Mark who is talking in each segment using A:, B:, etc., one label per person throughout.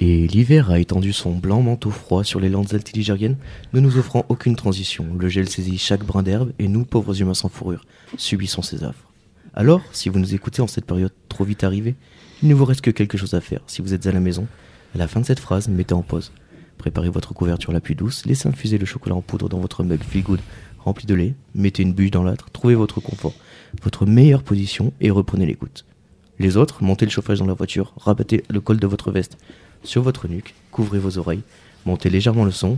A: L'hiver a étendu son blanc manteau froid sur les landes altiligériennes, ne nous offrant aucune transition. Le gel saisit chaque brin d'herbe et nous, pauvres humains sans fourrure, subissons ses affres. Alors, si vous nous écoutez en cette période trop vite arrivée, il ne vous reste que quelque chose à faire. Si vous êtes à la maison, à la fin de cette phrase, mettez en pause. Préparez votre couverture la plus douce, laissez infuser le chocolat en poudre dans votre mug feel good rempli de lait, mettez une bûche dans l'âtre, trouvez votre confort, votre meilleure position et reprenez l'écoute. Les autres, montez le chauffage dans la voiture, rabattez le col de votre veste sur votre nuque, couvrez vos oreilles, montez légèrement le son,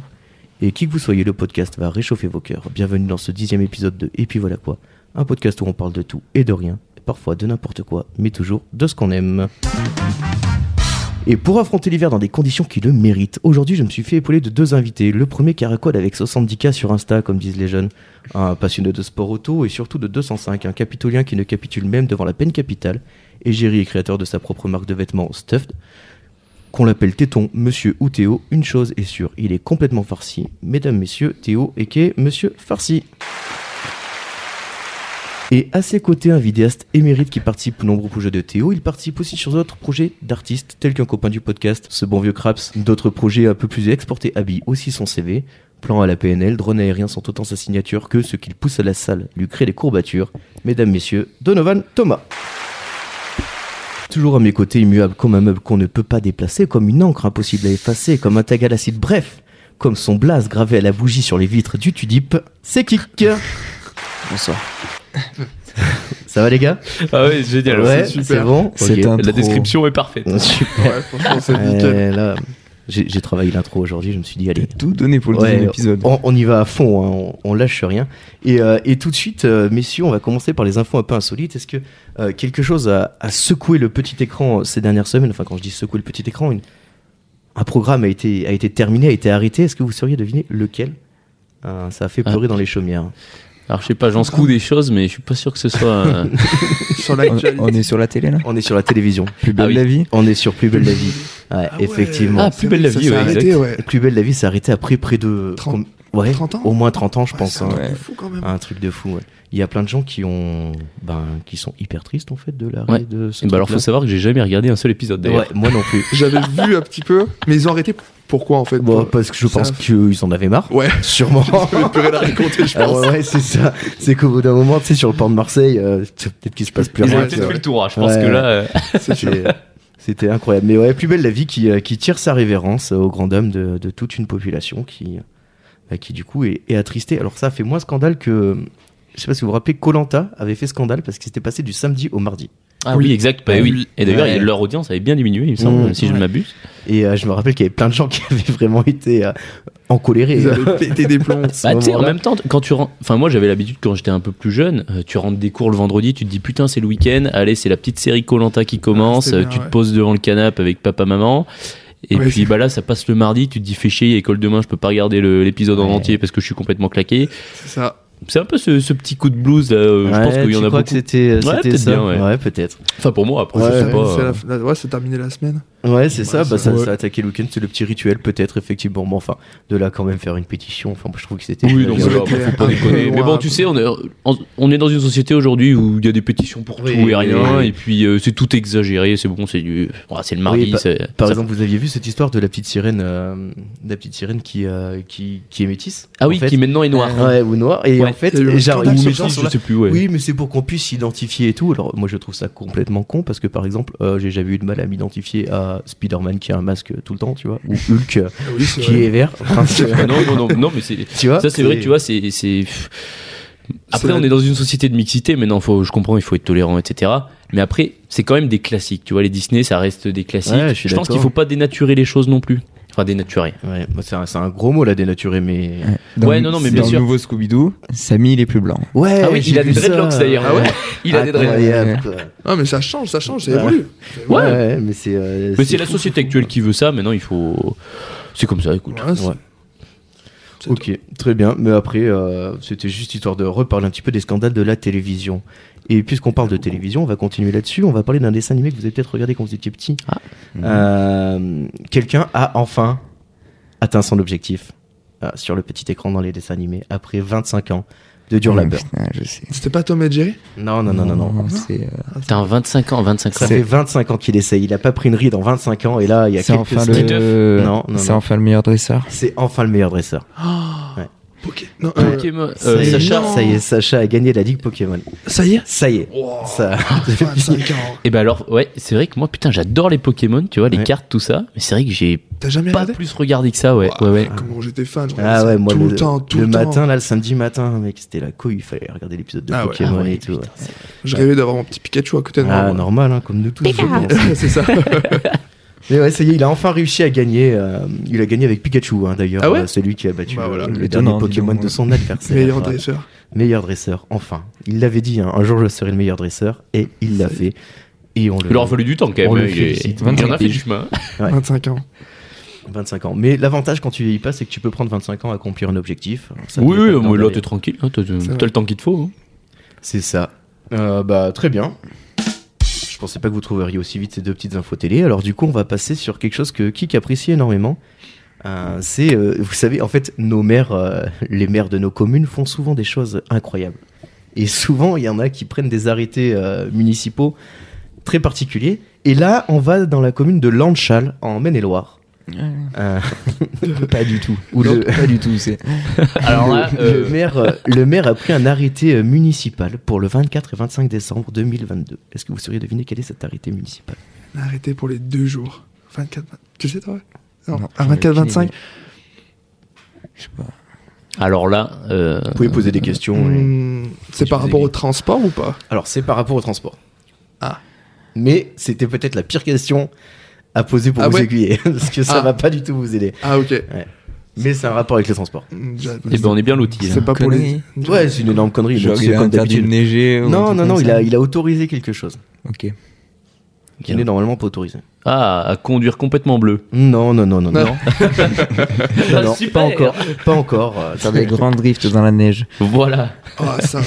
A: et qui que vous soyez, le podcast va réchauffer vos cœurs. Bienvenue dans ce dixième épisode de Et puis voilà quoi, un podcast où on parle de tout et de rien, parfois de n'importe quoi, mais toujours de ce qu'on aime. Et pour affronter l'hiver dans des conditions qui le méritent, aujourd'hui je me suis fait épauler de deux invités. Le premier caracode avec 70K sur Insta, comme disent les jeunes, un passionné de sport auto et surtout de 205, un capitolien qui ne capitule même devant la peine capitale, et Géry est créateur de sa propre marque de vêtements Stuffed. Qu'on l'appelle Téton, Monsieur ou Théo, une chose est sûre, il est complètement farci. Mesdames, Messieurs, Théo et qu'est Monsieur Farci. Et à ses côtés, un vidéaste émérite qui participe aux nombreux projets de Théo. Il participe aussi sur d'autres projets d'artistes, tels qu'un copain du podcast, ce bon vieux Craps. D'autres projets un peu plus exportés habillent aussi son CV. Plan à la PNL, drone aérien sont autant sa signature que ce qu'il pousse à la salle lui crée des courbatures. Mesdames, messieurs, Donovan Thomas. Toujours à mes côtés, immuable comme un meuble qu'on ne peut pas déplacer, comme une encre impossible à effacer, comme un tag à l'acide, bref, comme son blaze gravé à la bougie sur les vitres du Tudip, c'est Kik. Bonsoir. Ça va les gars
B: Ah ouais, génial.
A: Ouais,
B: c'est
A: c'est
B: super.
A: bon.
C: Cette
A: ok.
B: La
C: intro.
B: description est parfaite.
A: Super.
B: Ouais, franchement, c'est
A: Ouais,
B: nickel.
A: là, j'ai j'ai travaillé l'intro aujourd'hui, je me suis dit, allez.
C: Tout donné pour le
A: ouais,
C: deuxième épisode.
A: on, on y va à fond, hein, on, on lâche rien. Et, euh, et tout de suite, euh, messieurs, on va commencer par les infos un peu insolites. Est-ce que euh, quelque chose a, a secoué le petit écran euh, ces dernières semaines Enfin, quand je dis secouer le petit écran, une- un programme a été, a été terminé, a été arrêté. Est-ce que vous sauriez deviner lequel Euh, Ça a fait
D: Ah.
A: pleurer dans les chaumières.
D: Alors je sais pas, j'en secoue des choses, mais je suis pas sûr que ce soit. euh,
B: Sur
C: On,
B: l'actualité.
C: on est sur la télé là
A: On est sur la télévision.
C: Plus belle
D: Ah oui.
C: la vie
A: On est sur Plus belle la vie. Ouais,
B: Ah ouais.
A: effectivement.
D: Ah, plus belle la
B: Ça
D: vie,
B: s'est
D: ouais,
B: arrêté,
D: exact.
B: ouais.
A: Plus belle la vie s'est arrêtée après près de
B: 30
A: com- ouais,
B: 30 ans
A: au moins 30 ans, je pense.
B: C'est un
A: hein.
B: truc de fou quand même.
A: Un truc de fou. ouais. Il y a plein de gens qui ont, ben, qui sont hyper tristes en fait de l'arrêt
D: Ouais.
A: de ce.
D: bah alors faut
A: truc-là.
D: savoir que j'ai jamais regardé un seul épisode d'ailleurs.
A: Ouais, moi non plus.
B: J'avais vu un petit peu, mais ils ont arrêté. Pourquoi en fait
A: Bon,
B: Pour-
A: parce que je
B: ça-
A: pense qu'ils en avaient marre.
B: Ouais.
A: Sûrement.
B: J'avais plus rien à raconter, je
A: Ah
B: pense.
A: ouais, ouais, c'est ça. C'est qu'au bout d'un moment, tu sais, sur le port de Marseille, euh, peut-être qu'il se passe plus
D: Ils
A: rien.
D: avaient
B: Ouais,
A: tu
D: peut-être
A: vois.
D: fait le tour, hein, je pense
A: Ouais.
D: que là. euh,
A: C'était- C'était incroyable. Mais ouais, plus belle la vie qui, euh, qui tire sa révérence euh, au grand homme de, de toute une population qui, euh, bah, qui du coup est, est attristée. Alors ça a fait moins scandale que. Je sais pas si vous vous rappelez, Colanta avait fait scandale parce qu'il s'était passé du samedi au mardi.
D: Ah oui, exact. Bah,
A: Ouais.
D: oui. Et d'ailleurs,
A: Ouais.
D: leur audience avait bien diminué, il me semble,
A: Mmh.
D: si je ne m'abuse.
A: Et euh, je me rappelle qu'il y avait plein de gens qui avaient vraiment été euh, encolérés. euh,
B: Ils avaient pété des plombs.
A: À ce
D: Bah, tu sais, en
A: moment-là.
D: même temps, quand tu rentres. Enfin, moi, j'avais l'habitude quand j'étais un peu plus jeune, euh, tu rentres des cours le vendredi, tu te dis putain, c'est le week-end, allez, c'est la petite série Colanta
A: Ah,
D: qui commence,
B: c'était
D: euh,
B: bien,
D: tu
B: ouais.
D: te poses devant le canapé avec papa-maman. Et
B: Ouais, c'est-
D: puis bah là ça passe le mardi, tu te dis fais chier, école demain, je peux pas regarder le- l'épisode en
A: Ouais.
D: entier parce que je suis complètement claqué.
B: C'est ça.
D: C'est un peu ce, ce petit coup de blues là, euh, je pense
A: Ouais,
D: qu'il y
A: tu
D: en a
A: crois
D: beaucoup.
A: que c'était euh,
D: Ouais,
A: c'était
D: peut-être
A: ça.
D: bien, ouais.
A: peut-être.
D: Enfin pour moi après
A: Ouais,
D: je sais
B: Ouais,
D: pas.
B: c'est
D: euh,
B: la- la- ouais, c'est terminé la semaine.
A: Ouais, c'est ça.
B: c'est
A: bah,
B: ça.
A: ça,
B: Ouais.
A: ça a attaqué le week-end. C'est le petit rituel, peut-être, effectivement. Mais enfin, de là, quand même, faire une pétition. Enfin, moi, je trouve que c'était.
D: Oui, donc
B: Ils
D: ça va,
B: ont été
D: faut
B: un
D: pas déconner.
B: peu
D: Mais
B: loin.
D: bon, tu sais, on est, on- on est dans une société aujourd'hui où il y a des pétitions pour
A: Oui,
D: tout et rien,
A: oui.
D: et puis euh, c'est tout exagéré, c'est bon, c'est du. ah, c'est le mardi,
A: Oui,
D: c'est.
A: Par
D: ça-
A: exemple, vous aviez vu cette histoire de la petite sirène, euh, de la petite sirène qui, euh, qui, qui est métisse
D: Ah
A: en
D: oui,
A: fait.
D: qui maintenant est noir.
A: Ouais, ou noire. Et
D: Ouais. Euh,
A: en fait,
B: Il y a eu un
A: genre,
B: scandale
A: ils-
B: sur
A: les gens
D: je
A: sont là,
D: sais plus, ouais.
A: Oui, mais c'est pour qu'on puisse s'identifier et tout. Alors, moi, je trouve ça complètement con parce que, par exemple, euh, j'ai jamais eu de mal à m'identifier à Spider-Man qui a un masque tout le temps, tu vois, ou Hulk euh,
B: Ah oui, c'est
A: qui
B: vrai.
A: est vert. Enfin, tu vois,
D: Ah non, non, non, non, mais c'est.
A: tu vois
D: Ça, c'est vrai, tu vois, c'est. c'est- pff. Après,
B: C'est-
D: on est dans une société de mixité, mais non, faut, je comprends, il faut être tolérant, etc. Mais après, c'est quand même des classiques, tu vois, les Disney, ça reste des classiques.
A: Ouais, je suis
D: pense
A: d'accord.
D: qu'il faut pas dénaturer les choses non plus. Enfin, dénaturer.
A: Ouais, moi, c'est un, c'est un gros mot, la dénaturé, mais.
D: Ouais, non, non, mais
C: dans
D: bien
C: le
D: sûr.
C: nouveau Scooby-Doo, Samy il est plus blanc.
A: Ouais,
D: Ah oui, il
A: Eh, j'ai
D: a des
A: vu ça.
D: dreadlocks d'ailleurs.
B: Ah ouais
D: Il a des dreadlocks.
A: Incroyable, quoi.
B: Ah, mais ça change, ça change, ça
A: Ouais.
B: évolue.
A: Ouais,
D: Ouais.
A: ouais, mais c'est. euh,
D: Mais c'est la
A: fou,
D: société
A: fou.
D: actuelle qui veut ça, maintenant il faut. C'est comme ça, écoute.
B: Ouais, c'est-
A: Ouais. Ok, très bien. Mais après, euh, c'était juste histoire de reparler un petit peu des scandales de la télévision. Et puisqu'on parle de télévision, on va continuer là-dessus. On va parler d'un dessin animé que vous avez peut-être regardé quand vous étiez petit.
D: Ah.
A: Euh, Quelqu'un a enfin atteint son objectif euh, sur le petit écran dans les dessins animés après 25 ans. de dur
C: Oh,
A: labeur.
C: putain, je sais.
B: C'était pas Tom et Jerry
A: Non, non, non, non, non.
C: C'est euh,
D: Putain, 25 ans, 25
A: Ça
D: ans.
A: fait 25 ans qu'il essaye. Il a pas pris une ride en 25 ans et là, il y a
C: c'est
A: quelques
C: enfin,
A: semaines-
C: le...
A: Non, non,
C: c'est
A: non.
C: enfin le meilleur dresseur.
A: C'est enfin le meilleur dresseur.
B: Ok. Non, euh,
D: Pokémon.
A: Ça
D: euh,
A: y est,
D: Sacha.
B: non.
A: ça y est, Sacha a gagné la Ligue Pokémon.
B: Ça y est
A: Ça y est.
C: Oh.
B: Wow,
A: Ça.
B: 25 ans.
D: Et ben alors, ouais, c'est vrai que moi, putain, j'adore les Pokémon, tu vois, les
A: Ouais.
D: cartes, tout ça. Mais c'est vrai que j'ai
B: T'as jamais
D: pas
B: regardé Ah,
D: plus regardé que ça, ouais. ouais, ouais.
B: Comment j'étais fan. je regardais
A: Ah
B: ça
A: ouais, moi
B: tout
A: le,
B: le, temps, tout
A: le
B: le, temps.
A: matin, là, le samedi matin, mec, c'était la couille. Il fallait regarder l'épisode de
B: Ah ouais.
A: Pokémon
D: Ah ouais,
A: et tout. ouais.
B: Je rêvais d'avoir mon petit Pikachu à côté de
A: Ah,
B: moi.
A: normal, hein, comme nous tous. je pense.
B: c'est ça.
A: Mais ouais, ça y est, il a enfin réussi à gagner. euh, il a gagné avec Pikachu, hein, d'ailleurs.
B: Ah ouais
A: Euh, c'est lui qui a battu
B: Bah
A: euh,
B: voilà.
A: le dernier
C: Étonnant, dis
A: Pokémon
C: donc.
A: de son adversaire.
B: Meilleur
A: Ouais.
B: dresseur.
A: Meilleur dresseur, enfin. Il l'avait dit, hein, un jour je serai le meilleur dresseur, et il l'a fait. Et on le.
D: Il leur a fallu du temps quand
A: On
D: même. hein,
A: le
D: Il, est-
A: félicite.
D: il en a
C: 25
D: fait du chemin. hein.
A: Ouais.
B: 25 ans.
A: 25 ans. Mais l'avantage quand tu vieillis pas, c'est que tu peux prendre 25 ans à accomplir un objectif. Ça
D: oui,
A: te met
D: oui,
A: pas dedans
D: mais là,
A: d'aller.
D: t'es tranquille. hein, T'as
B: vrai.
D: t'as le temps qu'il te faut. hein.
A: C'est ça. Euh, bah, très bien. Je pensais pas que vous trouveriez aussi vite ces deux petites infos télé. Alors, du coup, on va passer sur quelque chose que Kik apprécie énormément. Euh, c'est, euh, vous savez, en fait, nos maires, euh, les maires de nos communes font souvent des choses incroyables. Et souvent, il y en a qui prennent des arrêtés euh, municipaux très particuliers. Et là, on va dans la commune de Landchal, en Maine-et-Loire. Euh,
C: pas du tout.
A: Ou le-
C: Pas du tout. C'est
D: Alors là,
A: le,
D: euh,
A: le maire, euh, le maire a pris un arrêté euh, municipal pour le 24 et 25 décembre 2022. Est-ce que vous sauriez deviner quel est cet arrêté municipal
B: Arrêté pour les deux jours. 24. Tu sais, toi ouais Non,
C: Non, j'en
B: à
C: ai
B: 24,
C: aucune
B: 25.
C: idée. Je sais pas.
D: alors là, euh,
A: Vous pouvez poser des questions.
B: Hmm, c'est
A: Je
B: par
A: vous ai
B: rapport
A: dit.
B: au transport ou pas
A: Euh, Alors, c'est par rapport au transport.
B: Ah.
A: Mais c'était peut-être la pire question à poser pour
B: Ah
A: vous
B: ouais
A: aiguiller, parce que ça
B: Ah.
A: va pas du tout vous aider.
B: Ah, ok.
A: Mais c'est un rapport avec le transport.
B: Hmm, j'ai-
D: eh ben, on est bien l'outil.
B: C'est pas pour les.
C: Connerie.
A: Ouais, c'est une énorme connerie.
C: Genre,
A: mais
C: il
A: c'est
C: a
A: comme
C: interdit de
A: d'habitude.
C: neiger. ou un
A: Non,
C: truc
A: non, non,
C: comme
A: il
C: ça.
A: a, il a autorisé quelque chose
C: Ok.
A: qui n'est normalement pas autorisé.
D: Ah, à conduire complètement bleu.
A: Non, non, non, non, non.
B: Non.
A: Non, non,
D: Ah, super.
A: pas encore, pas encore. euh,
C: Faire des grands drifts dans la neige.
D: Voilà.
B: Ah, ça.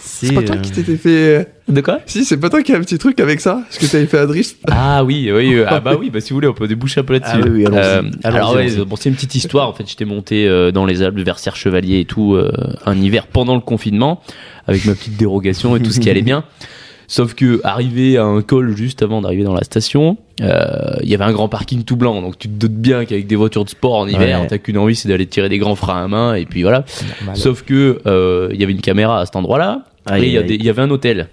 A: C'est
B: C'est pas toi
A: euh,
B: qui t'étais fait. euh,
D: De quoi
B: Si, c'est pas toi qui a un petit truc avec ça Parce que t'avais fait Adris
D: Ah oui, oui, euh, ah bah oui, bah si vous voulez, on peut déboucher un peu là-dessus.
A: Ah oui, oui, allons-y.
D: Euh,
A: Allons-y,
D: alors ouais,
A: allons-y.
D: bon, c'est une petite histoire. En fait, j'étais monté euh, dans les Alpes vers Serre Chevalier et tout euh, un hiver pendant le confinement avec ma petite dérogation et tout ce qui allait bien. Sauf que arrivé à un col juste avant d'arriver dans la station, euh, il y avait un grand parking tout blanc. Donc tu te doutes bien qu'avec des voitures de sport en hiver,
A: Ouais.
D: t'as qu'une envie, c'est d'aller tirer des grands freins à main et puis voilà.
C: Normal.
D: Sauf que euh, il y avait une caméra à cet endroit-là.
A: Aïe,
D: et il y, a
A: aïe,
D: des-
A: aïe.
D: il y avait un hôtel.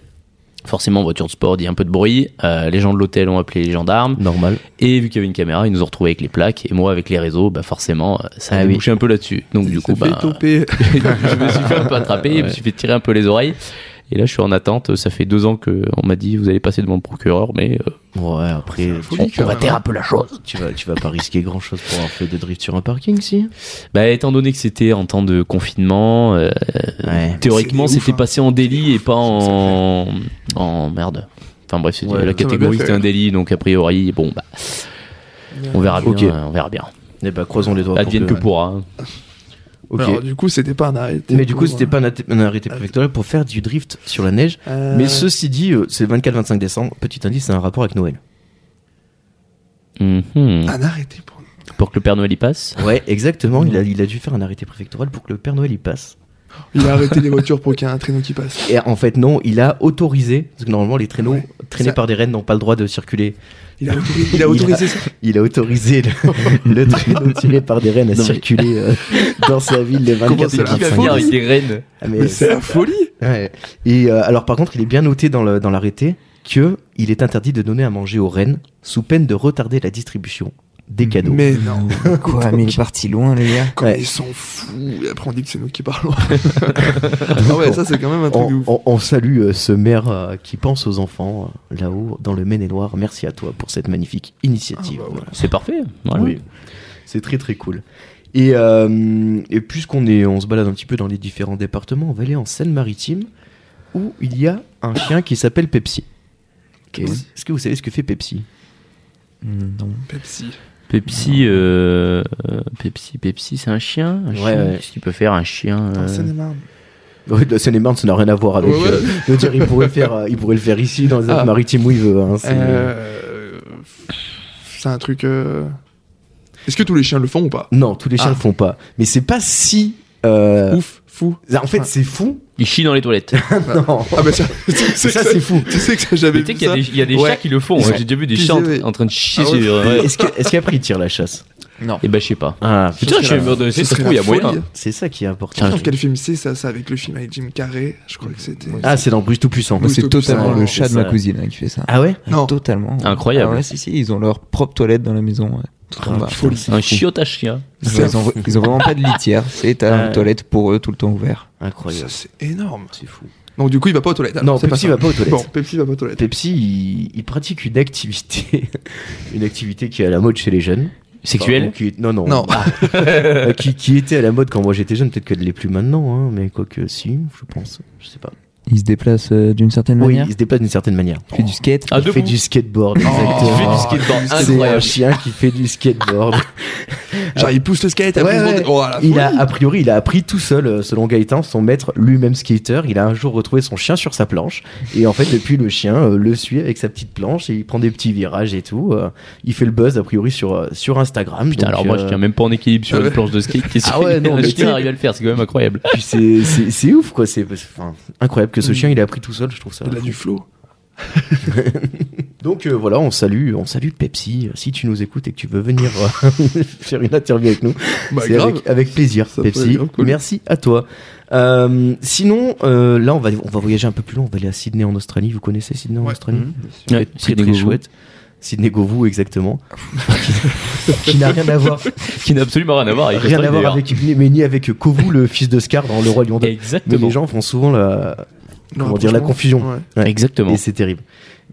D: Forcément, voiture de sport, il y a un peu de bruit. Euh, les gens de l'hôtel ont appelé les gendarmes.
A: normal.
D: Et vu qu'il y avait une caméra, ils nous ont retrouvés avec les plaques. Et moi, avec les réseaux, bah forcément, euh, ça a
A: Ah oui.
D: débouché un peu là-dessus. Donc du coup,
B: Ça fait
D: bah,
B: toper.
D: je me suis fait un peu attraper. Je me suis fait tirer un peu les oreilles. Et là, je suis en attente. Ça fait deux ans que on m'a dit, vous allez passer devant le procureur, mais euh,
A: Ouais, après,
B: fou,
A: tu,
B: lui, quand
D: on va
B: même,
D: taire
B: hein.
D: un peu la chose.
A: tu vas, tu vas pas risquer grand chose pour un fait de drift sur un parking, si
D: Bah, étant donné que c'était en temps de confinement, euh,
A: Ouais.
D: théoriquement,
B: C'est ouf,
D: c'était
B: hein.
D: passé en délit et pas en... en merde. Enfin bref, c'était
A: Ouais, ça
D: la
A: m'a
D: catégorie,
B: bien fait
D: c'était un
B: rire.
D: délit, donc a priori, bon, bah, on verra bien.
A: Ok.
D: euh, On verra bien.
A: Eh bah, croisons les doigts. pour
D: Advienne que pourra. hein.
A: Ok.
B: Alors, du coup, c'était pas un arrêté.
A: mais du coup,
B: pour,
A: c'était
B: euh,
A: pas un, athé- un arrêté préfectoral pour faire du drift sur la neige.
B: euh,
A: Mais ceci dit, euh, c'est le 24-25 décembre. Petit indice, c'est un rapport avec Noël.
D: Mhm.
B: Un arrêté pour.
D: Pour que le Père Noël y passe.
A: Ouais, exactement. il, a, il a dû faire un arrêté préfectoral pour que le Père Noël y passe.
B: Il a arrêté les voitures pour qu'il y ait un traîneau qui passe.
A: Et en fait, non, il a autorisé, parce que normalement, les traîneaux
B: Ouais.
A: traînés
B: Ça-
A: par des rennes n'ont pas le droit de circuler.
B: Il a autorisé, il a autorisé ça.
A: Il a autorisé le, le traîneau tiré par des rennes à
D: Non, mais-
A: circuler euh, dans sa ville les
B: Comment
A: 24
B: c'est
A: et
B: la
D: Il va
A: 25
D: finir avec des rennes.
A: Ah, mais-
B: Mais c'est la folie
A: Ouais. Et euh, alors par contre, il est bien noté dans le- dans l'arrêté que il est interdit de donner à manger aux rennes sous peine de retarder la distribution des cadeaux.
B: Mm-hmm. Mais non,
C: Quoi, mais il est parti loin, le gars.
B: comme
A: Ouais.
B: ils sont fous. Et après, on dit que c'est nous qui parlons. ah ouais, ça, c'est quand même un truc de
A: On,
B: ouf.
A: on- on salue euh, ce maire euh, qui pense aux enfants euh, là-haut dans le Maine-et-Loire. Merci à toi pour cette magnifique initiative.
B: Ah bah ouais.
A: Voilà.
D: C'est parfait. voilà.
A: Oui. C'est très très cool. Et, euh, et puisqu'on est, on se balade un petit peu dans les différents départements, on va aller en Seine-Maritime où il y a un chien qui s'appelle Pepsi.
B: Ok.
A: Est-ce que vous savez ce que fait Pepsi
C: Non.
B: Pepsi.
D: Pepsi, euh, euh, Pepsi, Pepsi, c'est un chien. Un
A: Ouais,
D: chien
A: ouais.
D: Qu'est-ce qu'il peut faire un chien
B: Dans
D: euh,
B: le Seine-et-Marne.
A: Oui, la Seine-et-Marne, ça n'a rien à voir avec.
B: Ouais, ouais.
A: euh, je veux dire, il pourrait, le faire, euh, il pourrait le faire ici, dans les
B: Ah.
A: maritimes où il veut. hein, c'est-
B: Euh, C'est un truc. euh, Est-ce que tous les chiens le font ou pas
A: Non, tous les chiens le
B: Ah.
A: font pas. Mais c'est pas si. euh,
B: Ouf, fou.
A: En fait, c'est fou,
D: Il chie dans les toilettes.
C: Non.
B: Ah bah ça, tu sais que
C: Ça, c'est fou.
B: Tu sais que ça, j'avais
D: Mais tu sais
B: vu
D: qu'il y a
B: ça.
D: des, il y a des
B: Ouais.
D: chats qui le font.
B: Ils
D: hein.
B: sont
D: J'ai déjà vu des
B: piégés,
D: chats en,
B: ouais.
D: en train de chier
B: Ah ouais.
D: sur. ouais.
A: Est-ce que- est-ce qu'après, il tire la chasse
C: Non.
D: Et bah, je sais pas.
A: Ah,
D: Putain, je suis
A: c'est-
D: mort de.
B: Ce
D: C'est
B: serait
D: trop, il y a
B: la folie.
D: moyen.
A: c'est ça qui est important.
B: Je pense quel film c'est ça, ça avec le film avec Jim Carrey, je crois que c'était.
A: Ah, c'est dans Bruce tout puissant.
C: Moi, c'est
B: Plutôt
C: totalement
B: bizarre.
C: le chat de ma
A: Ça-
C: cousine hein, qui fait ça.
A: Ah ouais
B: Non.
C: Totalement. Ah ouais.
D: Incroyable.
C: Alors là, si, si, ils ont leur propre toilette dans la maison. ouais. Tout en bas.
D: Un chiot à chien.
C: Genre, ils, ont, ils ont vraiment pas de litière. C'est t'as
A: Ouais.
C: une toilette pour eux tout le temps ouvert.
B: Ça
A: Incroyable.
B: c'est énorme.
A: C'est fou.
B: Donc du coup, il va pas aux toilettes. alors,
A: Non,
B: c'est
A: Pepsi
B: pas ça.
A: va pas aux toilettes.
B: Bon, Pepsi va pas aux toilettes.
A: Pepsi, il, il pratique une activité, une activité qui est à la mode chez les jeunes.
D: Sexuel
A: Enfin, qui est- Non, non.
B: Non.
A: Euh, qui, qui était à la mode quand moi j'étais jeune, peut-être qu'elle l'est plus maintenant, hein, mais quoique si, je pense. Je sais pas.
C: Ils se déplacent euh, d'une certaine
A: Oui,
C: manière.
A: il se déplace d'une certaine manière.
C: Ils font du skate.
D: Ah,
A: il fait
D: debout.
A: du skateboard,
D: Il fait du
A: exactement.
D: skateboard
A: C'est un
D: incroyable.
A: chien qui fait du skateboard.
B: Genre, il pousse le skate,
A: Ouais,
B: après
A: ouais.
B: il se monte- Oh, à la
A: Il
B: folie.
A: a, a priori, il a appris tout seul, euh, selon Gaëtan, son maître, lui-même skater. Il a un jour retrouvé son chien sur sa planche. Et en fait, depuis, le chien euh, le suit avec sa petite planche et il prend des petits virages et tout. euh, il fait le buzz, a priori, sur, euh, sur Instagram.
D: Putain,
A: Donc,
D: alors moi,
A: euh,
D: je tiens même pas en équilibre sur
B: Ah
D: une
B: ouais.
D: planche de skate. Qu'est-ce
A: Ah ouais,
D: que-
A: non, mais
D: le
A: tu sais-
D: chien arrive à le faire, c'est quand même incroyable.
A: puis c'est- c'est c'est ouf, quoi. C'est enfin, incroyable que ce chien, il a appris tout seul, je trouve ça.
B: Mm. Il a du flow.
A: Donc euh, voilà, on salue, on salue Pepsi. Si tu nous écoutes et que tu veux venir euh, faire une interview avec nous,
B: Bah
A: c'est
B: grave.
A: avec, avec plaisir,
B: Ça pourrait
A: Pepsi.
B: être grave cool.
A: Merci à toi. Euh, sinon, euh, là, on va, on va voyager un peu plus loin. On va aller à Sydney en Australie. Vous connaissez Sydney en
B: Ouais.
A: Australie
D: Ouais,
A: C'est très,
D: Sydney
A: très
D: Govou.
A: chouette. Sydney Govou, exactement. qui n'a rien à voir,
D: Qui n'a absolument rien à voir avec le
A: rien à
D: strike,
A: voir
D: d'ailleurs.
A: avec, mais ni avec Kovu, le fils de Scar dans Le Roi Lion. d'Or. Mais
D: Exactement.
A: les gens font souvent la,
B: Non,
A: comment dire, la
B: franchement,
A: confusion.
B: ouais.
A: Ouais.
D: Exactement.
A: Et c'est terrible.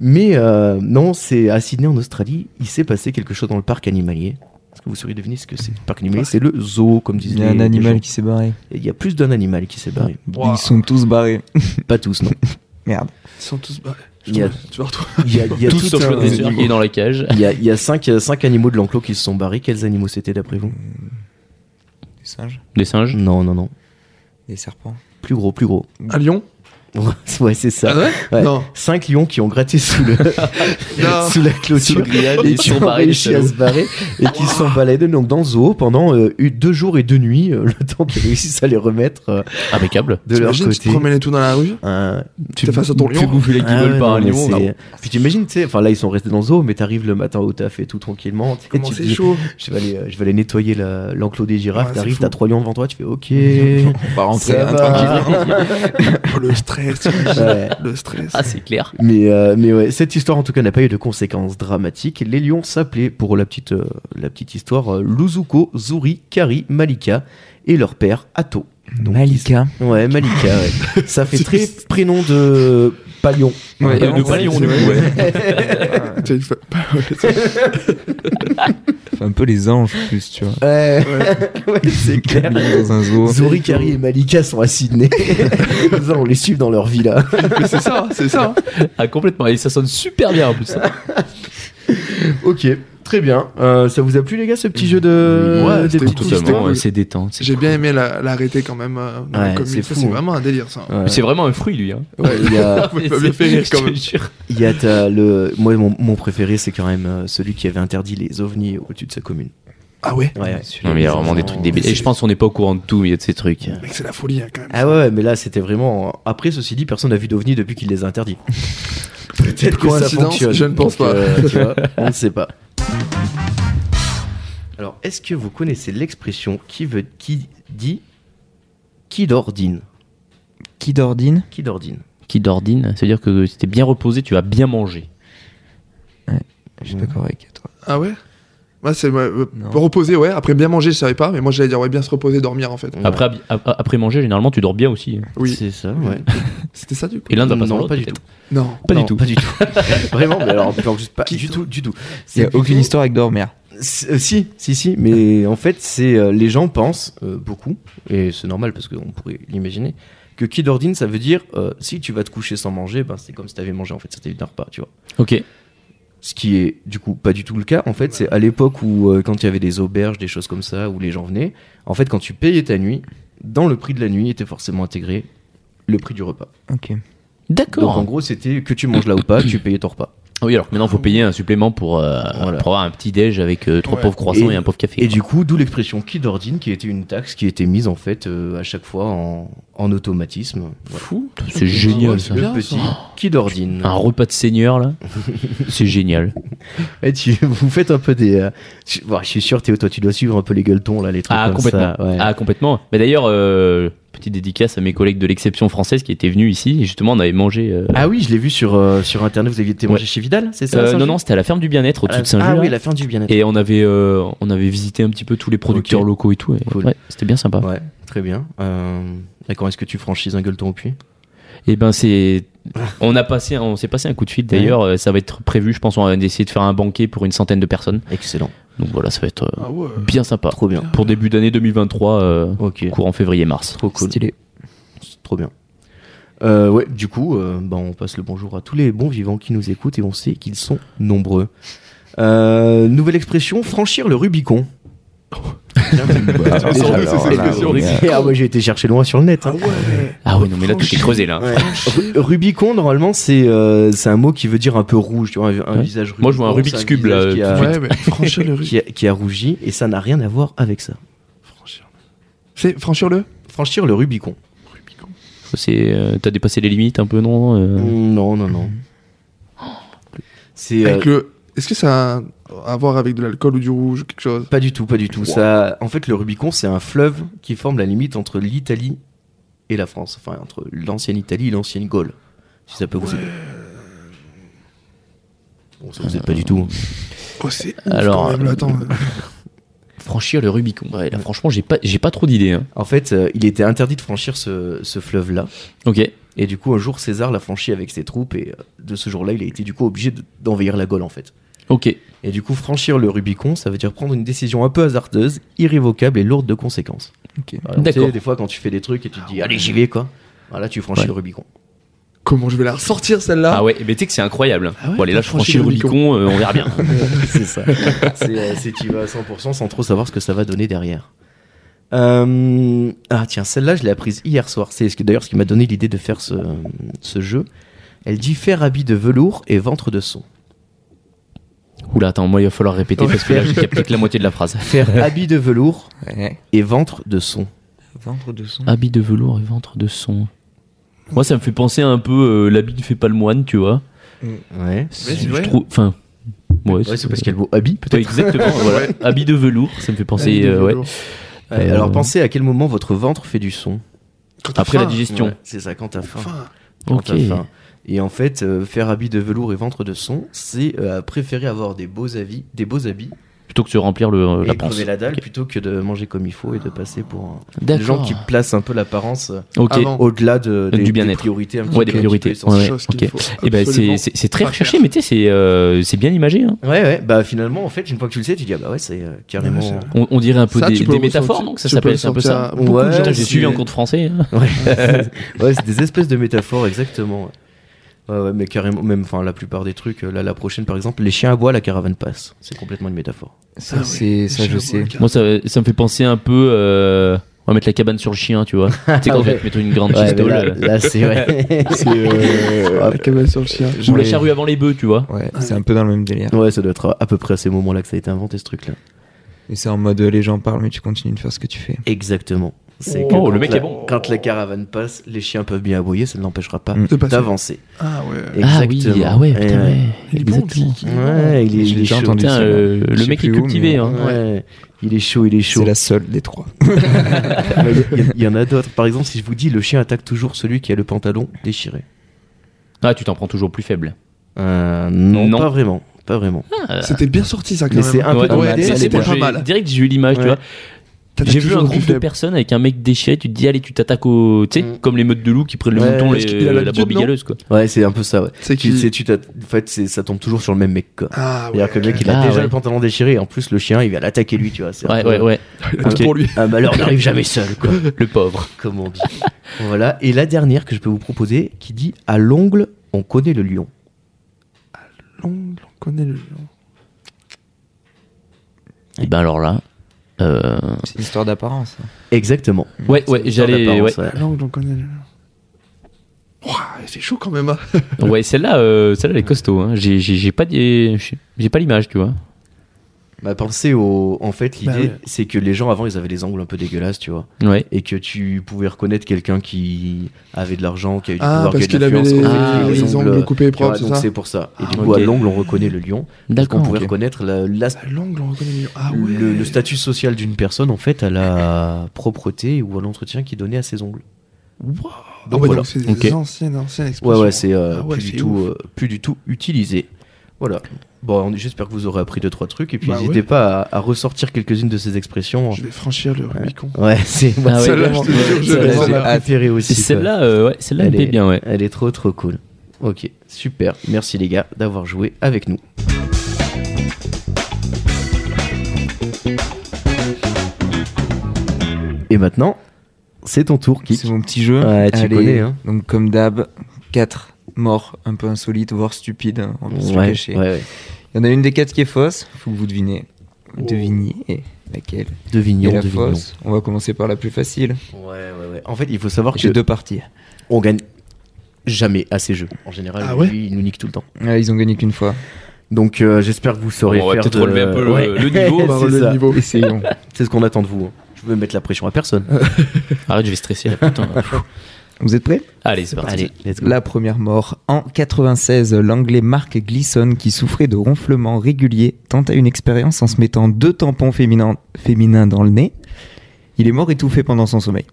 A: Mais euh, non, c'est à Sydney en Australie, il s'est passé quelque chose dans le parc animalier. Est-ce que vous sauriez deviner ce que c'est le parc animalier C'est le zoo, comme disent
C: Il y a
A: les-
C: un
A: les gens.
C: animal qui s'est barré.
A: Il y a plus d'un animal qui s'est barré.
B: Wow.
C: Ils sont tous barrés.
A: Pas tous, non.
C: Merde.
B: Ils sont tous. bah, je
A: Il y a-
B: trouve- Tu vas retrouver.
A: Il y a, il y a
D: Tous
A: tout
D: sauf
A: un-
D: le dresseur qui est dans la cage.
A: Il y a, il y a cinq, cinq animaux de l'enclos qui se sont barrés. Quels animaux c'était d'après vous
C: Des singes
D: Des singes.
A: Non, non, non.
C: Des serpents
A: Plus gros, plus gros.
B: Un lion
A: Ouais, c'est ça.
B: Ah ouais,
A: Ouais.
B: Non.
A: Cinq lions qui ont gratté sous, le,
B: Non.
A: sous la clôture.
D: Et
A: et qui ont réussi à se barrer et qui se sont baladés donc dans le zoo pendant euh, eu- deux jours et deux nuits euh, le temps qu'ils réussissent à les remettre euh,
D: Impeccable.
A: de leur
B: T'imagines, tu te
A: côté.
B: promenais tout dans la rue
A: Euh,
B: Tu t'es face à ton
D: Tu
B: lion
D: bouffes les
A: ah ouais,
D: guignols par un
A: non, mais
D: lion.
A: c'est-
D: Non.
A: Puis t'imagines, tu sais, enfin là ils sont restés dans le zoo, mais t'arrives le matin au taf et tout tranquillement. tu sais,
B: Comment
A: tu te
B: c'est
A: dis,
B: chaud
A: je vais aller, euh, je vais aller nettoyer la- l'enclos des girafes.
B: Ouais, c'est
A: T'arrives,
B: fou.
A: t'as trois lions devant toi, tu fais OK.
C: On va rentrer
A: ça
C: hein,
A: va.
C: tranquille.
B: Oh, Le stress, t'imagines
A: Ouais.
B: le stress.
D: Ah, c'est clair.
A: Mais, euh, mais ouais, cette histoire en tout cas n'a pas eu de conséquences dramatiques. Les lions s'appelaient, pour la petite, euh, la petite histoire, euh, Luzuko, Zuri, Kari, Malika et leur père Atto. Donc,
C: Malika.
A: Ouais, Malika, ouais. Ça fait très prénom de Palion.
C: Ouais,
D: Et de
C: et on-
D: pas lion,
B: c'est
D: du coup.
B: vrai.
D: ouais.
B: T'as une fa-
C: Fait un peu les anges plus, tu vois.
A: Ouais,
B: Ouais.
A: ouais, c'est clair.
C: Dans un zoo.
A: Zori, Kari et Malika sont à Sydney. Nous allons les suivre dans leur villa.
B: Mais c'est ça, c'est ça.
D: Ah, complètement. Et ça sonne super bien en plus.
A: Ok, très bien. Euh, ça vous a plu, les gars, ce petit jeu de.
B: Ouais,
A: des
B: c'était
A: petites
B: totalement,
A: histoires
B: ouais.
D: C'est détente. c'est
B: J'ai
D: cool.
B: bien aimé la- l'arrêter quand même. euh, dans
A: Ouais,
B: la commune.
A: c'est
B: Ça,
A: fou,
B: c'est
A: hein.
B: vraiment un délire, ça.
A: Ouais.
D: Mais C'est vraiment un fruit, lui. Hein.
A: Ouais, il y a-
B: Il m'a bien fait rire quand même.
D: Je te jure.
A: Il y a ta- le... Moi, mon, mon préféré, c'est quand même euh, celui qui avait interdit les ovnis au-dessus de sa commune.
B: Ah ouais
A: Ouais, ouais.
D: Non, mais il y a vraiment des trucs débiles. Et je pense qu'on n'est pas au courant de tout, mais il y a de ces trucs.
B: Mec, c'est la folie, hein, quand même.
A: Ah ouais, ouais, mais là, c'était vraiment. Après, ceci dit, personne n'a vu d'ovnis depuis qu'il les a interdits. Peut-être que ça
B: Coïncidence,
A: fonctionne.
B: je ne pense
A: Donc,
B: pas.
A: euh, tu vois, on ne sait pas. Alors, est-ce que vous connaissez l'expression qui veut qui dit qui d'ordine
C: Qui d'ordine
A: Qui d'ordine
D: Qui d'ordine, ça veut dire que si t'es bien reposé, tu vas bien manger.
C: Je suis d'accord avec toi.
B: Ah ouais Moi, c'est euh,
C: Non.
B: reposer, ouais. Après, bien manger, je savais pas, mais moi, j'allais dire, ouais, bien se reposer, dormir, en fait.
A: Ouais.
D: Après, ab- a- après manger, généralement, tu dors bien aussi.
B: Oui,
A: C'est ça, ouais.
B: c'était ça, du coup
D: Et l'un ne va pas
A: Non,
D: sans l'autre,
A: pas du
D: peut-être.
B: Non.
D: Pas
A: Non,
D: du tout.
A: Pas du tout. Vraiment, mais alors, genre, juste pas
B: Qui-
A: du tout, du tout.
C: Il y a
A: C'est
C: aucune
A: plutôt-
C: histoire avec dormir.
A: C'est- euh, Si, si, si, mais en fait, c'est euh, les gens pensent euh, beaucoup, et c'est normal parce qu'on pourrait l'imaginer, que qui d'ordine, ça veut dire euh, si tu vas te coucher sans manger, ben, c'est comme si t'avais mangé, en fait, c'était un repas, tu vois.
D: Ok.
A: Ce qui est du coup pas du tout le cas, en fait, c'est à l'époque où, euh, quand il y avait des auberges, des choses comme ça, où les gens venaient, en fait, quand tu payais ta nuit, dans le prix de la nuit était forcément intégré le prix du repas.
C: Ok.
A: Donc en
D: D'accord.
A: gros, c'était que tu manges là ou pas, tu payais ton repas.
D: Oui, alors que maintenant, faut payer un supplément pour, euh, pour avoir un petit déj avec euh, trois
B: Ouais.
D: pauvres croissants et,
A: Et-
D: un pauvre café.
A: Et
D: quoi.
A: du coup, d'où l'expression qui d'ordine, qui était une taxe qui était mise en fait euh, à chaque fois en, en automatisme. Voilà.
B: Fou.
D: C'est génial,
B: Ouais,
D: ça.
B: c'est bien,
A: Le petit qui d'ordine.
D: Un repas de seigneur, là. c'est génial.
A: Eh, tu, vous faites un peu des. euh, tu- bon, je suis sûr, Théo, toi, tu dois suivre un peu les gueuletons, là, les trucs
D: Ah,
A: comme
D: complètement.
A: ça. ouais.
D: Ah, complètement. Mais d'ailleurs, euh, petite dédicace à mes collègues de l'exception française qui étaient venus ici. Et justement, on avait mangé. euh,
A: Ah oui, je l'ai vu sur, euh, sur internet. Vous aviez été
D: Ouais.
A: mangé chez Vidal, c'est ça
D: euh,
A: Saint-Gilles
D: non, non, c'était à la ferme du bien-être
A: Ah,
D: au-dessus de Saint-Gilles.
A: Ah oui,
D: là.
A: la fin du bien-être.
D: Et on avait, euh, on avait visité un petit peu tous les producteurs
A: Ok.
D: locaux et tout. et
A: Cool.
D: ouais, c'était bien sympa.
A: Ouais, très bien. Euh, D'accord, est-ce que tu franchises un gueuleton au puits
D: Et ben c'est, on a passé, on s'est passé un coup de fil d'ailleurs. euh, Ça va être prévu, je pense. On va essayer de faire un banquet pour une centaine de personnes.
A: Excellent,
D: Donc voilà, ça va être euh,
B: Ah ouais.
D: bien sympa.
A: trop bien.
D: Pour début d'année 2023, euh,
A: Ok,
D: courant février-mars.
A: trop cool,
C: Stylé.
A: trop bien. Euh, ouais, du coup, euh, bah, on passe le bonjour à tous les bons vivants qui nous écoutent et on sait qu'ils sont nombreux. Euh, nouvelle expression, franchir le Rubicon.
D: Bah,
B: Ça sort d'où, cette expression
A: ah ouais, j'ai été chercher loin sur le net. hein.
B: Ah ouais.
D: Ah oui, non mais là tout est creusé là.
A: Ru- Rubicon, normalement, c'est euh, c'est un mot qui veut dire un peu rouge, tu vois, un, un
D: Ouais.
A: visage rubicon.
D: Moi, je vois un Rubik's
A: c'est
D: Cube,
A: visage
D: là,
A: qui
D: tout
A: a-
D: de
B: Ouais, mais franchir le
A: qui, a, qui a rougi et ça n'a rien à voir avec ça.
B: Franchir. C'est franchir le
A: Franchir le Rubicon.
B: Rubicon.
D: C'est, euh, t'as dépassé les limites un peu non euh,
A: Non, non, non. C'est euh,
B: Avec le. Est-ce que ça a à voir avec de l'alcool ou du rouge ou quelque chose
A: pas du tout, pas du tout. Ça, en fait, le Rubicon, c'est un fleuve qui forme la limite entre l'Italie et la France, enfin entre l'ancienne Italie et l'ancienne Gaule. Si ça peut vous aider. Bon, ça vous aide pas du tout.
B: Oh, c'est. ouf,
D: Alors,
B: quand même, là, attends.
D: Franchir le Rubicon. Mm. Ouais, là franchement, j'ai pas, j'ai pas trop d'idées. hein.
A: En fait, euh, il était interdit de franchir ce, ce fleuve-là.
D: Ok.
A: Et du coup, un jour, César l'a franchi avec ses troupes. Et euh, de ce jour-là, il a été du coup obligé de- d'envahir la Gaule, en fait.
D: Ok.
A: Et du coup, franchir le Rubicon, ça veut dire prendre une décision un peu hasardeuse, irrévocable et lourde de conséquences.
C: Ok.
A: Voilà,
D: D'accord.
A: tu sais, Des fois, quand tu fais des trucs et tu te dis, allez, j'y vais, quoi. Voilà, tu franchis
D: Ouais.
A: le Rubicon.
B: Comment je vais la ressortir celle-là
D: Ah ouais, mais tu sais que c'est incroyable.
B: Ah ouais,
D: bon allez, là
B: t'as
D: je
B: franchi
D: franchis le
B: le
D: Rubicon, euh, on verra bien.
A: c'est ça. C'est euh, c'est tu vas à 100% sans trop savoir ce que ça va donner derrière. Euh, ah tiens, celle-là, je l'ai apprise hier soir. C'est ce que- d'ailleurs ce qui m'a donné l'idée de faire ce, ce jeu. Elle dit faire habit de velours et ventre de son.
D: Oula, attends, moi il va falloir répéter parce que là j'ai capté que la moitié de la phrase.
A: Faire habit de velours
C: Ouais.
A: et ventre de son.
C: Ventre de son.
D: Habit de velours et ventre de son. Moi ça me fait penser un peu euh, l'habit ne fait pas le moine, tu vois.
A: Ouais.
B: c'est
D: Je
B: vrai.
D: trouve- Enfin. Ouais,
A: Ouais, c'est parce qu'il y a le mot habit
D: Ouais,
A: peut-être.
D: exactement, voilà. Habit de velours, ça me fait
B: Ah, il
D: penser.
B: est
D: euh, ouais.
B: lourd.
A: Ouais, Alors
D: Euh.
A: pensez à quel moment votre ventre fait du son.
B: Quand t'as
D: Après la
B: faim,
D: digestion.
A: Ouais, c'est ça, quand t'as faim.
B: faim.
A: quand
D: Ok.
A: t'as faim. Et en fait, euh, faire habit de velours et ventre de son, c'est euh, préférer avoir des beaux, habits, des beaux habits
D: Plutôt que se remplir le, euh,
A: et
D: la
A: de
D: panse.
A: crever la dalle
D: Ok.
A: plutôt que de manger comme il faut et de passer pour un... des gens
D: D'accord.
A: qui placent un peu l'apparence euh,
D: Ok.
B: Avant.
A: au-delà de, des,
D: Du
A: des
D: bien-être.
A: priorités. un petit
D: Ouais, des
A: peu- un petit
D: priorités.
A: peu essentielles.
D: Ouais,
B: Chose qu'il
D: ok.
B: faut
D: Eh ben,
B: absolument
D: c'est- c'est c'est très
B: pas faire.
D: recherché, mais tu sais, c'est euh, c'est bien imagé. hein.
A: Ouais, ouais, bah finalement, en fait, une fois que tu le sais, tu dis, ah bah ouais, c'est euh, carrément.
B: Ouais,
D: On, on dirait un peu
B: Ça,
D: des,
B: tu peux
D: des
B: le
D: métaphores,
B: ressentir-
D: donc ça
B: tu peux
D: s'appelle
B: le
D: c'est un peu
B: sentir
D: ça.
B: à beaucoup de
A: Ouais,
B: gens
D: Putain, j'ai
B: aussi.
D: suivi un cours de français. hein.
A: Ouais, Ouais, c'est des espèces de métaphores, exactement. Ouais, ouais, mais carrément, même, enfin, la plupart des trucs, euh, là, la prochaine, par exemple, les chiens à bois, la caravane passe. C'est complètement une métaphore.
C: Ça,
B: Ah ouais,
C: c'est, ça je sais.
D: Moi, ça, ça me fait penser un peu. euh, on va mettre la cabane sur le chien, tu vois. tu sais,
A: Ah
D: quand je vais
A: ouais.
D: te mettre une grande chistole.
A: là,
D: euh,
A: c'est vrai.
B: C'est euh, la cabane sur le chien.
D: Ou la
C: J'en ai-
D: charrue avant les bœufs, tu vois.
C: Ouais, c'est un peu dans le même délire.
A: ouais, ça doit être à peu près à ces moments-là que ça a été inventé, ce truc-là.
C: Et c'est en mode euh, les gens parlent, mais tu continues de faire ce que tu fais.
A: Exactement. C'est
D: Oh,
A: que quand
D: le mec
A: la-
D: est bon.
A: Quand la caravane passe, les chiens peuvent bien aboyer, ça ne l'empêchera pas
C: Mm.
B: De passer.
A: d'avancer.
B: Ah ouais.
A: Euh,
D: Ah oui,
A: Exactement.
D: ah ouais,
A: Et,
D: putain,
A: euh,
D: ouais.
B: Il est bon,
D: Exactement.
B: Tiki.
A: Ouais, il est,
C: Je l'ai
A: il est
C: déjà
A: chaud.
C: entendu.
D: Putain,
C: ça,
D: euh,
C: je
D: le
C: sais
D: mec est
C: plus où,
D: cultivé.
C: mais-
D: hein.
A: Ouais. Il est chaud, il est chaud.
C: C'est la seule des trois.
A: Mais Il y, il y en a d'autres. Par exemple, si je vous dis, le chien attaque toujours celui qui a le pantalon déchiré.
D: Ah, tu t'en prends toujours plus faible.
A: Euh, non,
D: Non.
A: pas vraiment. Pas vraiment.
B: C'était bien sorti ça quand
A: Mais
B: même. hein.
A: c'est un peu
D: Ah, Ouais,
A: dans
D: ouais,
A: la
D: ça,
A: tête,
D: c'est
A: elle
B: c'était
A: est
D: bon,
B: pas
D: j'ai-
B: mal.
D: Direct, j'ai eu l'image, tu
A: Ouais.
D: vois.
B: T'attaques
D: J'ai vu
B: toujours
D: un
B: au
D: groupe
B: plus
D: de
B: faible.
D: personnes avec un mec déchiré, tu te dis, allez, tu t'attaques au. Tu sais,
A: Mm.
D: comme les meutes de loup qui prennent le
A: Ouais,
D: mouton
A: parce
D: et
B: qu'il a
D: euh, la
B: l'habitude,
D: brebis
B: non
D: galeuse, quoi.
A: Ouais, c'est un peu ça, ouais.
B: C'est
A: Tu
B: qu'il-
A: sais, tu t'as- en fait, c'est- ça tombe toujours sur le même mec, quoi.
B: Ah ouais.
A: C'est-à-dire que le mec, il a
D: Ah,
A: déjà
D: ouais.
A: le pantalon déchiré, et en plus, le chien, il va l'attaquer lui, tu vois. c'est un
D: Ouais,
A: peu- Ah,
D: ouais, ouais.
B: Il a tout
D: Ok.
B: pour lui.
A: Un malheur n'arrive jamais seul, quoi.
D: Le pauvre.
A: Comme on dit. voilà. Et la dernière que je peux vous proposer, qui dit à l'ongle, on connaît le lion.
B: L'ongle, on connaît le.
D: Et ben alors là. euh,
C: C'est une histoire d'apparence.
A: Exactement.
D: Ouais, ouais, j'allais.
A: Dans
D: ouais.
A: l'apparence, ouais.
B: L'ongle, on connaît le. Ouah, c'est chaud quand même. hein.
D: Ouais, celle-là, euh, celle-là, elle est costaud. hein. J'ai, j'ai- j'ai pas, des- j'ai j'ai pas l'image, tu vois.
A: Bah, pensez au. En fait, l'idée,
B: Bah ouais.
A: c'est que les gens avant, ils avaient des angles un peu dégueulasses, tu vois.
D: Ouais.
A: Et que tu pouvais reconnaître quelqu'un qui avait de l'argent, qui avait du
B: Ah,
A: pouvoir, qui
B: parce
A: avait de
B: qu'il avait
A: l'influence,
B: les,
A: qui
D: Ah,
A: avait
B: les
A: des
B: angles,
A: euh,
B: coupés
A: tu vois,
B: propres, c'est
A: donc
B: ça
A: c'est pour ça. Et
D: Ah,
A: du coup,
D: ok.
A: à l'ongle, on reconnaît le lion. Parce qu'on
D: D'accord.
A: pouvait
D: ok.
A: reconnaître la- la-
B: À L'angle, on reconnaît mieux. Ah ouais.
A: le, le statut social d'une personne, en fait, à la propreté ou à l'entretien qu'il donnait à ses ongles.
B: Ah
A: Donc
B: ouais,
A: voilà.
B: donc c'est des
D: Ok.
B: anciennes, anciennes
A: Ouais,
B: expressions.
A: ouais, c'est euh,
B: Ah ouais,
A: plus, du
B: c'est
A: tout,
B: ouf.
A: euh, plus du tout utilisé. Voilà. Bon, on- j'espère que vous aurez appris deux, trois trucs. Et puis,
B: Bah
A: n'hésitez
B: ouais.
A: pas à, à ressortir quelques-unes de ces expressions.
B: Je vais franchir le Rubicon.
A: euh, Ouais, c'est
D: Ah ouais,
B: Celle-là,
D: vraiment.
B: je te jure, je
A: celle-là,
B: l'ai
A: c'est ma
B: vraiment.
A: préférée aussi.
D: C'est
A: quoi.
D: celle-là, euh, ouais, celle-là, elle,
A: Elle
D: paye
A: est-
D: bien, ouais.
A: Elle est trop, trop cool. Ok, super. Merci les gars d'avoir joué avec nous. Et maintenant, c'est ton tour, Kik.
C: C'est mon petit jeu.
A: Ouais, tu
C: Allez.
A: connais, hein.
C: Donc, comme d'hab, 4 morts un peu insolites, voire stupides. hein, on va se le
A: Ouais,
C: cacher.
A: ouais, ouais.
C: Il y en a une des 4 qui est fausse. Faut que vous devinez.
A: Oh.
C: Devinez laquelle
A: Devignons,
C: est la
A: devignons.
C: fausse. On va commencer par la plus facile.
A: Ouais, ouais, ouais. En fait, il faut savoir
C: J'ai
A: que
C: deux parties.
A: on gagne jamais à ces jeux. En général,
B: Ah ouais
A: lui, il nous nique tout le temps.
C: Ouais, Ah, ils ont gagné qu'une fois.
A: Donc, euh, j'espère que vous saurez
D: Bon, on va
A: faire
D: peut-être
A: de-
D: relever un peu le-
A: Ouais.
D: le niveau.
B: On va
A: C'est
B: relever
A: ça.
B: le niveau.
C: Essayons.
A: C'est ce qu'on attend de vous. hein. Je veux mettre la pression à personne.
B: Euh,
D: Arrête, je vais stresser là, putain.
C: vous êtes prêts
D: Allez, c'est parti.
A: Allez, let's go.
C: La première mort. En 96, l'anglais Mark Gleason, qui souffrait de ronflements réguliers, tenta une expérience en se mettant deux tampons féminins, féminins dans le nez. Il est mort étouffé pendant son sommeil.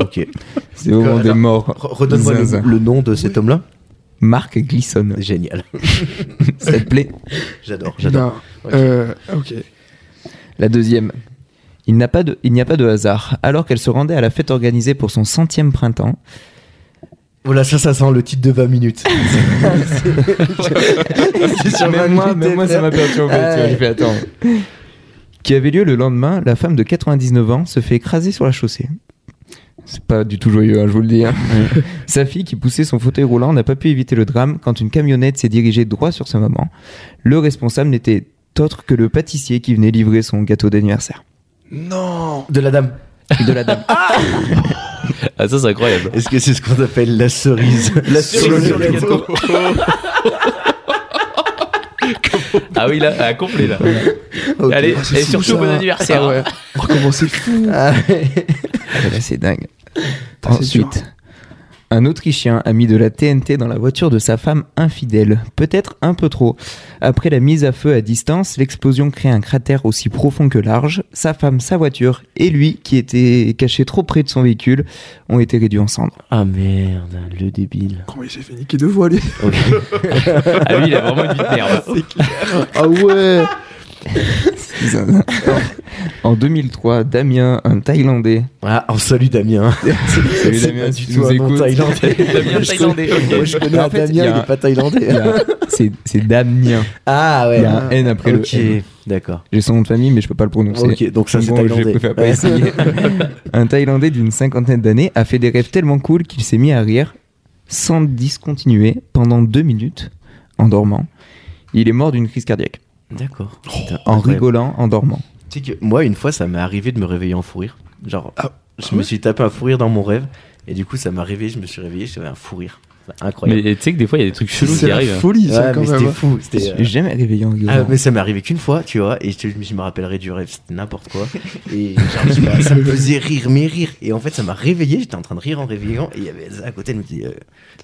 A: Ok.
C: C'est vraiment des
A: Alors,
C: morts.
A: Re- Redonne-moi
C: Zinzin.
A: le, le nom de cet homme-là.
C: Mark Gleason.
A: Génial.
C: Ça te plaît
A: J'adore, j'adore.
B: J'adore. Euh, ok.
C: La deuxième. Il n'a pas de- il n'y a pas de hasard. Alors qu'elle se rendait à la fête organisée pour son centième printemps,
A: Voilà, ça, ça sent le titre de 20 minutes.
C: même Ah, moi, même moi, ça m'a perturbé. tu vois,
A: Ouais.
C: j'ai fait, attends. Qui avait lieu le lendemain, la femme de 99 ans se fait écraser sur la chaussée. C'est pas du tout joyeux, hein, je vous le dis. hein. Sa fille, qui poussait son fauteuil roulant, n'a pas pu éviter le drame quand une camionnette s'est dirigée droit sur sa maman. Le responsable n'était autre que le pâtissier qui venait livrer son gâteau d'anniversaire.
B: Non
A: De la dame.
C: De la dame.
D: Ah, ça, c'est incroyable.
A: Est-ce que c'est ce qu'on appelle la cerise
D: La
B: Sur le sur le gâteau.
D: Ah oui, là, à complet, là. Allez,
B: Ah, c'est
D: et
B: fou,
D: surtout,
B: ça.
D: bon anniversaire.
B: Ah ouais. Oh, comment c'est fou
A: Ah ouais.
C: Ah, là, c'est dingue.
B: Putain, c'est
C: Ensuite, un Autrichien a mis de la TNT dans la voiture de sa femme infidèle. Peut-être un peu trop. Après la mise à feu à distance, l'explosion crée un cratère aussi profond que large. Sa femme, sa voiture et lui, qui était caché trop près de son véhicule, ont été réduits en cendres.
A: Ah merde, le débile.
B: Comment il s'est fait niquer deux fois, lui
D: Ah oui, il a vraiment une vie de merde.
B: Ah ouais
C: en 2003, Damien, un Thaïlandais.
A: Ah, on salue Damien.
C: Salut
A: C'est
C: Damien,
A: pas du
C: si tu
A: tout
C: nous
A: un nom
C: écoutes.
A: thaïlandais.
D: Damien
A: Je
D: thaïlandais,
A: connais-
D: ok.
A: Moi, je connais
C: En
A: un
C: fait, il y
A: Damien,
C: a
A: il
C: un-
A: est pas thaïlandais.
C: Il y a- C'est c'est Damien.
A: Ah
C: Il y
A: ouais.
C: a un N après
A: Ok,
C: le N.
A: d'accord.
C: J'ai son nom de famille, mais je peux pas le prononcer.
A: Ok, donc ça c'est
C: Bon, j'ai
A: thaïlandais.
C: préféré pas
A: Ouais.
C: essayer. un Thaïlandais d'une cinquantaine d'années a fait des rêves tellement cool qu'il s'est mis à rire sans discontinuer pendant deux minutes en dormant. Il est mort d'une crise cardiaque
A: D'accord.
C: Oh, en
A: Incroyable.
C: rigolant, en dormant.
A: Tu sais que moi, une fois, ça m'est arrivé de me réveiller en fou rire. Genre,
B: Ah,
A: je me suis tapé un fou rire dans mon rêve. Et du coup, ça m'a réveillé, je me suis réveillé, j'avais un fou rire. C'est
D: Mais
A: Incroyable.
D: tu sais que des fois, il y a des trucs chelous
B: C'est
D: qui
B: la
D: arrivent.
B: folie,
A: Ouais,
B: ça, quand
A: mais
B: même.
A: c'était
B: hein.
A: fou.
C: Je
A: c'était, euh,
C: suis jamais réveillé en
A: Ah,
C: rigolant.
A: mais ça m'est arrivé qu'une fois, tu vois, et je, je me rappellerai du rêve, c'était n'importe quoi. Et genre, je sais pas, ça me faisait rire, mais rire. Et en fait, ça m'a réveillé, j'étais en train de rire en réveillant, et il y avait Elsa à côté, elle me dit euh,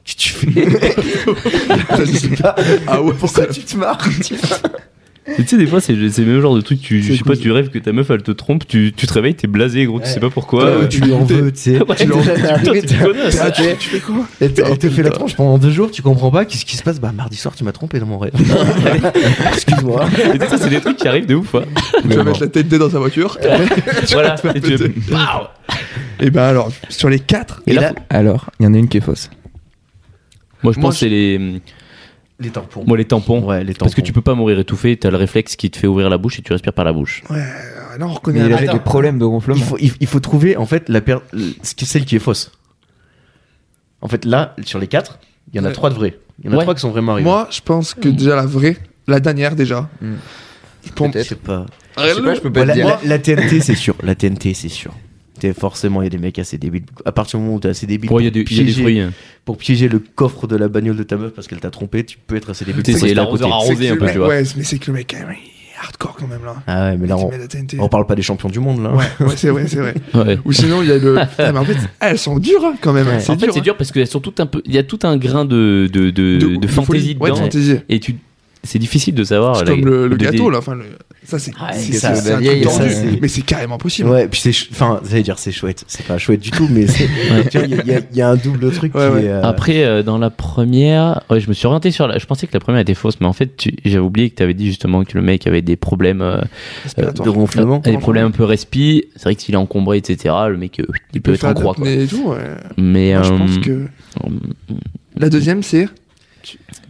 A: Qu'est-ce que tu fais Je sais pas, ah ouais, pourquoi tu te marres tu vois
D: Mais tu sais, des fois, c'est c'est le même genre de truc. Tu, je
B: C'est
D: sais pas,
B: cool.
D: tu rêves que ta meuf, elle te trompe, tu, tu te réveilles, t'es blasé, gros, tu
A: Ouais.
D: sais pas pourquoi.
B: Ah ouais,
D: euh,
B: tu lui en veux,
A: tu sais.
D: Ouais, tu l'en- putain, tu connais, ça.
B: Ah, tu, tu fais quoi
A: Elle te, elle te fait la
D: putain.
A: tronche pendant deux jours, tu comprends pas, qu'est-ce qui se passe Bah, mardi soir, tu m'as trompé dans mon rêve. Excuse-moi.
D: Et tu sais, ça, c'est des trucs qui arrivent de ouf. hein.
B: Tu vas
C: bon.
B: mettre la tête dedans sa voiture.
D: Voilà. Et tu
B: péter.
D: Pow
B: Et ben alors, sur les quatre,
A: Et,
D: Et
A: là,
D: là-
C: Alors, il y en a une qui est fausse.
D: Moi, je
B: Moi,
D: pense que c'est les,
A: les tampons.
D: moi, les tampons.
A: Ouais, les tampons.
D: Parce que tu peux pas mourir étouffé, t'as le réflexe qui te fait ouvrir la bouche et tu respires par la bouche.
B: euh, là on
C: Mais
B: reconnaît
C: il
B: un-
C: avait
A: attends.
C: des problèmes de
A: Il
C: ronflement.
A: faut, il, il faut trouver en fait la per- ce qui- celle qui est fausse. En fait, là, sur les quatre, il y en a
B: Ouais.
A: trois de vrais. Il y en a
D: Ouais.
A: trois qui sont vraiment arrivés.
B: Moi, je pense que déjà la vraie, la dernière déjà.
C: Hmm.
B: Je pense.
A: je sais pas.
C: Je sais pas, je peux pas
A: Voilà,
C: te dire.
A: la, la TNT, c'est sûr. La TNT, c'est sûr. t'es- forcément, il y a des mecs assez débiles. À partir du moment où t'es assez débile
D: Bon, il y a
A: pour
D: des, il y a des
A: piéger-
D: fruits. hein.
A: pour piéger le coffre de la bagnole de ta meuf parce qu'elle t'a trompé, tu peux être assez débile.
D: C'est-
A: pour
D: c'est
A: rester à
D: l'arroseur
A: côté.
D: arrosé.
B: C'est que
D: un
B: le
D: peu,
B: mec-
D: tu vois.
B: Ouais, mais c'est que le mec, quand même, il est hardcore quand même, là.
A: Ah ouais, mais là,
B: Il
A: on,
B: met la TNT.
A: on parle pas des champions du monde, là.
B: Ouais, ouais, c'est vrai, c'est vrai.
D: Ouais.
B: Ou sinon, il y a le. Putain, mais en fait, elles sont dures hein, quand même.
A: Ouais.
B: C'est
D: En fait,
B: dur.
D: c'est dur parce qu'il y a surtout un peu, il y a tout un grain de de de, de fantaisie
B: folie. Ouais, de
D: dedans.
B: fantaisie.
D: et tu, c'est difficile de savoir.
B: C'est
D: là,
B: comme le, le
D: de-
B: gâteau, là. Enfin, le- Ça, c'est
D: Ah,
B: c'est-
D: c'est
B: c'est-
A: ça,
B: c'est
A: la
B: un
A: vieille,
B: truc
A: ça,
B: tendu.
A: c'est-
B: Mais c'est carrément possible.
A: Ouais, puis c'est. ch- Enfin, j'allais dire c'est chouette. C'est pas chouette du tout, mais c'est- tu vois, il y, a- il y a- il y a un double truc
B: Ouais,
A: qui
B: ouais.
A: est. euh,
D: Après, euh, dans la première, ouais, je me suis orienté sur la. Je pensais que la première était fausse, mais en fait, tu- j'avais oublié que tu avais dit justement que le mec avait des problèmes, euh,
B: respiratoire.
A: de ronflement.
C: Ah,
D: des problèmes un peu respi. C'est vrai que s'il est encombré, etc., le mec, euh, il, peut être
B: faire
D: en
B: de
D: croix. Quoi.
B: l'apnée Et tout, ouais.
D: Mais
B: Moi, je
D: euh,
B: pense que. La deuxième, c'est.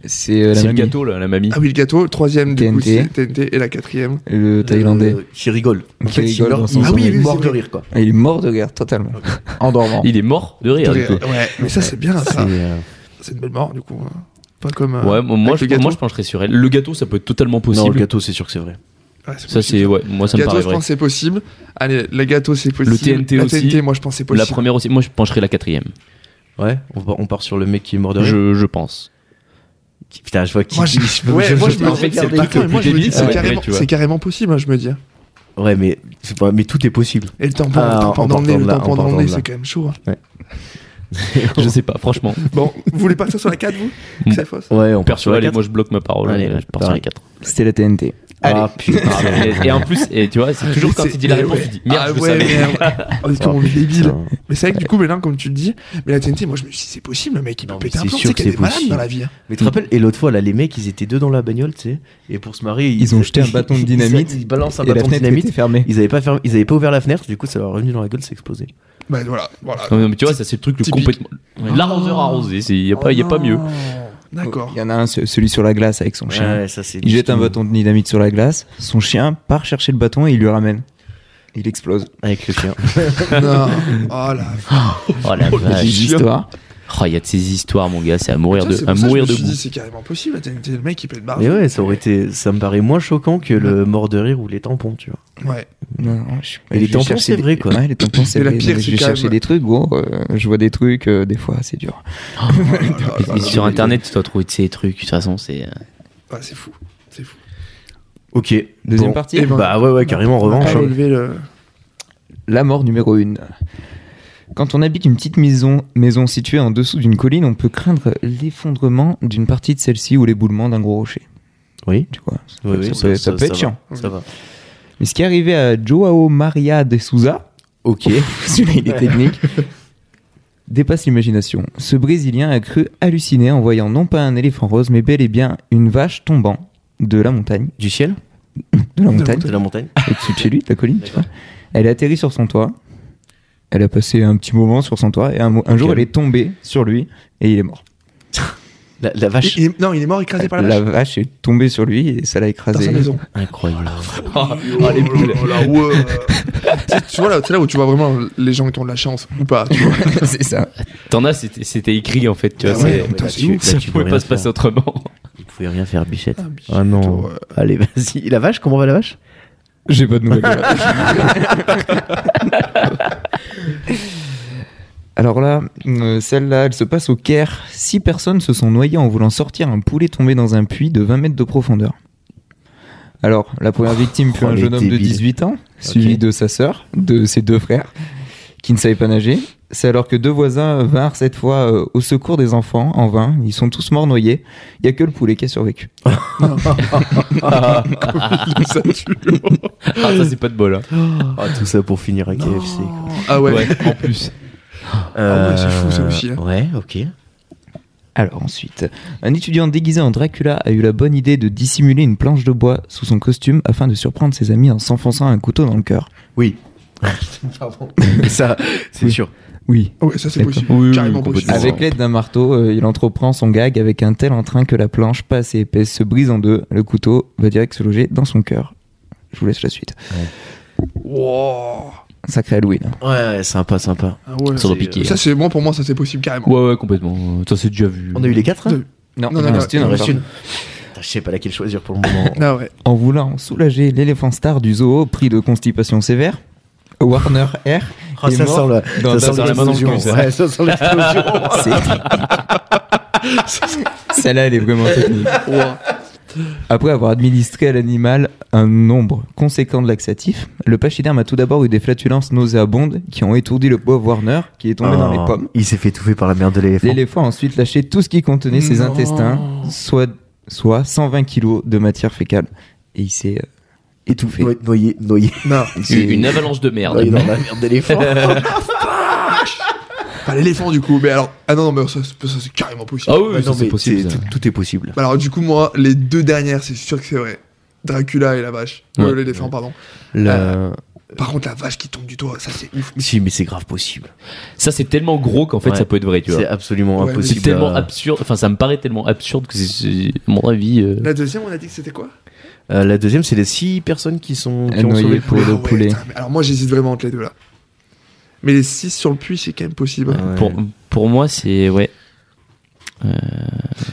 C: C'est euh, la
D: c'est le
C: mamie,
D: gâteau là, la mamie.
B: Ah oui, le gâteau. Le troisième, du coup,
C: TNT.
B: c'est TNT. Et la quatrième.
C: le Thaïlandais.
A: Euh, Qui rigole. En
C: Qui
A: fait, il
C: rigole
A: meurt-
C: dans son
A: il- Ah oui,
C: sommeil.
A: il est mort
B: Oui,
A: de
B: c'est
A: rire, quoi.
C: Il est mort de rire totalement. En dormant.
D: Il est mort de rire. du coup.
B: Ouais, mais ça, c'est bien,
A: C'est,
B: ça.
A: euh,
B: C'est une belle mort, du coup. hein. Pas comme. euh,
D: Ouais, moi, moi,
B: avec
D: je,
B: le gâteau.
D: moi, je pencherais sur elle. Le gâteau, ça peut être totalement
A: Non,
D: possible.
A: le gâteau, c'est sûr que c'est vrai.
B: ouais, c'est
D: ça,
B: possible.
D: c'est ouais. Moi, ça me
B: gâteau,
D: paraît
B: je
D: vrai.
B: pense que c'est possible. Allez, le gâteau, c'est possible.
D: TNT
B: la
D: aussi.
B: TNT, moi, je pense que c'est
D: La
B: possible.
D: première aussi. Moi, je pencherais la quatrième.
A: Ouais, on part, on part sur le mec qui est mort de rire.
D: Je, je pense.
A: Qui- Putain, je vois qui.
B: Moi, je- Ouais, moi, je me
D: en fait,
B: dis,
D: c'est le
B: par
D: truc le
B: contre, moi,
D: plus
B: je me dis,
D: débile,
B: c'est
D: ouais,
B: carrément-
D: tu vois.
B: c'est carrément possible, hein, je me dis.
A: Ouais, mais, c'est pas- mais tout est possible.
B: Et le tampon,
A: Ah,
B: le
A: en
B: tampon dans le nez,
A: partant
B: le
A: de là, en
B: tampon dans le
A: partant
B: nez,
A: de là.
B: c'est quand même chaud. hein.
D: je sais pas, franchement.
B: Bon, vous voulez partir sur la 4, vous
A: Mm.
B: Que C'est fausse
A: Ouais, on part sur
D: Perso,
A: la
D: allez,
A: quatre.
D: moi, je bloque ma parole.
A: Allez,
D: Allez, je pars sur la
A: pareil.
D: 4.
C: C'était la TNT.
A: Ah, putain.
D: et, et en plus, et tu vois, c'est toujours quand
B: C'est-
D: il dit la
B: mais
D: réponse,
B: ouais.
D: tu dis merde,
B: Ah
D: je le
B: ouais,
D: savais.
B: merde. Oh, On est tombé débile.
A: Putain.
B: Mais c'est vrai que du coup, maintenant, comme tu le dis, mais la TNT, moi, je me suis dit, c'est possible, le mec, il peut
A: Non, mais
B: péter un
A: c'est
B: plan. Tu
A: sûr
B: sais
A: que
B: qu'il y a
A: c'est
B: des malades
A: possible.
B: dans la vie. hein.
A: Mais tu te rappelles, et l'autre fois, là, les mecs, ils étaient deux dans la bagnole, tu sais, et pour se marier,
C: Ils ont jeté un bâton de dynamite.
A: Ils, ils balancent un
C: et la
A: bâton de
C: fenêtre était
A: dynamite.
C: fermée.
A: Ils avaient, pas fermé- ils avaient pas ouvert la fenêtre, du coup, ça leur est revenu dans la gueule, c'est explosé.
B: Bah voilà, voilà.
D: Non, mais tu vois, ça c'est le truc le
B: Typique.
D: complètement. L'arroseur arrosé, il n'y a,
B: Oh
D: pas- y a pas
B: non.
D: mieux.
B: D'accord.
C: Il y en a un, ce- celui sur la glace avec son chien.
A: ça, c'est.
C: Il jette un bâton de dynamite sur la glace. Son chien part chercher le bâton et il lui ramène. Il explose.
A: Avec le chien.
B: Non. Oh là.
D: Oh la
C: Des
D: vache.
C: histoires.
D: Oh, il y a de ces histoires, mon gars, c'est à mourir
B: Putain,
D: de,
B: c'est
D: à
B: pour ça que
D: mourir
B: je me
D: de
B: suis dit,
D: goût.
B: c'est carrément possible, la TNT, le mec, il peut le barrer.
A: Mais ouais, ça aurait été. Ça me paraît moins choquant que le mort de rire ou les tampons, tu vois.
B: Ouais.
C: Non, non, je suis
A: Et les
C: je vais
A: tampons,
C: chercher
A: c'est
C: des-
A: vrai, quoi.
C: Ouais, les tampons, c'est
B: Et la
C: vrai.
B: pire,
C: Non, mais
B: c'est
C: je vais
B: quand
C: chercher
B: même-
C: des trucs, gros. euh, je vois des trucs, euh, des fois, c'est dur.
B: Oh là là là
D: Et
B: là.
D: sur internet, tu dois trouver de ces trucs. De toute façon, c'est. euh,
B: Ouais, C'est fou. C'est fou.
A: Ok.
C: Deuxième
A: Bon.
C: partie.
B: Et ben,
A: Bah ouais, ouais, carrément,
B: On va
A: revanche.
B: pas
A: hein.
B: relever le.
C: La mort numéro 1. Quand on habite une petite maison, maison située en dessous d'une colline, on peut craindre l'effondrement d'une partie de celle-ci ou l'éboulement d'un gros rocher.
A: Oui.
C: Tu vois, ça,
A: Oui, oui,
C: ça peut, ça peut être
A: va.
C: chiant.
A: Ça va.
C: Mais ce qui est arrivé à Joao Maria de Souza,
A: Ok.
C: celui-là il est technique, dépasse l'imagination. Ce Brésilien a cru halluciner en voyant non pas un éléphant rose, mais bel et bien une vache tombant de la montagne,
A: Du ciel
C: de la montagne,
A: De la montagne
C: au-dessus de chez lui, de la colline, tu vois. Elle a atterri sur son toit. Elle a passé un petit moment sur son toit et un, mo- un jour
A: Ok.
C: elle est tombée sur lui et il est mort.
A: La, la vache
B: Il- il est- Non, il est mort écrasé par la
C: la
B: vache.
C: vache est tombée sur lui et ça l'a
B: Dans
C: écrasé.
B: sa maison.
A: Incroyable.
B: Ah,
D: Oh, les poules.
B: Oh là, ouais. Tu- tu vois là, c'est là où tu vois vraiment les gens qui ont de la chance ou pas. Tu vois.
C: C'est ça.
D: T'en as, c'était c'était écrit en fait. Tu vois,
B: Ah ouais,
D: c'est-
B: putain,
A: là,
B: c'est
A: tu-
B: ouf.
A: là,
D: ça
A: tu peux
D: pouvait
A: rien
D: pas se passer
A: faire.
D: autrement.
A: Il pouvait rien faire, bichette.
B: Ah, bichette,
A: Ah non.
B: ouais.
A: Allez, vas-y. La vache, comment va la vache
C: J'ai pas de nouvelles. Alors là, euh, celle-là, elle se passe au Caire. Six personnes se sont noyées en voulant sortir un poulet tombé dans un puits de 20 mètres de profondeur. Alors, la première victime fut
A: Oh,
C: un
A: les
C: jeune homme de
A: débiles.
C: 18 ans, suivi de sa sœur, de ses deux frères, qui ne savaient pas nager. C'est alors que deux voisins vinrent cette fois euh, au secours des enfants, en vain. Ils sont tous morts noyés. Il n'y a que le poulet qui a survécu.
B: Ça tue.
D: Ah, ça, c'est pas de bol. hein.
A: Ah, tout ça pour finir à KFC. quoi.
B: Ah ouais.
D: Ouais, en plus.
B: Ah ouais, c'est fou, ça aussi, hein.
A: Ouais, ok.
C: Alors ensuite, un étudiant déguisé en Dracula a eu la bonne idée de dissimuler une planche de bois sous son costume afin de surprendre ses amis en s'enfonçant un couteau dans le cœur.
A: Oui. Pardon. ça, c'est
C: Oui.
A: sûr.
C: Oui.
B: Ah Ouais, ça c'est
C: D'accord.
B: possible.
D: Oui, oui,
B: Carrément
D: complètement.
B: possible.
C: Avec l'aide d'un marteau, euh, il entreprend son gag avec un tel entrain que la planche, pas assez épaisse, se brise en deux. Le couteau va direct se loger dans son cœur. Je vous laisse la suite.
B: Wow.
C: Sacré Halloween. hein.
A: Ouais, ouais, sympa, sympa.
B: Ah ouais.
D: Ça doit
A: C'est-
D: piquer.
B: Ça c'est moi pour moi ça c'est possible carrément.
D: hein. Ouais, ouais, complètement. Ça, c'est déjà vu.
A: On a eu les quatre hein
B: Deux. Non, non,
C: il en
B: non,
C: reste
B: il
C: une,
A: Il en
C: hein,
A: reste
C: pardon.
A: une. Putain, Je sais pas laquelle choisir pour le moment.
B: Ah ouais.
C: En voulant soulager l'éléphant star du zoo pris de constipation sévère, Warner Air,
A: Ah,
C: est
A: ça
C: mort
A: sent la,
C: dans-
A: ça sent
C: dans la main dans le
A: l'explosion.
C: cul, ça.
A: Ouais, ça sent l'explosion.
C: Celle-là, elle est vraiment technique. Après avoir administré à l'animal un nombre conséquent de laxatifs, le pachyderme a tout d'abord eu des flatulences nauséabondes qui ont étourdi le pauvre Warner qui est tombé dans les
A: Oh,
C: pommes.
A: Il s'est fait étouffer par la merde de l'éléphant.
C: L'éléphant a ensuite lâché tout ce qui contenait ses
B: Non.
C: intestins, soit, soit 120 kilos de matière fécale. Et il s'est euh, étouffé.
A: Ouais, Noyé, noyé.
B: Non,
C: C'est-
D: Une avalanche de merde.
A: Noyé dans la merde d'éléphant.
B: pas l'éléphant du coup. Mais alors, ah non, non, mais ça, c'est- ça, c'est carrément possible.
D: Ah oui,
A: Ouais,
D: ça,
A: non,
D: c'est
A: mais
D: possible.
A: c'est-
D: ça.
A: Tout, tout est possible.
B: Bah Alors du coup, moi, les deux dernières, c'est sûr que c'est vrai. Dracula et la vache.
D: Ouais.
B: Euh, l'éléphant, pardon.
A: La-
B: Par contre, la vache qui tombe du toit, ça c'est ouf.
A: Si, mais c'est grave possible.
D: Ça, c'est tellement gros qu'en fait,
A: Ouais.
D: ça peut être vrai, tu
A: C'est
D: vois.
A: absolument
B: Ouais, mais
A: impossible.
D: C'est tellement
A: à-
D: absurde. Enfin, ça me paraît tellement absurde que c'est- c'est, à mon avis. euh,
B: La deuxième, on a dit que c'était quoi
A: Euh, la deuxième, c'est les six personnes qui sont qui ont
C: Noyé
A: sauvé le
C: pour
A: poulet.
C: le
B: Ah ouais,
C: poulet.
B: putain, mais alors moi, j'hésite vraiment entre les deux là. Mais les 6 sur le puits, c'est quand même possible.
A: Ouais.
D: Pour, pour moi, c'est. Ouais.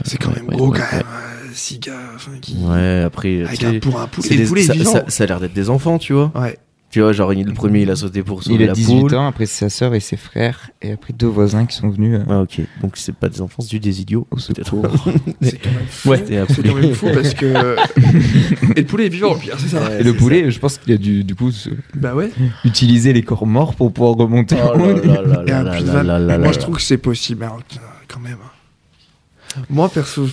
B: C'est quand même
D: ouais,
B: gros,
D: ouais,
B: quand
D: ouais.
B: même. euh, Six gars, enfin, qui.
A: Ouais, après,
B: Avec
A: tu
B: Ah, un-
A: sais,
B: pour un poulet.
A: c'est
B: Les
A: des-
B: poulets
A: ça,
B: vivants.
A: ça- ça a l'air d'être des enfants, tu vois.
B: Ouais.
A: Tu vois, genre, il- le premier, il a sauté pour sauver
C: Il a
A: la
C: 18
A: poule.
C: ans, après c'est sa sœur et ses frères, et après deux voisins qui sont venus euh,
A: Ah, ok. Donc, c'est pas des enfants, c'est juste des idiots.
C: au
A: peut-être.
C: secours.
B: C'est quand même fou.
A: Ouais, t'es
B: c'est
A: absolument.
B: quand même fou parce que. et le poulet est vivant, le pire, c'est ça.
C: Et le poulet, je pense qu'il a dû du coup se-
B: Bah ouais.
C: utiliser les corps morts pour pouvoir remonter.
A: Oh
C: en haut.
A: là là là
B: Et
A: là
B: un
A: là
B: puits de
A: là
B: vanne.
A: là là
B: Moi, je
A: là.
B: trouve que c'est possible, mais alors, putain, quand même. hein. Moi, perso,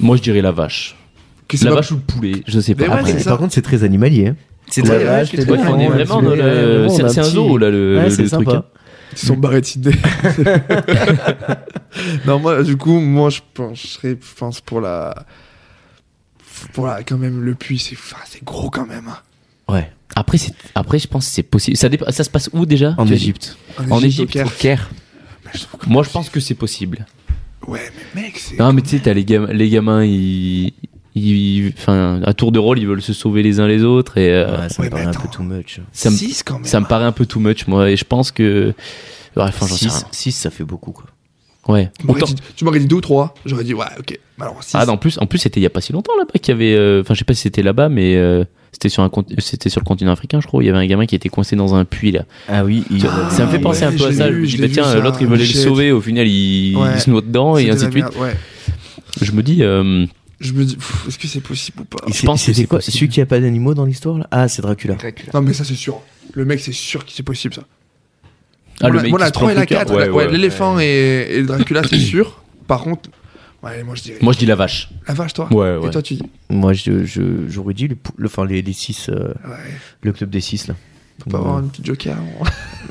D: Moi, je dirais la vache.
B: que c'est
D: La
B: pas-
D: vache ou le poulet, je sais pas.
B: Mais ouais,
D: Après,
A: Après,
B: c'est ça.
A: par contre, c'est très animalier. hein.
C: C'est
A: Ouais,
C: très
A: ouais,
C: vrai,
A: je
C: je
A: l'ai
C: te
A: trouvé,
D: Ouais,
A: Ouais,
D: on est
A: ouais,
D: vraiment
A: ouais,
D: dans
A: ouais,
D: le.
A: ouais,
D: C'est
A: on a
D: c'est un
A: un
D: zoo,
A: petit-
D: là, le,
A: Ouais,
D: le
A: c'est
D: truc.
A: sympa.
D: hein.
B: Ils sont barrés de Sydney. non, moi, du coup, moi, je pencherais, je pense, pour la. Pour la, quand même, le puits, c'est enfin, c'est gros quand même. hein.
A: Ouais.
D: Après, c'est- après, je pense que c'est possible. Ça, dépa- ça se passe où déjà
A: En
D: tu as dit
A: Égypte.
D: En
B: au
D: Égypte,
B: Caire.
D: au Caire.
B: Mais je trouve que-
D: Moi, je pense que c'est possible.
B: Ouais, mais mec, c'est.
D: Non, mais tu sais, t'as les, gam- les gamins, ils. ils- Enfin, à tour de rôle, ils veulent se sauver les uns les autres et euh,
A: Ouais, ça
B: ouais,
A: me paraît
B: mais
A: un
B: attends.
A: peu too much.
D: ça, me,
B: Six, quand même.
D: ça me paraît un peu too much, moi. Et je pense que. Ouais, enfin, j'en
A: 6,
D: sais rien.
A: ça fait beaucoup, quoi.
D: Ouais.
B: Tu m'aurais
D: Autant-
B: dit- Tu m'aurais dit deux ou trois. J'aurais dit, ouais, ok. Mais alors, six.
D: Ah, non, en plus, en plus c'était il y a pas si longtemps là-bas qu'il y avait. euh, Enfin, je sais pas si c'était là-bas, mais euh, c'était sur, un conti- c'était sur le continent africain, je crois. Il y avait un gamin qui était coincé dans un puits là.
A: Ah oui, il-
B: Ah,
D: ça me fait
B: ouais,
D: penser un peu à
B: je
D: ça.
B: l'ai
D: Je me
B: vu,
D: dis,
B: je
D: bah,
B: l'ai
D: tiens,
B: vu, ça,
D: l'autre il voulait le
B: shit.
D: sauver, au final il,
B: Ouais.
D: il se noie dedans
B: C'était
D: et ainsi
B: la
D: de suite.
B: merde, Ouais.
D: Je me dis, euh,
B: Je me dis, pff, est-ce que c'est possible ou pas
A: il-
D: je
A: c'est-
D: pense que
A: c'est
D: c'est
A: quoi
D: possible.
A: Celui qui a pas d'animaux dans l'histoire, là Ah, c'est Dracula.
B: Non, mais ça, c'est sûr. Le mec, c'est sûr que c'est possible, ça.
D: ah, le
B: moi, la-
D: mec
B: moi,
D: qui
B: la
D: se prend
B: 3 et
D: le
B: la
D: cœur.
B: 4,
D: Ouais,
B: la-
D: ouais,
B: ouais, l'éléphant et, et le Dracula, c'est sûr. Par contre, ouais, moi, je dirais.
D: Moi je dis la vache.
B: La vache, toi
D: Ouais, ouais.
B: Et toi, tu dis
A: Moi, je- je- j'aurais dit le, pou- le- enfin, les, les six, euh,
B: Ah Ouais.
A: le club des 6, là.
B: On peut avoir une petite joker.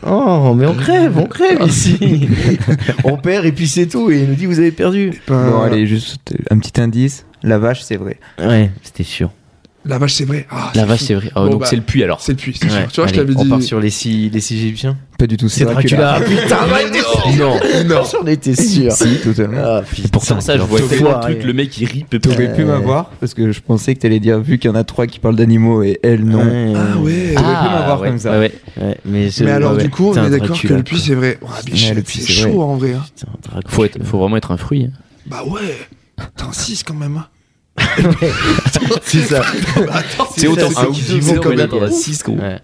B: on-
A: Oh, mais on crève, on crève ici. Ah. on perd et puis c'est tout. Et il nous dit, vous avez perdu.
C: Bon, allez, juste un petit indice. La vache, c'est vrai.
A: Ouais, c'était sûr.
B: La vache, c'est vrai. Ah,
D: La
B: c'est
D: vache
B: fou.
D: c'est vrai. Ah,
B: Bon,
D: donc
B: bah,
D: c'est le puits alors.
B: C'est le puits, c'est
A: Ouais,
B: sûr. Tu vois, je
A: allez,
B: t'avais dit.
A: On part sur les six, les six égyptiens.
C: Pas du tout, c'est
A: C'est Dracula. Ah,
C: Dracula.
A: Putain, mais non. Non, j'en étais sûr.
C: Si, totalement.
A: Ah, putain,
D: Pourtant ça je
A: quel
D: vois tellement le
A: enfoiré.
D: truc, le mec il rit.
C: T'aurais pu m'avoir parce que je pensais que t'allais dire vu qu'il y en a trois qui parlent d'animaux et elle non.
A: Ouais.
B: Ah ouais.
C: Ah, m'avoir
D: ouais,
C: comme ça.
D: ouais, ouais.
A: Ouais, mais, c'est-
B: Mais alors,
A: ouais,
B: du coup, on
A: putain,
B: est d'accord que
A: Dracula,
B: le puits,
A: quoi.
B: c'est vrai. Ouais,
C: Ouais,
B: mais
C: le
B: shit,
C: puits,
B: c'est
C: c'est vrai.
B: chaud, en vrai. hein.
A: Putain, Dracula.
D: Faut, être, faut vraiment être un fruit. hein.
B: Bah ouais. T'as un 6 quand même. hein.
A: C'est ça.
D: C'est autant
A: c'est
D: ceux
A: un
D: qui
A: petit
D: disent
A: mot
D: qu'on
A: comme
D: est
A: la
D: dans la
A: pièce.
D: six, gros.
A: Ouais.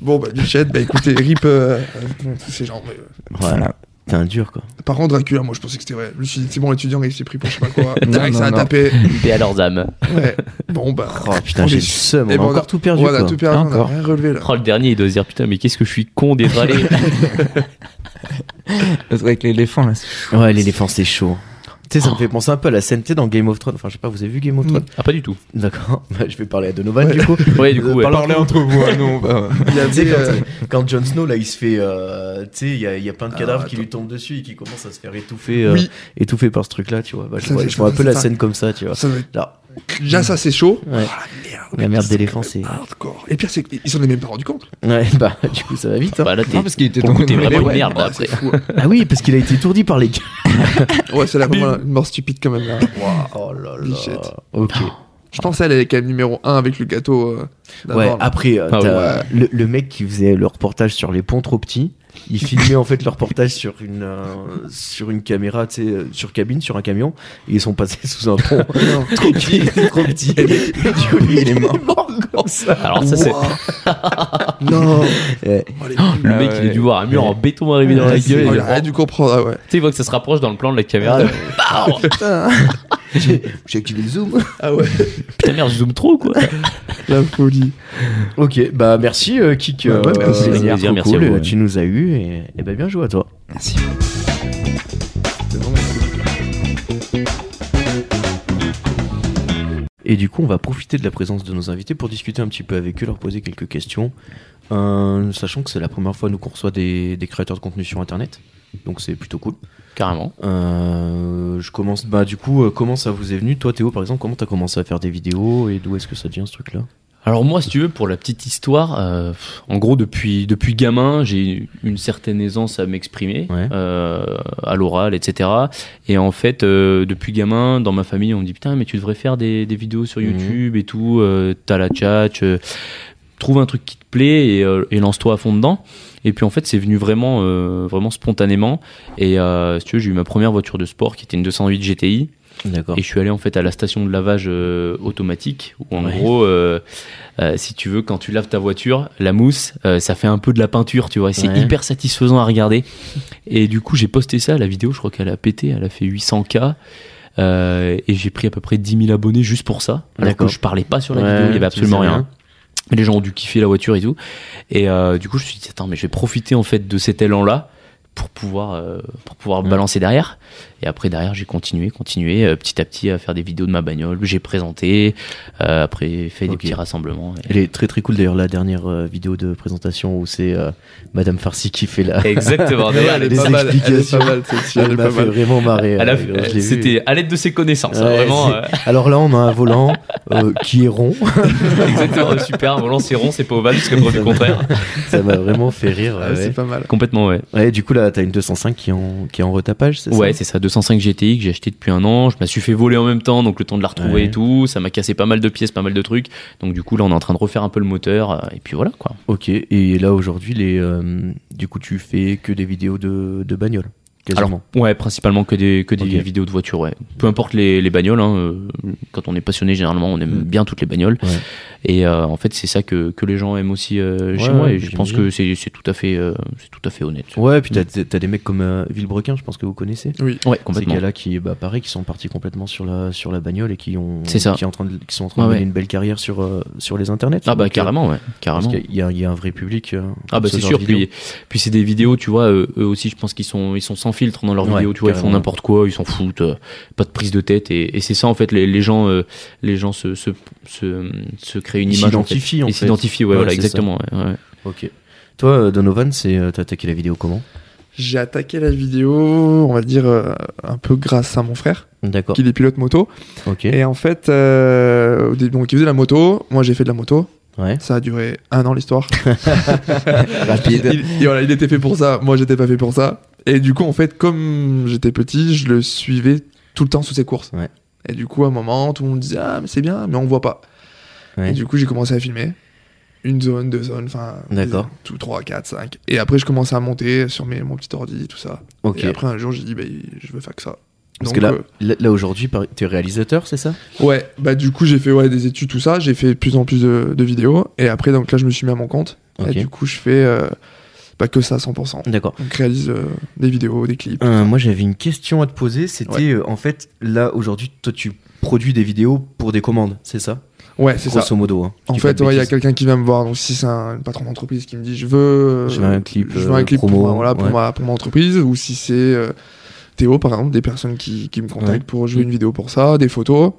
B: Bon, bah, Bichette, bah écoutez, rip. euh, euh, C'est genre. euh,
A: Voilà. T'es un dur, quoi.
B: Par contre, Dracula, moi je pensais que c'était vrai. Je me suis dit, c'est bon, l'étudiant, il s'est pris pour je sais pas quoi.
C: Non,
B: Direct,
C: non,
B: ça a
C: non.
B: tapé.
D: Paix à leurs âmes.
B: Ouais. Bon, bah.
A: Oh putain,
B: on
A: j'ai
B: est-
A: le seum.
B: Eh
A: On
B: ben,
A: a encore tout perdu,
B: ouais, on a
A: quoi.
B: tout perdu, on a
C: Encore.
B: rien relevé là.
D: Oh, le dernier il doit se dire putain mais qu'est-ce que je suis con d'être allé.
C: C'est Avec l'éléphant là.
A: Hein Ouais, l'éléphant, c'est chaud. Tu sais, ça me fait penser un peu à la scène, tu sais, dans Game of Thrones. Enfin, je sais pas, vous avez vu Game of Thrones
D: Ah pas du tout.
A: D'accord. Bah, je vais parler à Donovan, du coup.
D: Ouais du coup. ouais.
A: Parlons-
C: Parlez entre vous, hein, non. bah,
B: Il y
A: Tu sais,
B: avait,
A: quand,
B: euh,
A: quand Jon Snow, là, il se fait. euh, tu sais, il y, a- il y a plein de
B: Ah,
A: cadavres qui
B: attends.
A: lui tombent dessus et qui commencent à se faire étouffer, euh,
B: Oui.
A: étouffer par ce truc-là, tu vois. Bah, je
B: Ça
A: vois
B: fait-
A: je vois un peu la
B: ça-
A: scène comme ça, tu vois.
B: ça doit être-
A: Là,
B: Déjà, ça c'est chaud.
A: Ouais.
B: Oh, la merde.
A: la merde
B: C'est
A: d'éléphant, c'est.
B: Hardcore. Et le pire, c'est qu'ils s'en est même pas rendu compte.
A: Ouais, bah, du coup, ça va vite. hein.
D: Bah là
C: Non,
D: t'es
C: parce qu'il était
D: pour le coup, t'es
C: tombé dans les
D: vraiment
C: pommes.
D: une merde là,
B: Ouais, c'est
D: après.
B: fou.
A: Ah oui, parce qu'il a été étourdi par les gars.
B: Ouais, c'est là vraiment une mort stupide quand même. là.
A: Oh là là.
B: Bichette.
A: Ok.
B: Je pense elle, elle est quand même numéro 1 avec le gâteau. euh, d'abord,
A: Ouais,
B: là.
A: après, euh,
D: Ah
A: t'as le, le mec qui faisait le reportage sur les ponts trop petits, il filmait en fait le reportage sur une, euh, sur une caméra, tu sais, euh, sur cabine, sur un camion, et ils sont passés sous un pont
B: Non.
A: trop petit, trop petit. Et du coup, il est mort. comme ça.
D: Alors ça c'est.
B: Ouah. Non.
C: Ouais.
B: Oh, les-
D: Le
C: Ah
D: mec, il a
C: ouais.
D: dû voir un mur en béton arriver dans
B: Oh,
D: la
B: il
D: gueule. et-
B: a rien dû comprendre, ah ouais.
D: Tu sais, il voit que ça se rapproche dans le plan de la caméra.
A: Ah,
D: Pow
B: Putain,
A: J'ai activé le zoom.
B: ah ouais,
D: Putain, merde, je zoome trop, quoi.
B: la folie.
A: Ok, bah merci euh, Kik.
B: Ouais, ouais, merci.
A: c'était
D: Plaisir,
A: trop
D: merci
A: cool,
D: à vous,
A: euh,
D: ouais.
A: Tu nous as eu et, et bah, bien joué à toi.
C: Merci.
A: Et du coup, on va profiter de la présence de nos invités pour discuter un petit peu avec eux, leur poser quelques questions. Euh, sachant que c'est la première fois nous qu'on reçoit des, des créateurs de contenu sur internet. Donc c'est plutôt cool.
D: Carrément.
A: Euh, je commence. Bah, du coup, euh, comment ça vous est venu Toi, Théo, par exemple, comment t'as commencé à faire des vidéos et d'où est-ce que ça devient ce truc-là
D: Alors moi, si tu veux, pour la petite histoire, euh, pff, en gros, depuis, depuis gamin, j'ai eu une certaine aisance à m'exprimer,
A: Ouais.
D: euh, à l'oral, etc. Et en fait, euh, depuis gamin, dans ma famille, on me dit, putain, mais tu devrais faire des, des vidéos sur
A: Mhm.
D: YouTube et tout, euh, t'as la tchatch, euh, trouve un truc qui te plaît et, euh, et lance-toi à fond dedans. Et puis en fait, c'est venu vraiment, euh, vraiment spontanément. Et euh, si tu veux, j'ai eu ma première voiture de sport qui était une 208 GTI.
A: D'accord.
D: Et je suis allé en fait à la station de lavage euh, automatique où en
A: Ouais.
D: gros, euh, euh, si tu veux, quand tu laves ta voiture, la mousse, euh, ça fait un peu de la peinture, tu vois. et C'est
A: Ouais.
D: hyper satisfaisant à regarder. Et du coup, j'ai posté ça, la vidéo, je crois qu'elle a pété, elle a fait 800K. euh, et j'ai pris à peu près 10 000 abonnés juste pour ça. Alors que
A: D'accord.
D: je parlais pas sur la
A: Ouais,
D: vidéo, il y avait
A: tu disais
D: absolument rien.
A: rien.
D: Mais Les gens ont dû kiffer la voiture et tout. Et euh, du coup, je me suis dit, attends, mais je vais profiter en fait de cet élan-là pour pouvoir, euh, pour pouvoir
A: Mhm.
D: balancer derrière. Et après, derrière, j'ai continué, continué euh, petit à petit à faire des vidéos de ma bagnole. J'ai présenté, euh, après, fait des
A: Ok.
D: petits rassemblements.
A: Elle est très très cool d'ailleurs la dernière euh, vidéo de présentation où c'est euh, Madame Farsi qui fait la.
D: Exactement.
B: Ouais, elle,
A: les
B: est pas mal, elle est
A: explications.
B: pas mal, celle-ci, elle est
A: Elle m'a
B: pas
A: fait
B: mal.
A: vraiment marrer. euh, quand je l'ai vue.
D: C'était à l'aide de ses connaissances, hein,
A: Ouais,
D: vraiment.
A: c'est- Alors là, on a un volant euh, qui est rond.
D: euh, exactement, super. Volant, c'est rond, c'est pas ovale, jusqu'à preuve du contraire.
A: Ça m'a vraiment fait rire.
B: Ah, C'est
A: Ouais.
B: pas mal.
D: Complètement, ouais.
A: Ouais, du coup, là, t'as une 205 qui est en, qui est en retapage, c'est
D: Ouais,
A: ça
D: c'est ça, 205 GTI que j'ai acheté depuis un an. Je me suis fait voler en même temps, donc le temps de la retrouver
A: Ouais.
D: et tout. Ça m'a cassé pas mal de pièces, pas mal de trucs. Donc du coup, là, on est en train de refaire un peu le moteur. euh, Et puis voilà, quoi.
A: Ok, et là, aujourd'hui, les, euh, du coup, tu fais que des vidéos de, de bagnole, quasiment.
D: Alors, ouais, principalement que des, que des
A: Ok.
D: vidéos de voitures, ouais. Peu importe les, les bagnoles, hein, euh, quand on est passionné, généralement, on aime
A: Mm.
D: bien toutes les bagnoles.
A: Ouais.
D: Et euh, en fait, c'est ça que, que les gens aiment aussi euh, chez
A: Ouais,
D: moi.
A: ouais,
D: Et je pense que c'est c'est tout, à fait, euh, c'est tout à fait honnête.
A: Ouais, puis
D: Mm.
A: t'as t'as des mecs comme euh, Villebrequin, je pense que vous connaissez.
B: Oui.
D: Ouais,
A: Ces
D: complètement.
A: gars-là qui, bah, pareil, qui sont partis complètement sur la, sur la bagnole et qui, ont,
D: C'est ça.
A: qui, est en train de- qui sont en train de
D: Ouais,
A: mener
D: ouais.
A: une belle carrière sur, euh, sur les internets.
D: Ah bah
A: Donc, euh,
D: carrément, ouais. Carrément.
A: Parce qu'il y, a- il y a un vrai public. euh,
D: Ah bah
A: pour ce
D: c'est
A: genre
D: sûr.
A: de vidéo.
D: Puis, puis c'est des vidéos, tu vois, euh, eux aussi, je pense qu'ils sont, ils sont sans filtre dans leurs
A: Ouais,
D: vidéos, tu vois, ils font
A: carrément.
D: n'importe quoi, ils s'en foutent, euh, pas de prise de tête. Et, et c'est ça, en fait, les, les gens, euh, les gens se, se, se, se créent une
A: Ils
D: image. en fait.
A: s'identifient, en
D: Ils
A: fait.
D: s'identifient, ouais,
A: Ouais,
D: voilà,
A: c'est ça.
D: exactement. ouais, ouais.
A: Ok. Toi, euh, Donovan, c'est euh, t'as attaqué la vidéo comment
B: J'ai attaqué la vidéo, on va dire, euh, un peu grâce à mon frère,
A: D'accord.
B: qui est pilote moto.
A: Ok.
B: Et en fait, euh, au début, donc, il faisait de la moto, moi j'ai fait de la moto.
A: Ouais.
B: Ça a duré un an l'histoire.
A: Rapide.
B: il, il- voilà, il était fait pour ça, moi j'étais pas fait pour ça. Et du coup, en fait, comme j'étais petit, je le suivais tout le temps sous ses courses.
A: Ouais.
B: Et du coup, à un moment, tout le monde disait Ah, mais c'est bien, mais on voit pas.
A: Ouais.
B: Et du coup, j'ai commencé à filmer. Une zone, deux zones, enfin.
A: D'accord.
B: des- Tout, trois, quatre, cinq. Et après, je commençais à monter sur mes, mon petit ordi, tout ça.
A: Ok.
B: Et après, un jour, j'ai dit bah, Je veux faire que ça.
A: Parce
B: Donc,
A: que là,
B: euh,
A: là, là, aujourd'hui, par- t'es réalisateur, c'est ça
B: Ouais, bah du coup j'ai fait ouais, des études, tout ça, j'ai fait de plus en plus de, de vidéos, et après donc là je me suis mis à mon compte,
A: Ok.
B: et du coup je fais euh, bah, que ça 100%.
A: D'accord.
B: Donc je réalise euh, des vidéos, des clips.
A: Euh, moi, j'avais une question à te poser. C'était
B: Ouais.
A: euh, en fait, là aujourd'hui, toi, tu produis des vidéos pour des commandes, c'est ça
B: Ouais, c'est ça.
A: Grosso modo. hein.
B: En
A: Dis pas
B: fait,
A: de
B: ouais, il y a
A: bêtises.
B: quelqu'un qui vient me voir, donc si c'est un patron d'entreprise qui me dit je veux, euh,
A: Je veux un clip,
B: je veux un
A: euh,
B: clip
A: promo,
B: pour, ma, voilà, pour,
A: ouais.
B: ma, pour ma entreprise, ou si c'est euh, Théo par exemple, des personnes qui, qui me contactent
A: Ouais.
B: pour je veux une vidéo pour ça, des photos,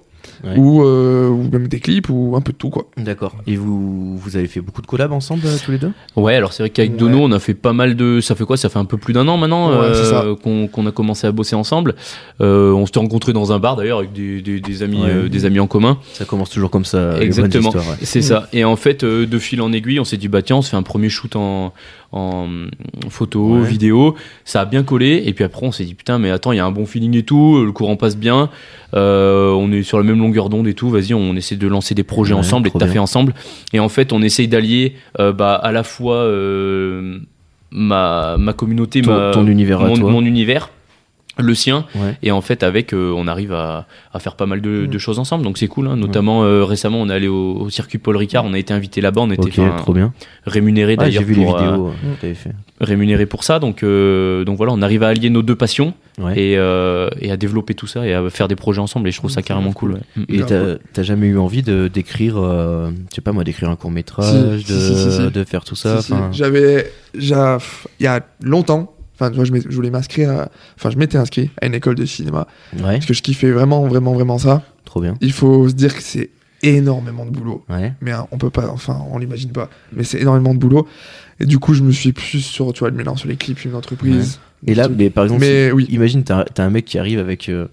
A: Ouais.
B: ou, euh, ou même des clips, ou un peu de tout quoi.
A: D'accord. Et vous, vous avez fait beaucoup de collabs ensemble, euh, tous les deux
D: Ouais, alors c'est vrai qu'avec
B: Ouais.
D: Dono, on a fait pas mal de. Ça fait quoi Ça fait un peu plus d'un an maintenant
B: Ouais,
D: euh,
B: c'est ça.
D: qu'on qu'on a commencé à bosser ensemble. Euh, on s'était rencontrés dans un bar d'ailleurs avec des, des- des amis,
A: Ouais.
D: euh, des amis en commun.
A: Ça commence toujours comme ça. les bonnes
D: Exactement.
A: histoires, ouais. Mm.
D: C'est ça. Et en fait, euh, de fil en aiguille, on s'est dit bah tiens, on se fait un premier shoot en, en photo,
A: Ouais.
D: vidéo. Ça a bien collé. Et puis après, on s'est dit putain, mais attends, il y a un bon feeling et tout. Le courant passe bien. Euh, on est sur la même longueur d'onde et tout. Vas-y, on essaie de lancer des projets
A: Ouais,
D: ensemble et de
A: trop
D: taffer
A: bien.
D: ensemble. Et en fait, on essaye d'allier euh, bah, à la fois euh, ma, ma communauté,
A: Ton,
D: ma-
A: ton Bah, univers à
D: mon,
A: toi.
D: mon univers le sien.
A: Ouais.
D: Et en fait, avec, euh, on arrive à, à faire pas mal de,
B: Mm.
D: de choses ensemble. Donc c'est cool. hein. Notamment, euh, récemment, on est allé au, au circuit Paul Ricard. On a été invité là-bas. On était
A: Ok,
D: enfin,
A: trop bien.
D: rémunérés
A: Ah,
D: d'ailleurs
A: j'ai vu les
D: pour, euh,
A: vidéos euh, que t'avais fait.
D: rémunérés pour ça. Donc, euh, donc voilà, on arrive à allier nos deux passions
A: Ouais.
D: et, euh, et à développer tout ça et à faire des projets ensemble. Et je trouve ça carrément cool. ouais.
A: Et
B: Grave,
A: t'as t'as jamais eu envie de d'écrire, euh, je sais pas moi, d'écrire un court métrage,
B: Si,
A: de,
B: si, si, si, si.
A: de faire tout ça.
B: Si, si,
A: enfin,
B: J'avais, j'a- pff, il y a longtemps, enfin, tu vois, je, m'ai- je voulais m'inscrire, à- enfin, je m'étais inscrit à une école de cinéma
A: Ouais,
B: parce que je kiffais vraiment, vraiment, vraiment ça.
A: trop bien.
B: Il faut se dire que c'est énormément de boulot,
A: Ouais.
B: mais hein, on peut pas, enfin, on l'imagine pas, mais c'est énormément de boulot. Et du coup, je me suis plus sur, tu vois, le mélange sur les clips, une entreprise.
A: Et là, mais par exemple,
B: mais oui.
A: si- imagine, t'as t'as un mec qui arrive avec. euh,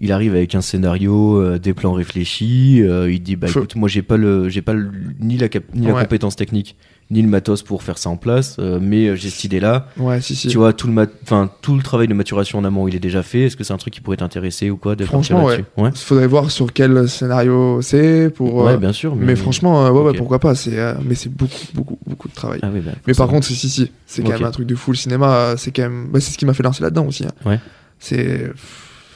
A: il arrive avec un scénario, euh, des plans réfléchis. euh, il te dit bah
B: Faut-
A: écoute, moi j'ai pas le, j'ai pas le- ni la cap- ni la
B: Ouais.
A: compétence technique, ni le matos pour faire ça en place. euh, mais euh, j'ai cette idée là.
B: Ouais, si, si.
A: Tu vois tout le mat- enfin tout le travail de maturation en amont, il est déjà fait. Est-ce que c'est un truc qui pourrait t'intéresser ou quoi de partir
B: Franchement,
A: là-dessus ouais.
B: Il faudrait voir sur quel scénario c'est pour. euh,
A: Ouais, bien sûr.
B: mais, franchement, euh, ouais,
A: ok.
B: ouais, pourquoi pas. C'est, euh, mais c'est beaucoup, beaucoup, beaucoup de travail.
A: Ah oui, bah,
B: Mais par
A: forcément.
B: contre, si, si, si, c'est quand
A: Ok.
B: même un truc de fou. Le cinéma, euh, c'est quand même. bah, c'est ce qui m'a fait lancer là-dedans aussi. hein.
A: Ouais.
B: C'est.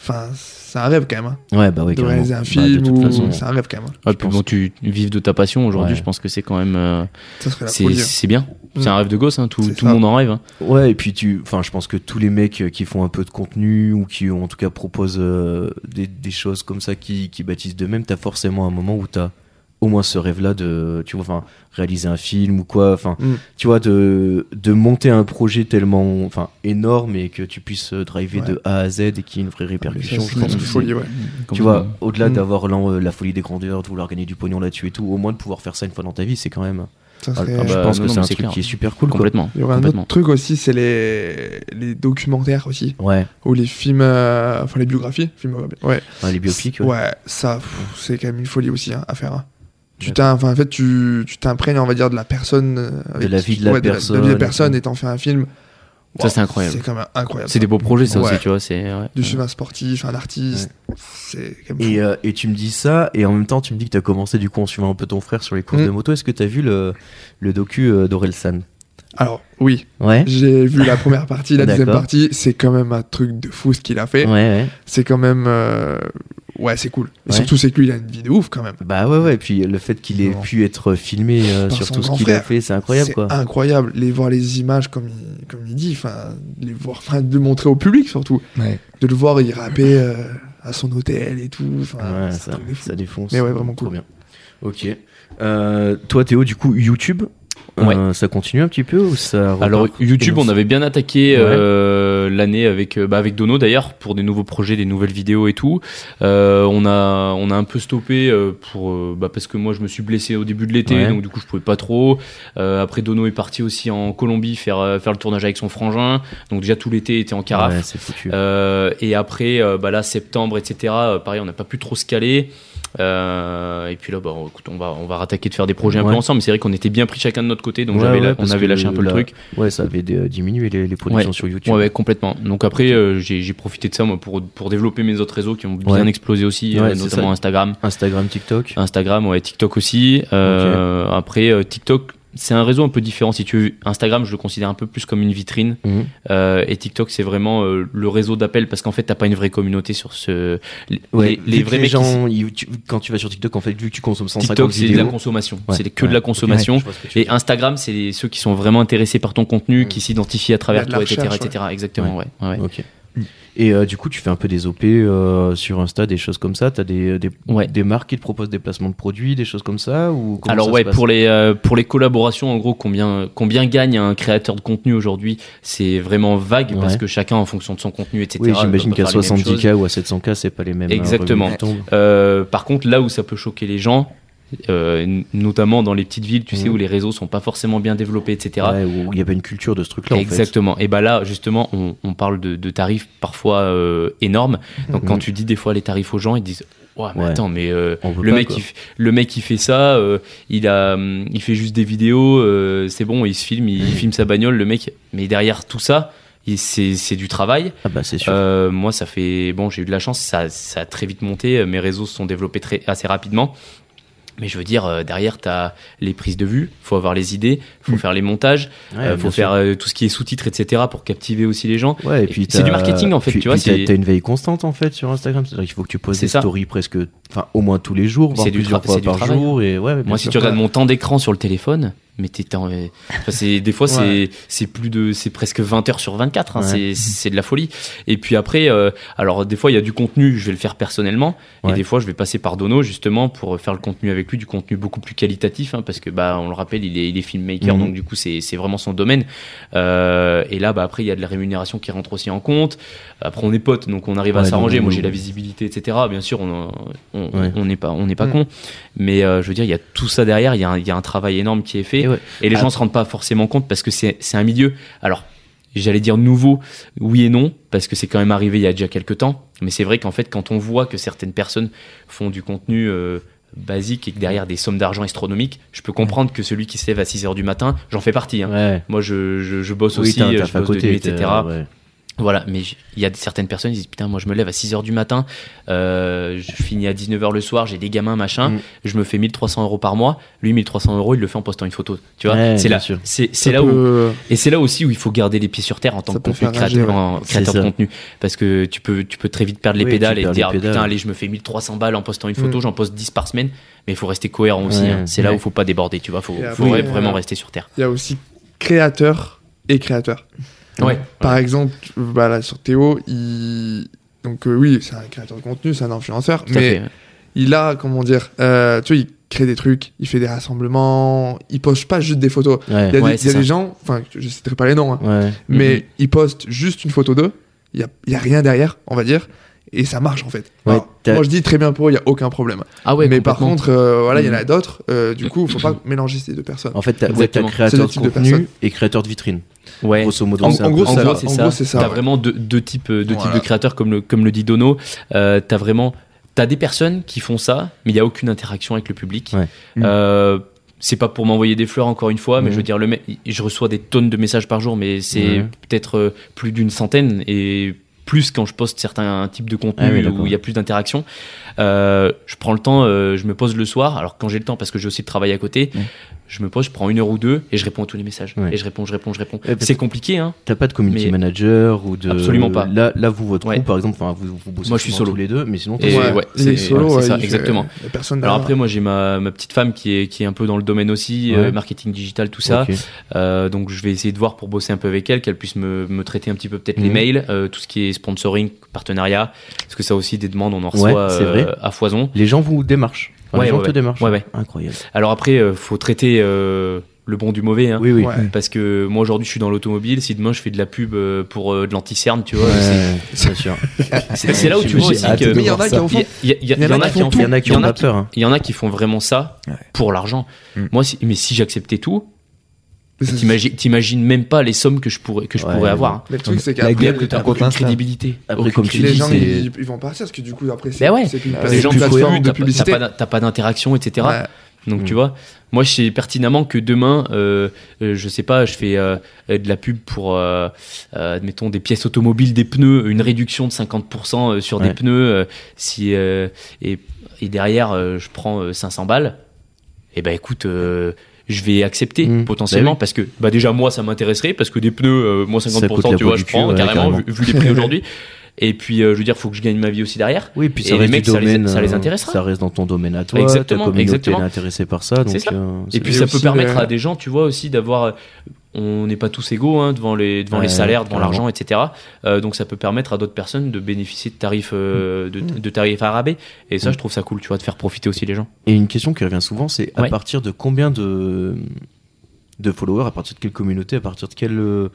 B: Enfin, c'est un rêve quand même. hein,
A: Ouais, bah ouais,
B: de
A: carrément.
B: réaliser un
A: Bah,
B: film.
A: de toute
B: ou-
A: façon,
B: C'est un rêve quand même. hein.
D: Ah, puis
A: pense.
D: bon, tu vives de ta passion aujourd'hui.
A: Ouais.
D: Je pense que c'est quand même, euh,
B: Ça serait la
D: c'est
B: folie. hein.
D: c'est bien.
B: Mm.
D: C'est un rêve de gosse. hein. Tout,
B: C'est
D: tout le
B: ça.
D: monde en rêve. hein.
A: Ouais, et puis tu, enfin, je pense que tous les mecs euh, qui font un peu de contenu ou qui, en tout cas, proposent euh, des, des choses comme ça, qui, qui bâtissent d'eux-mêmes, t'as forcément un moment où t'as au moins ce rêve-là de, tu vois, enfin, réaliser un film ou quoi, enfin,
B: Mm.
A: tu vois, de, de monter un projet tellement, enfin, énorme et que tu puisses euh, driver
B: Ouais.
A: de A à Z et qu'il y ait une vraie
B: Mais ça,
A: répercussion.
B: c'est
A: je pense
B: une
A: que c'est-
B: folie, ouais.
A: tu vois, au-delà
B: Mm.
A: d'avoir l'en- euh, la folie des grandeurs, de vouloir gagner du pognon là-dessus et tout, au moins de pouvoir faire ça une fois dans ta vie, c'est quand même.
B: Ça
A: Ah,
B: serait-
A: je
D: bah,
A: pense
D: non,
A: que
D: non,
A: c'est un
D: mais c'est
A: truc
D: clair.
A: qui est super cool, quoi.
D: complètement.
B: Il y aurait un
D: complètement.
B: autre truc aussi, c'est les, les documentaires aussi,
A: Ouais,
B: ou les films, euh, enfin les biographies, films, ouais,
A: Ouais, les biopics.
B: Ouais,
A: ouais.
B: ça, pff, c'est quand même une folie aussi hein, à faire. hein. Tu t'in- enfin, en fait, tu tu t'imprègnes, on va dire, de la personne. euh, avec
A: la
B: qui-
A: vie de la
B: ouais, De la, vie
A: personne.
B: de la personne et t'en fais un film.
D: Ça,
B: Wow,
D: c'est incroyable.
B: C'est quand même incroyable.
D: C'est
B: ça.
D: des beaux projets, ça
B: Ouais.
D: aussi, tu vois. C'est ouais.
B: Du film un sportif, un artiste. C'est quand même.
A: Et, euh, et tu me dis ça, et en même temps, tu me dis que t'as commencé du coup en suivant un peu ton frère sur les courses
B: Mm.
A: de moto. Est-ce que t'as vu le, le docu euh, d'Orelsan
B: fou. Alors, oui,
A: Ouais.
B: j'ai vu la première partie, la deuxième
A: D'accord.
B: partie. C'est quand même un truc de fou ce qu'il a fait.
A: Ouais, ouais.
B: C'est quand même. euh, Ouais, c'est cool. Et
A: Ouais.
B: surtout, c'est que lui, il a une vie de ouf quand même.
A: Bah ouais, ouais. Et puis le fait qu'il ait
B: Non.
A: pu être filmé euh,
B: Par
A: sur
B: son
A: tout ce
B: grand
A: qu'il a
B: frère.
A: fait, c'est incroyable
B: C'est
A: quoi.
B: Incroyable. Les voir les images comme il, comme il dit, enfin, les voir, enfin, de le montrer au public surtout.
C: Ouais.
B: de le voir y rapper euh, à son hôtel et tout. Enfin,
A: Ouais,
B: ah, c'est un
A: ça,
B: truc de fou.
A: ça défonce.
B: Mais ouais, vraiment
A: Trop
B: cool.
A: bien. Ok. Euh, toi, Théo, du coup, YouTube, euh, ça continue un petit peu ou ça repart
D: Alors YouTube,
A: Et
D: on
A: nous-
D: avait bien attaqué
A: Ouais.
D: euh, l'année avec euh, bah, avec Dono d'ailleurs pour des nouveaux projets, des nouvelles vidéos et tout. Euh, on a on a un peu stoppé euh, pour euh, bah, parce que moi je me suis blessé au début de l'été,
A: Ouais.
D: donc du coup je pouvais pas trop. Euh, après Dono est parti aussi en Colombie faire euh, faire le tournage avec son frangin, donc déjà tout l'été il était en carafe.
A: Ouais, c'est foutu.
D: Euh, et après, euh, bah là, septembre, etc. euh, pareil, on n'a pas pu trop se caler. Euh, et puis là, bah, on- écoute, on va, on va rattaquer de faire des projets un
A: Ouais.
D: peu ensemble. Mais c'est vrai qu'on était bien pris chacun de notre côté, donc
A: Ouais,
D: j'avais
A: ouais,
D: la-
A: parce
D: on avait
A: que
D: lâché un peu
A: là-
D: le truc.
A: Ouais, ça avait euh, diminué les, les productions
D: Ouais.
A: sur YouTube.
D: Ouais, ouais, complètement. Donc après, euh, j'ai j'ai profité de ça moi pour pour développer mes autres réseaux qui ont bien
A: Ouais.
D: explosé aussi,
A: Ouais,
D: euh,
A: c'est
D: notamment
A: ça.
D: Instagram.
A: Instagram, TikTok.
D: Instagram, ouais, TikTok aussi. Euh, Après, euh, TikTok, c'est un réseau un peu différent. Si tu veux, Instagram, je le considère un peu plus comme une vitrine.
A: Mhm.
D: Euh, et TikTok, c'est vraiment euh, le réseau d'appel parce qu'en fait, t'as pas une vraie communauté sur ce. Les,
A: Ouais,
D: les-
A: vu
D: les
A: que
D: vrais
A: les
D: mecs. qui-
A: gens, ils- tu- quand tu vas sur TikTok, en fait, vu que tu consommes 150
D: TikTok, c'est de la
A: vidéos,
D: consommation.
A: Ouais,
D: c'est que
A: ouais,
D: de la
A: ok.
D: consommation.
A: je vois ce que tu veux
D: Et
A: dire.
D: Instagram, c'est les- ceux qui sont vraiment intéressés par ton contenu,
B: Mhm.
D: qui s'identifient à travers
B: Il y a de
D: toi,
B: la
D: etc.,
B: recherche,
D: etc. Exactement, ouais. ouais, ouais.
A: Ok. Et euh, du coup, tu fais un peu des OP euh, sur Insta, des choses comme ça. T'as des, des,
D: Ouais.
A: des marques qui te proposent des placements de produits, des choses comme ça ou comment
D: Alors
A: ça
D: ouais,
A: se passe
D: pour les euh, pour les collaborations, en gros, combien combien gagne un créateur de contenu aujourd'hui C'est vraiment vague parce
A: Ouais.
D: que chacun, en fonction de son contenu, etc.
A: Oui,
D: ne
A: j'imagine
D: peut
A: qu'à
D: pas faire les mêmes choses.
A: 70K ou à 700K, c'est pas les mêmes. euh,
D: Exactement.
A: revenus qui tombent.
D: Euh, par contre, là où ça peut choquer les gens, euh, n- notamment dans les petites villes, tu
A: Mhm.
D: sais, où les réseaux sont pas forcément bien développés, etc.
A: Ouais, où il n'y a pas une culture de ce truc-là. en fait.
D: Exactement. Et bah là, justement, on, on parle de, de tarifs parfois euh, énormes. Donc
A: Mhm.
D: quand tu dis des fois les tarifs aux gens, ils disent ouais, mais
A: Ouais.
D: attends, mais euh,
A: On veut
D: le
A: pas,
D: mec,
A: quoi.
D: il, f- le mec, il fait ça, euh, il a, hum, il fait juste des vidéos, euh, c'est bon, il se filme, il filme sa bagnole, le mec. Mais derrière tout ça, il- c'est c'est du travail.
A: Ah bah, c'est sûr.
D: Euh, moi, ça fait bon, j'ai eu de la chance, ça, ça a très vite monté. euh, Mes réseaux se sont développés très assez rapidement. Mais je veux dire, euh, derrière, t'as les prises de vue, faut avoir les idées, faut
A: Hmm.
D: faire les montages, euh, faut faire euh, tout ce qui est sous-titres, etc. pour captiver aussi les gens.
A: Ouais, et
D: Et
A: puis
D: c'est
A: t'as-
D: du marketing, en fait,
A: puis-
D: tu vois,
A: puis t'as-
D: c'est-
A: T'as une veille constante en fait sur Instagram. C'est-à-dire qu'il faut que tu poses
D: C'est
A: des
D: ça.
A: stories presque, enfin au moins tous les jours, voire
D: C'est du
A: plusieurs
D: tra-
A: fois
D: c'est du
A: par
D: travail. hein.
A: jour. Et ouais, ouais, bien
D: Moi, si
A: sûr.
D: tu regardes mon temps d'écran sur le téléphone, mais t'es en- euh, enfin, c'est des fois
B: Ouais.
D: c'est c'est plus de c'est presque 20 heures sur 24 hein,
A: Ouais.
D: c'est c'est de la folie et puis après euh, alors des fois il y a du contenu je vais le faire personnellement
A: Ouais.
D: et des fois je vais passer par Dono justement pour faire le contenu avec lui du contenu beaucoup plus qualitatif hein, parce que bah on le rappelle il est il est filmmaker
A: Mhm.
D: donc du coup c'est c'est vraiment son domaine euh, et là bah après il y a de la rémunération qui rentre aussi en compte après on est potes donc on arrive à
A: Ouais,
D: s'arranger
A: donc,
D: moi
A: nous-
D: j'ai la visibilité etc bien sûr on en- on
A: Ouais. Mm.
D: on n'est pas on n'est pas
B: Mhm.
D: con mais euh, je veux dire, il y a tout ça derrière, il y, a un- il y a un travail énorme qui est fait.
A: Et
D: Et,
A: ouais.
D: les
A: Ah.
D: gens se rendent pas forcément compte parce que c'est c'est un milieu. Alors, j'allais dire nouveau, oui et non, parce que c'est quand même arrivé il y a déjà quelques temps. Mais c'est vrai qu'en fait, quand on voit que certaines personnes font du contenu. euh, basique et que derrière des sommes d'argent astronomiques, je peux comprendre que celui qui se lève à 6 heures du matin, j'en fais partie. hein.
A: Ouais.
D: Moi, je, je, je bosse aussi,
A: t'as un
D: euh,
A: taf
D: je bosse de nuit,
A: t'as-
D: etc.
A: ouais.
D: Voilà, mais j- il y a certaines personnes qui disent Putain, moi je me lève à 6h du matin, euh, je finis à 19h le soir, j'ai des gamins, machin,
B: Mm.
D: je me fais 1300 euros par mois. Lui, 1300 euros, il le fait en postant une photo. Tu vois,
A: Ouais,
D: c'est
A: bien
D: là,
A: sûr.
D: c'est, c'est
B: Ça
D: là où,
B: peut-
D: et c'est là aussi où il faut garder les pieds sur terre en tant
B: Ça
D: que
B: peut
D: contenu
B: faire rager,
D: créateur, en-
A: C'est
D: créateur de
A: ça.
D: contenu. Parce que tu peux, tu peux très vite perdre les
A: Oui,
D: pédales
A: tu
D: et te
A: perds
D: dire
A: les
D: Ah, Putain,
A: pédales.
D: allez, je me fais 1300 balles en postant une photo,
B: Mm.
D: j'en poste 10 par semaine. Mais il faut rester cohérent aussi.
A: Ouais.
D: hein. C'est là où
A: Ouais.
D: il faut pas déborder, tu vois, faut,
B: Et
D: faut
B: après,
D: vraiment
B: euh,
D: rester sur terre.
B: Il y a aussi créateur et créateur.
D: Ouais.
B: Par exemple, bah là, sur Théo, il... Donc euh, oui, c'est un créateur de contenu, c'est un influenceur,
D: Tout à
B: mais
D: fait.
B: il a, comment dire, euh, tu vois, il crée des trucs, il fait des rassemblements, il poste pas juste des photos.
A: Ouais.
B: Il y a,
D: Ouais,
B: des, il
D: c'est
B: y a
D: ça.
B: des gens, enfin, je citerai pas les noms, hein,
A: Ouais.
B: mais
D: Mhm.
B: ils postent juste une photo d'eux, il y a, il y a rien derrière, on va dire, et ça marche en fait.
A: Ouais,
B: Alors,
A: t'as-
B: moi je dis très bien pour eux, il y a aucun problème.
D: Ah ouais,
B: mais par
D: complètement.
B: contre, euh, voilà, il y en a
D: Mhm.
B: d'autres, euh, du coup, faut pas mélanger ces deux personnes.
A: En fait, t'as ouais, t'as
D: Exactement.
B: C'est
A: créateur
B: le
A: de
B: type de
A: contenu
B: personne.
A: et créateur de vitrine.
D: ouais.
A: Grosso modo,
B: En-
A: c'est un
B: en
A: peu
B: gros,
A: ça.
D: en
B: ça-
D: gros, c'est
B: en
D: ça.
B: gros, c'est ça,
D: T'as
B: ouais.
D: vraiment deux, deux types, euh, deux
B: Voilà.
D: types de créateurs, comme le, comme le dit Dono. Euh, t'as vraiment, t'as des personnes qui font ça, mais il n'y a aucune interaction avec le public.
A: Ouais.
B: Mm.
D: Euh, c'est pas pour m'envoyer des fleurs encore une fois, mais
A: Mhm.
D: je veux dire, le mec- je reçois des tonnes de messages par jour, mais c'est
A: Mhm.
D: peut-être euh, plus d'une centaine et plus quand je poste certains types de
A: Ah oui,
D: contenus
A: d'accord.
D: où il y a plus d'interaction. Euh, je prends le temps, euh, je me pose le soir, alors quand j'ai le temps, parce que j'ai aussi le travail à côté,
A: Ouais.
D: je me pose, je prends une heure ou deux et je réponds à tous les messages.
A: Mm. Ouais.
D: Et je réponds, je réponds, je réponds.
A: Et parce-
D: C'est compliqué, hein.
A: T'as pas de community
D: Mais-
A: manager ou de.
D: Absolument pas.
A: Là, là vous, votre
D: Ouais.
A: groupe, par exemple, enfin, vous, vous bossez
D: Moi, je suis
A: souvent
D: solo.
A: tous les deux, mais sinon,
D: Et
A: t'as-
D: ouais,
B: il est
D: c'est-
B: solo,
D: ouais,
B: ouais,
D: c'est ça,
B: il fait-
D: exactement.
B: il y a personne
D: Alors
B: derrière.
D: après, moi j'ai ma, ma petite femme qui est, qui est un peu dans le domaine aussi,
A: Ouais.
D: euh, marketing digital, tout ça.
A: Ok.
D: Euh, donc je vais essayer de voir pour bosser un peu avec elle, qu'elle puisse me, me traiter un petit peu peut-être les
A: Mhm.
D: mails, euh, tout ce qui est sponsoring, partenariat. Parce que ça aussi, des demandes, on en
A: Ouais,
D: reçoit
A: c'est
D: euh,
A: vrai.
D: à foison.
A: Les gens vous démarchent. Enfin, les
D: Ouais,
A: gens
D: ouais,
A: te démarchent.
D: Ouais, ouais.
A: Incroyable.
D: Alors après, euh, faut traiter euh, le bon du mauvais. Hein.
A: Oui, oui.
B: Ouais.
D: Parce que moi aujourd'hui je suis dans l'automobile, si demain je fais de la pub euh, pour euh, de l'anti-cerne, tu vois, c'est-
A: Ouais, bien sûr.
D: c'est c'est là où tu
A: J'ai
D: vois aussi
A: hâte
D: que.
A: de
B: Mais il y en a
C: voir
B: qui
C: ça.
B: en font.
D: Il y, a- il y a- Ah, il y en a qui en
A: Il y en a
D: font-
A: qui ont pas
D: qui-
A: peur. hein.
D: Il y en a qui font vraiment ça pour l'argent.
C: Mm.
D: Moi, si- mais si j'acceptais tout,
B: Mais c'est-
D: T'imagines, t'imagines même pas les sommes que je pourrais, que je
A: Ouais,
D: pourrais
A: ouais.
D: avoir. hein.
B: Mais le truc, c'est
C: La
B: qu'après,
C: gueule que
B: les-
C: t'as
D: Aucune
C: contre Insta.
D: crédibilité.
A: Après,
D: Aucune
A: comme tu
B: les
A: dis,
B: gens
A: c'est-
B: ils, ils vont partir parce que du coup après c'est
D: Bah ouais.
B: c'est plus,
A: Bah
B: c'est
D: les gens
B: plus
D: plus
B: plateforme
D: cohérents,
B: de
D: t'as pas- t'as
B: publicité.
D: pas d'in- t'as pas d'interaction, etc.
B: Ouais.
D: Donc
A: Mm.
D: tu vois, moi je sais pertinemment que demain, euh, euh, je sais pas, je fais euh, euh, de la pub pour, euh, euh, admettons, des pièces automobiles, des pneus, une réduction de 50% euh, sur
A: Ouais.
D: des pneus, euh, si, euh, et, et derrière euh, je prends euh, 500 balles, et ben écoute, euh, je vais accepter
A: Mm.
D: potentiellement
A: Bah
D: parce que bah déjà moi ça m'intéresserait parce que des pneus euh, moi
A: Ça coûte
D: 50%
A: la
D: tu vois
A: peau
D: je
A: du
D: prends
A: cul, ouais,
D: carrément,
A: carrément.
D: Vu, vu les prix aujourd'hui et puis euh, je veux dire faut que je gagne ma vie aussi derrière
A: Oui, puis
D: Et
A: ça
D: les
A: reste
D: mecs,
A: du
D: ça les-
A: domaine,
D: ça les
A: euh,
D: intéressera.
A: Ça reste dans ton domaine à toi. Ta
D: Exactement,
A: communauté
D: exactement.
A: elle est intéressée par ça. Donc,
D: C'est ça.
A: euh, c'est-
D: Et puis
B: Et
D: ça peut
B: aussi
D: permettre
B: le-
D: à des gens, tu vois, aussi d'avoir. euh, On n'est pas tous égaux hein, devant les devant
A: Ouais,
D: les salaires, devant
A: clairement.
D: l'argent, etc. Euh, donc ça peut permettre à d'autres personnes de bénéficier de tarifs euh, de, de tarifs arabais. Et ça,
A: Mm.
D: je trouve ça cool, tu vois, de faire profiter aussi les gens.
A: Et une question qui revient souvent, c'est à
D: Ouais.
A: partir de combien de, de followers, à partir de quelle communauté, à partir de quel, euh,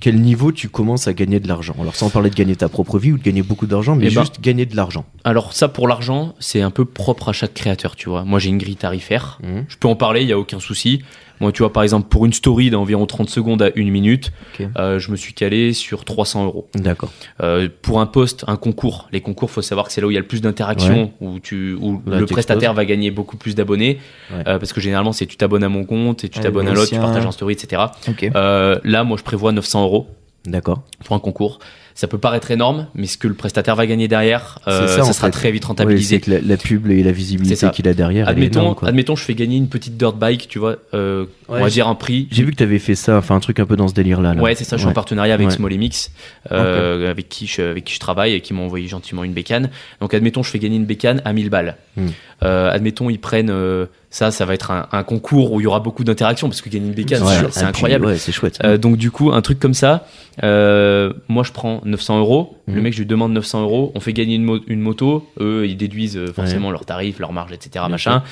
A: quel niveau tu commences à gagner de l'argent Alors sans parler de gagner ta propre vie ou de gagner beaucoup d'argent, mais
D: Eh ben-
A: juste gagner de l'argent.
D: Alors ça, pour l'argent, c'est un peu propre à chaque créateur, tu vois. Moi, j'ai une grille tarifaire.
A: Mhm.
D: Je peux en parler, il y a aucun souci. Moi, tu vois, par exemple, pour une story d'environ 30 secondes à une minute,
C: Ok.
D: euh, je me suis calé sur 300 euros.
A: D'accord.
D: Euh, pour un poste, un concours, les concours, faut savoir que c'est là où il y a le plus d'interactions, où, tu, où
A: Là,
D: le
A: Bah, t'exploses.
D: prestataire va gagner beaucoup plus d'abonnés,
A: Ouais.
D: Euh, parce que généralement c'est tu t'abonnes à mon compte, et tu
C: Ouais,
D: t'abonnes à
C: les
D: l'autre, tu
C: anciens.
D: partages en story, etc.
C: Ok.
D: Euh, là, moi, je prévois 900 euros
A: D'accord.
D: pour un concours. ça peut paraître énorme, mais ce que le prestataire va gagner derrière, euh,
A: C'est ça,
D: ça,
A: en
D: sera
A: fait.
D: très vite
A: Ouais,
D: rentabilisé.
A: c'est que la, la pub et la visibilité
D: C'est ça.
A: qu'il a derrière. elle est
D: admettons,
A: énorme, quoi.
D: admettons, je fais gagner une petite dirt bike, tu vois, euh,
A: Ouais,
D: on va
A: j'ai-
D: dire un prix.
A: J'ai vu que t'avais fait ça, enfin un truc un peu dans ce délire-là. là.
D: Ouais, c'est ça. Je suis en
A: Ouais.
D: partenariat avec
A: Ouais.
D: Smolemix, euh, avec qui je, avec qui je travaille et qui m'a envoyé gentiment une bécane. Donc, admettons, je fais gagner une bécane à 1000 balles.
A: Hmm.
D: Euh, admettons, ils prennent euh, ça, ça va être un, un concours où il y aura beaucoup d'interactions parce que gagner une bécane,
A: Ouais,
D: c'est- c'est
A: ah, puis,
D: incroyable.
A: Ouais, c'est chouette.
D: Euh, donc du coup, un truc comme ça, euh, moi je prends 900 euros, le
A: Mhm.
D: mec je lui demande 900 euros, on fait gagner une, mo- une moto, eux ils déduisent euh, forcément leurs tarifs, leurs marges, etc. machin.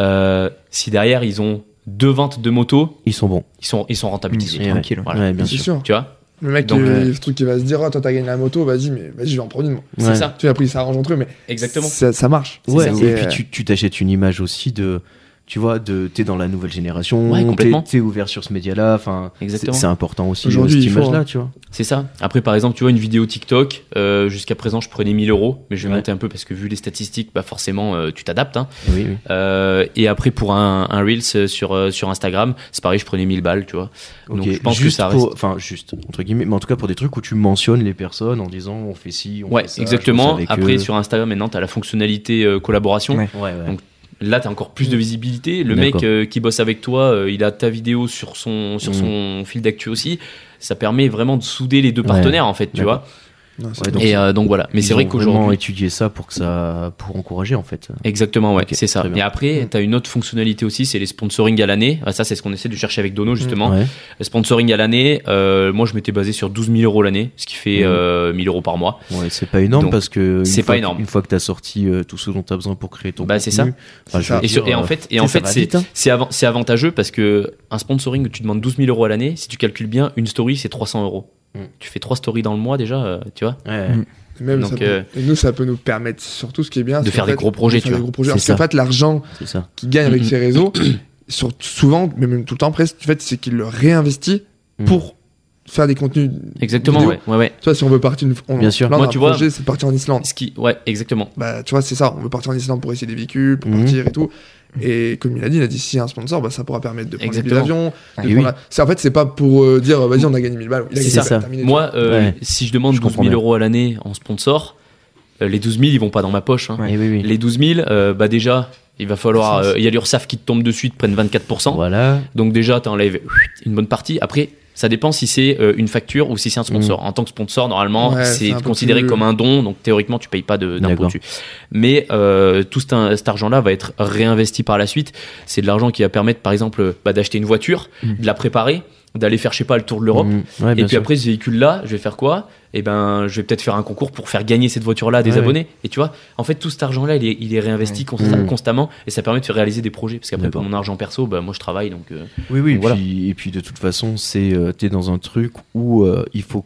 D: Euh, si derrière ils ont deux ventes de motos,
A: Ils sont bons.
D: ils sont, ils sont rentabilisés.
A: Ouais,
C: tranquille.
D: Voilà.
A: Ouais, bien
B: C'est
A: sûr.
B: sûr.
D: Tu vois
B: Le mec,
D: Donc,
B: euh,
D: ouais.
B: le truc qui va se dire, oh, toi t'as gagné la moto, vas-y, mais vas-y, je vais en prendre une. moi.
D: C'est
A: Ouais.
D: ça,
B: Tu l'as pris, ça arrange entre eux, mais
D: exactement.
B: ça, ça marche.
A: Ouais,
B: C'est-
A: et puis tu- tu t'achètes une image aussi de. Tu vois, de, t'es dans la nouvelle génération,
D: Ouais,
A: t'es-
D: complètement.
A: t'es ouvert sur ce média-là, enfin, c'est
D: Exactement.
A: c'est important aussi euh,
B: Aujourd'hui,
A: cette
B: il faut,
A: image-là,
B: hein.
A: tu vois.
D: C'est ça. Après, par exemple, tu vois, une vidéo TikTok, euh, jusqu'à présent, je prenais 1000 euros, mais je vais
A: Ouais.
D: monter un peu parce que vu les statistiques, bah forcément, euh, tu t'adaptes. Hein.
A: Oui, oui.
D: Euh, et après, pour un, un Reels euh, sur, euh, sur Instagram, c'est pareil, je prenais 1000 balles, tu vois.
A: Ok,
D: Donc, je pense
A: juste
D: que ça reste.
A: pour- Enfin, juste, entre guillemets, mais en tout cas pour des trucs où tu mentionnes les personnes en disant on fait ci, on
D: Ouais,
A: fait ça.
D: exactement.
A: je pense avec
D: Après,
A: eux.
D: sur Instagram, maintenant, tu as la fonctionnalité euh, collaboration.
C: Ouais.
A: Ouais, ouais.
D: Donc, Là, tu as encore plus de visibilité. Le
A: D'accord.
D: mec euh, qui bosse avec toi, euh, il a ta vidéo sur son, sur
A: Mm.
D: son fil d'actu aussi. Ça permet vraiment de souder les deux
A: Ouais.
D: partenaires, en fait, tu
A: D'accord.
D: vois.
B: Non, c'est-
A: Ouais, donc,
D: et euh, donc voilà. Mais
A: ils
D: c'est
A: ont
D: vrai
A: vraiment
D: qu'aujourd'hui.
A: étudier ça pour que ça, pour encourager en fait.
D: Exactement, ouais,
A: Ok,
D: c'est ça.
A: très bien.
D: Et après,
B: Mm.
D: tu as une autre fonctionnalité aussi, c'est les sponsoring à l'année. Ah, Ça, c'est ce qu'on essaie de chercher avec Dono, justement.
A: Mm. Ouais.
D: Le Sponsoring à l'année, euh, moi, je m'étais basé sur 12 000 euros l'année, ce qui fait
A: Mm.
D: euh, 1000 euros par mois.
A: Ouais, c'est pas énorme
D: Donc,
A: parce que une
D: c'est
A: fois
D: pas
A: que-
D: énorme.
A: Une fois que t'as sorti euh, tout ce dont t'as besoin pour créer ton.
D: Bah, c'est
A: contenu, enfin,
B: C'est
A: je veux
B: ça.
D: Et, sur-
A: dire,
D: et en
A: euh,
D: fait,
A: tu
D: et
A: sais,
D: en
A: ça
D: fait,
A: va
D: c'est
A: vite, hein.
D: c'est avan- c'est avantageux parce que un sponsoring où tu demandes 12 000 euros à l'année, si tu calcules bien, une story c'est 300 euros.
A: Mm.
D: Tu fais trois stories dans le mois déjà, euh, tu vois.
A: Ouais.
C: Mm.
B: Et même
D: Donc,
B: ça peut-
D: euh,
B: et nous, ça peut nous permettre, surtout ce qui est bien,
D: de
B: c'est
D: faire
B: en
D: des
B: fait,
D: gros projets,
B: de faire
D: tu
B: des
D: vois.
B: gros projets.
A: C'est
B: Parce qu'en
A: ça.
B: fait, l'argent
A: C'est ça.
B: qu'il gagne avec
D: Mhm.
B: ses réseaux, sur, souvent, mais même tout le temps presque, en fait, c'est qu'il le réinvestit
D: Mm.
A: Mhm.
B: pour faire des contenus.
D: Exactement,
B: vidéo.
D: ouais, ouais, ouais.
B: Tu vois, si on veut partir, une, on,
A: Bien sûr.
B: là, on
D: Moi,
B: a un
D: tu vois-
B: projet, c'est de partir en Islande.
D: Ce qui, ouais, exactement.
B: Bah, tu vois, c'est ça. On veut partir en Islande pour essayer des véhicules, pour
D: Mm.
A: Mhm.
B: partir et tout. Et comme il a dit, il a dit si y a un sponsor, bah, ça pourra permettre de prendre des
D: Exactement.
B: avions.
C: Ah,
B: de
A: et
B: prendre
A: oui.
B: la- c'est- En fait, c'est pas pour euh, dire vas-y, on a gagné 1000 balles. Il a
D: C'est
B: gagné,
D: ça.
B: bah, terminé, tu vois.
D: Moi, euh,
A: Ouais.
D: si je demande
A: Je
D: 12
A: comprends
D: 000
A: bien.
D: euros à l'année en sponsor, euh, les 12 000 ils vont pas dans ma poche. hein.
C: Ouais.
A: Eh oui, oui.
D: Les 12 000, euh, bah déjà, il va falloir, euh, il y a l'URSAF qui te tombe dessus, ils te prennent 24
A: Voilà.
D: Donc déjà, t'enlèves une bonne partie. Après, ça dépend si c'est euh, une facture ou si c'est un sponsor. En tant que sponsor, normalement,
B: Mm. Ouais,
D: c'est
B: c'est un peu
D: considéré
B: plus-
D: comme un don, donc théoriquement, tu payes pas de- d'impôt
A: D'accord.
D: dessus. Mais euh, tout cet, un- cet argent-là va être réinvesti par la suite. C'est de l'argent qui va permettre, par exemple, bah, d'acheter une voiture,
C: Mm.
D: de la préparer, d'aller faire, je sais pas, le tour de l'Europe.
A: Mm. Ouais,
D: Et
A: bien
D: puis
A: sûr.
D: après, ce véhicule-là, je vais faire quoi Eh ben, je vais peut-être faire un concours pour faire gagner cette voiture-là à des
A: Ouais.
D: abonnés. Et tu vois, en fait, tout cet argent-là, il est, il est réinvesti consta-
A: Mm.
D: constamment et ça permet de faire réaliser des projets. Parce qu'après, pour
A: D'accord.
D: mon argent perso, bah, moi, je travaille, donc euh,
A: Oui, oui, et,
D: Donc voilà.
A: puis, et puis de toute façon, c'est euh, t'es dans un truc où euh, il faut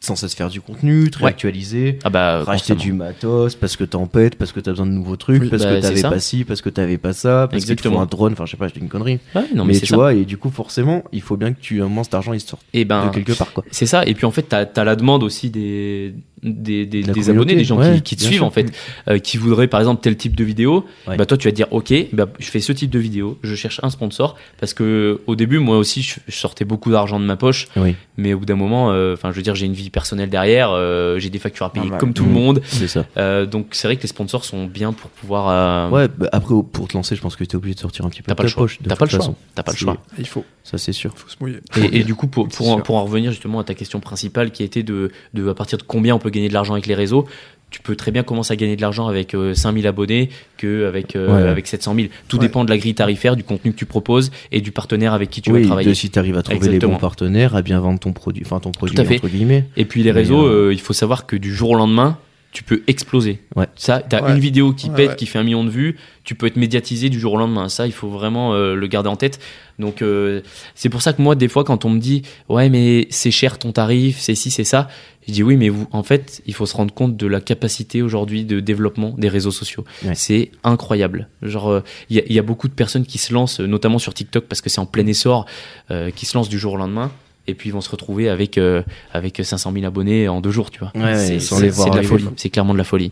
A: sans cesse faire du contenu, te
D: Ouais.
A: réactualiser,
D: ah bah,
A: racheter
D: constamment.
A: du matos parce que t'en pètes, parce que t'as besoin de nouveaux trucs,
B: Oui,
A: parce
D: bah,
A: que t'avais
D: c'est ça.
A: pas ci, parce que t'avais pas ça, parce que tu
D: Exactement.
A: un drone, enfin je sais pas, j'ai une connerie.
D: Ouais, non, mais,
A: mais
D: c'est
A: tu
D: ça.
A: vois, et du coup, forcément, il faut bien que tu à un moment cet argent il sorte
D: et ben,
A: de quelque part quoi.
D: c'est ça. Et puis en fait, t'as as la demande aussi des des, des,
A: De la
D: des
A: communauté,
D: abonnés, des gens
A: ouais,
D: qui, qui te
A: bien
D: suivent
A: sûr.
D: en fait, euh, qui voudraient par exemple tel type de vidéo.
A: Ouais.
D: Bah toi, tu vas te dire, ok, bah, je fais ce type de vidéo, je cherche un sponsor parce que au début, moi aussi, je, je sortais beaucoup d'argent de ma poche,
A: Oui,
D: mais au bout d'un moment, euh, enfin, je veux dire, j'ai une vie personnelle derrière, euh, j'ai des factures à payer
C: Normal.
D: comme tout le
A: Mhm.
D: monde.
A: c'est ça.
D: Euh, donc c'est vrai que les sponsors sont bien pour pouvoir. euh,
A: Ouais, bah, après au- pour te lancer, je pense que t'es obligé de sortir un petit peu
D: T'as
A: de
D: pas le
A: ta
D: choix.
A: poche. de
D: T'as pas le
A: toute
D: choix.
A: façon.
D: T'as pas le
A: C'est-
D: choix.
B: Il faut,
A: Ça c'est sûr.
B: faut se mouiller.
D: Et, et du coup, pour,
B: C'est
D: pour,
B: sûr.
D: pour en revenir justement à ta question principale qui était de, de à partir de combien on peut gagner de l'argent avec les réseaux, tu peux très bien commencer à gagner de l'argent avec 5000 abonnés qu'avec euh,
A: Ouais, ouais.
D: avec 700 000. Tout
B: Ouais.
D: dépend de la grille tarifaire, du contenu que tu proposes et du partenaire avec qui tu vas
A: oui,
D: travailler.
A: de si t'arrives à trouver les
D: Exactement.
A: bons partenaires, à bien vendre ton produit, enfin ton produit
D: à fait.
A: entre guillemets.
D: Et puis les
A: Mais,
D: réseaux,
A: euh,
D: euh, il faut savoir que du jour au lendemain, tu peux exploser.
A: Ouais.
D: Ça, t'as
B: Ouais.
D: une vidéo qui
B: Ouais,
D: pète,
B: ouais.
D: qui fait un million de vues, tu peux être médiatisé du jour au lendemain. Ça, il faut vraiment euh, le garder en tête. Donc euh, c'est pour ça que moi, des fois, quand on me dit ouais, mais c'est cher ton tarif, c'est ci, c'est ça, je dis oui, mais vous, en fait, il faut se rendre compte de la capacité aujourd'hui de développement des réseaux sociaux.
A: Ouais.
D: C'est incroyable. Genre, euh, il y, a- il y a beaucoup de personnes qui se lancent, euh, notamment sur TikTok parce que c'est en plein
A: Mm.
D: essor, euh, qui se lancent du jour au lendemain. Et puis ils vont se retrouver avec euh, avec 500 000 abonnés en deux jours, tu vois.
A: Ouais,
D: c'est
A: ouais, sans
D: c'est-
A: les
D: c'est
A: voir
D: de la
A: arriver,
D: folie.
A: quoi.
D: C'est clairement de la folie.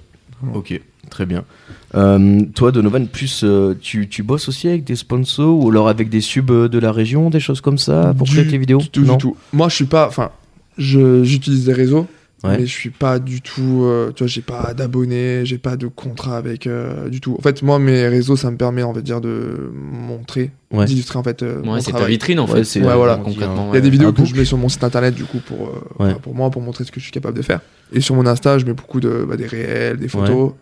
A: Ok, très bien. Euh, toi, Donovan, plus euh, tu, tu bosses aussi avec des sponsors ou alors avec des subs euh, de la région, des choses comme ça pour
B: Du
A: créer tes vidéos
B: Du tout,
A: Non
B: du tout. Moi, je suis pas. Enfin, je- j'utilise des réseaux.
A: Ouais.
B: mais je suis pas du tout euh, tu vois j'ai pas d'abonnés j'ai pas de contrat avec euh, du tout en fait moi mes réseaux ça me permet on va dire de montrer
A: Ouais.
B: d'illustrer en fait euh, mon
D: Ouais, c'est ta
B: travail
D: vitrine en
A: Ouais,
D: fait. Mm,
A: c'est-
B: ouais, voilà.
A: hein.
D: concrètement.
B: il y a des
D: ouais.
B: vidéos
A: Un
B: que je
A: book.
B: mets sur mon site internet du coup pour euh,
A: Ah Ouais.
B: bah, pour moi pour montrer ce que je suis capable de faire et sur mon Insta je mets beaucoup de bah, des réels des photos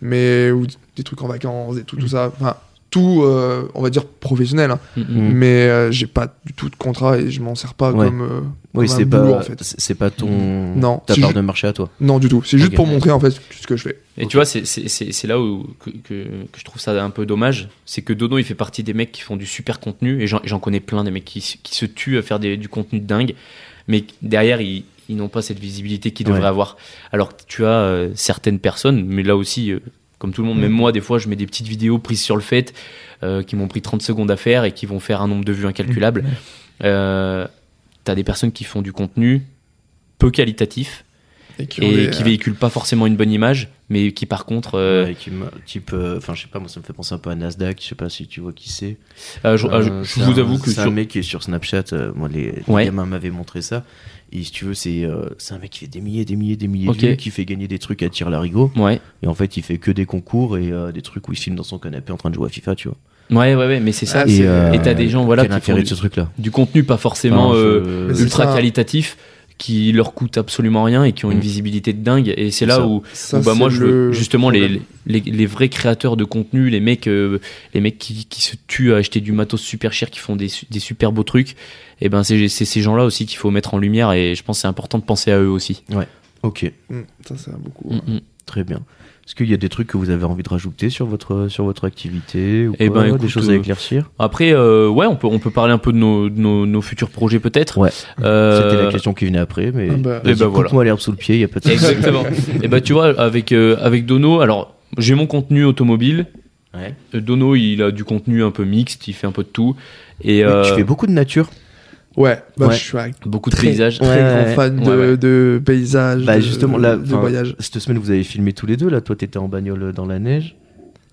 B: mais ou des trucs en vacances et tout
A: Mm.
B: tout ça enfin tout euh, on va dire professionnel hein.
D: Mhm.
A: Mm.
B: mais euh, j'ai pas du tout de contrat et je m'en sers pas
A: Ouais.
B: comme euh,
A: Oui,
B: comme un
A: c'est pas,
B: boulot, en fait.
A: c'est- c'est pas ton,
B: Non,
A: ta
B: c'est
A: part
B: ju-
A: de marché à toi.
B: non du tout c'est juste
A: Ok.
B: pour montrer en fait ce que je fais
D: Et tu vois, c'est- c'est c'est- c'est là où que, que- que je trouve ça un peu dommage. C'est que Dono, il fait partie des mecs qui font du super contenu. Et j'en- j'en connais plein des mecs qui, se- qui se tuent à faire des- du contenu de dingue. Mais derrière, ils, ils n'ont pas cette visibilité qu'ils devraient
A: Ouais.
D: avoir. Alors que tu as euh, certaines personnes, mais là aussi, euh, comme tout le monde, même moi, des fois, je mets des petites vidéos prises sur le fait euh, qui m'ont pris 30 secondes à faire et qui vont faire un nombre de vues
C: Mm.
D: incalculable. Euh, T'as des personnes qui font du contenu peu qualitatif
B: et qui, ont
D: et
B: des-
A: euh,
D: qui véhicule pas forcément une bonne image, mais qui par contre, euh,
A: Ouais, qui me- type, euh, enfin, je sais pas, moi, ça me fait penser un peu à Nasdaq. Je sais pas si tu vois qui c'est.
D: euh, je,
B: ah,
D: euh, je-
A: Euh,
D: je
A: c'est
D: vous
A: un-
D: avoue que
A: c'est un
D: sur-
A: mec qui est sur Snapchat. euh, moi, les, les
D: Ouais.
A: gamins m'avaient montré ça. Et si tu veux, c'est euh, c'est un mec qui fait des milliers, des milliers, des milliers
D: Ok.
A: de vues, qui fait gagner des trucs à tir larigot.
D: ouais,
A: Et en fait, il fait que des concours et euh, des trucs où il se filme dans son canapé en train de jouer à FIFA, tu vois.
D: ouais, ouais, ouais, mais c'est ça.
B: Ah,
D: et
B: c'est-
A: euh,
D: et t'as des gens, voilà,
A: quel
D: qui font
A: intérêt
D: du,
A: de ce truc-là
D: du contenu pas forcément
A: Enfin, je-
D: euh,
B: Mais c'est
D: ultra
B: ça.
D: qualitatif, qui leur coûte absolument rien et qui ont une
A: Mm.
D: visibilité de dingue. Et c'est
A: C'est
D: là
A: ça.
D: où,
B: Ça,
D: où, bah,
B: c'est
D: moi, je veux
B: le
D: justement les,
B: problème.
D: les, les vrais créateurs de contenu, les mecs, euh, les mecs qui, qui se tuent à acheter du matos super cher, qui font des, su- des super beaux trucs. Et ben, c'est c'est ces gens-là aussi qu'il faut mettre en lumière. Et je pense que c'est important de penser à eux aussi.
A: Ok,
B: Mm, ça c'est beaucoup
D: Mm, mm.
A: très bien. Est-ce qu'il y a des trucs que vous avez envie de rajouter sur votre, sur votre activité ou
D: Eh
A: quoi,
D: ben, écoute,
A: Des choses
D: euh,
A: à éclaircir
D: Après, euh, ouais, on peut, on peut parler un peu de nos, de nos, nos futurs projets peut-être.
A: Ouais.
D: Euh,
A: C'était la question qui venait après, mais.
B: Ah bah,
D: Eh ben voilà.
A: voilà. moi l'herbe sous le pied, il y a pas de souci.
D: Exactement. Et bah tu vois, avec, euh, avec Dono, alors j'ai mon contenu automobile.
A: Ouais.
D: Euh, Dono, il a du contenu un peu mixte, il fait un peu de tout. Et
A: Mais
D: euh,
A: Tu fais beaucoup de nature.
B: ouais bah
A: Ouais.
B: je suis un
D: beaucoup de
B: très,
D: paysages.
B: très
A: Ouais, ouais.
B: grand fan de,
D: Ouais, ouais.
B: de paysages
A: Bah
B: de-
A: justement, là,
B: de
A: enfin,
B: voyages
A: cette semaine vous avez filmé tous les deux. Là, toi t'étais en bagnole euh, dans la neige,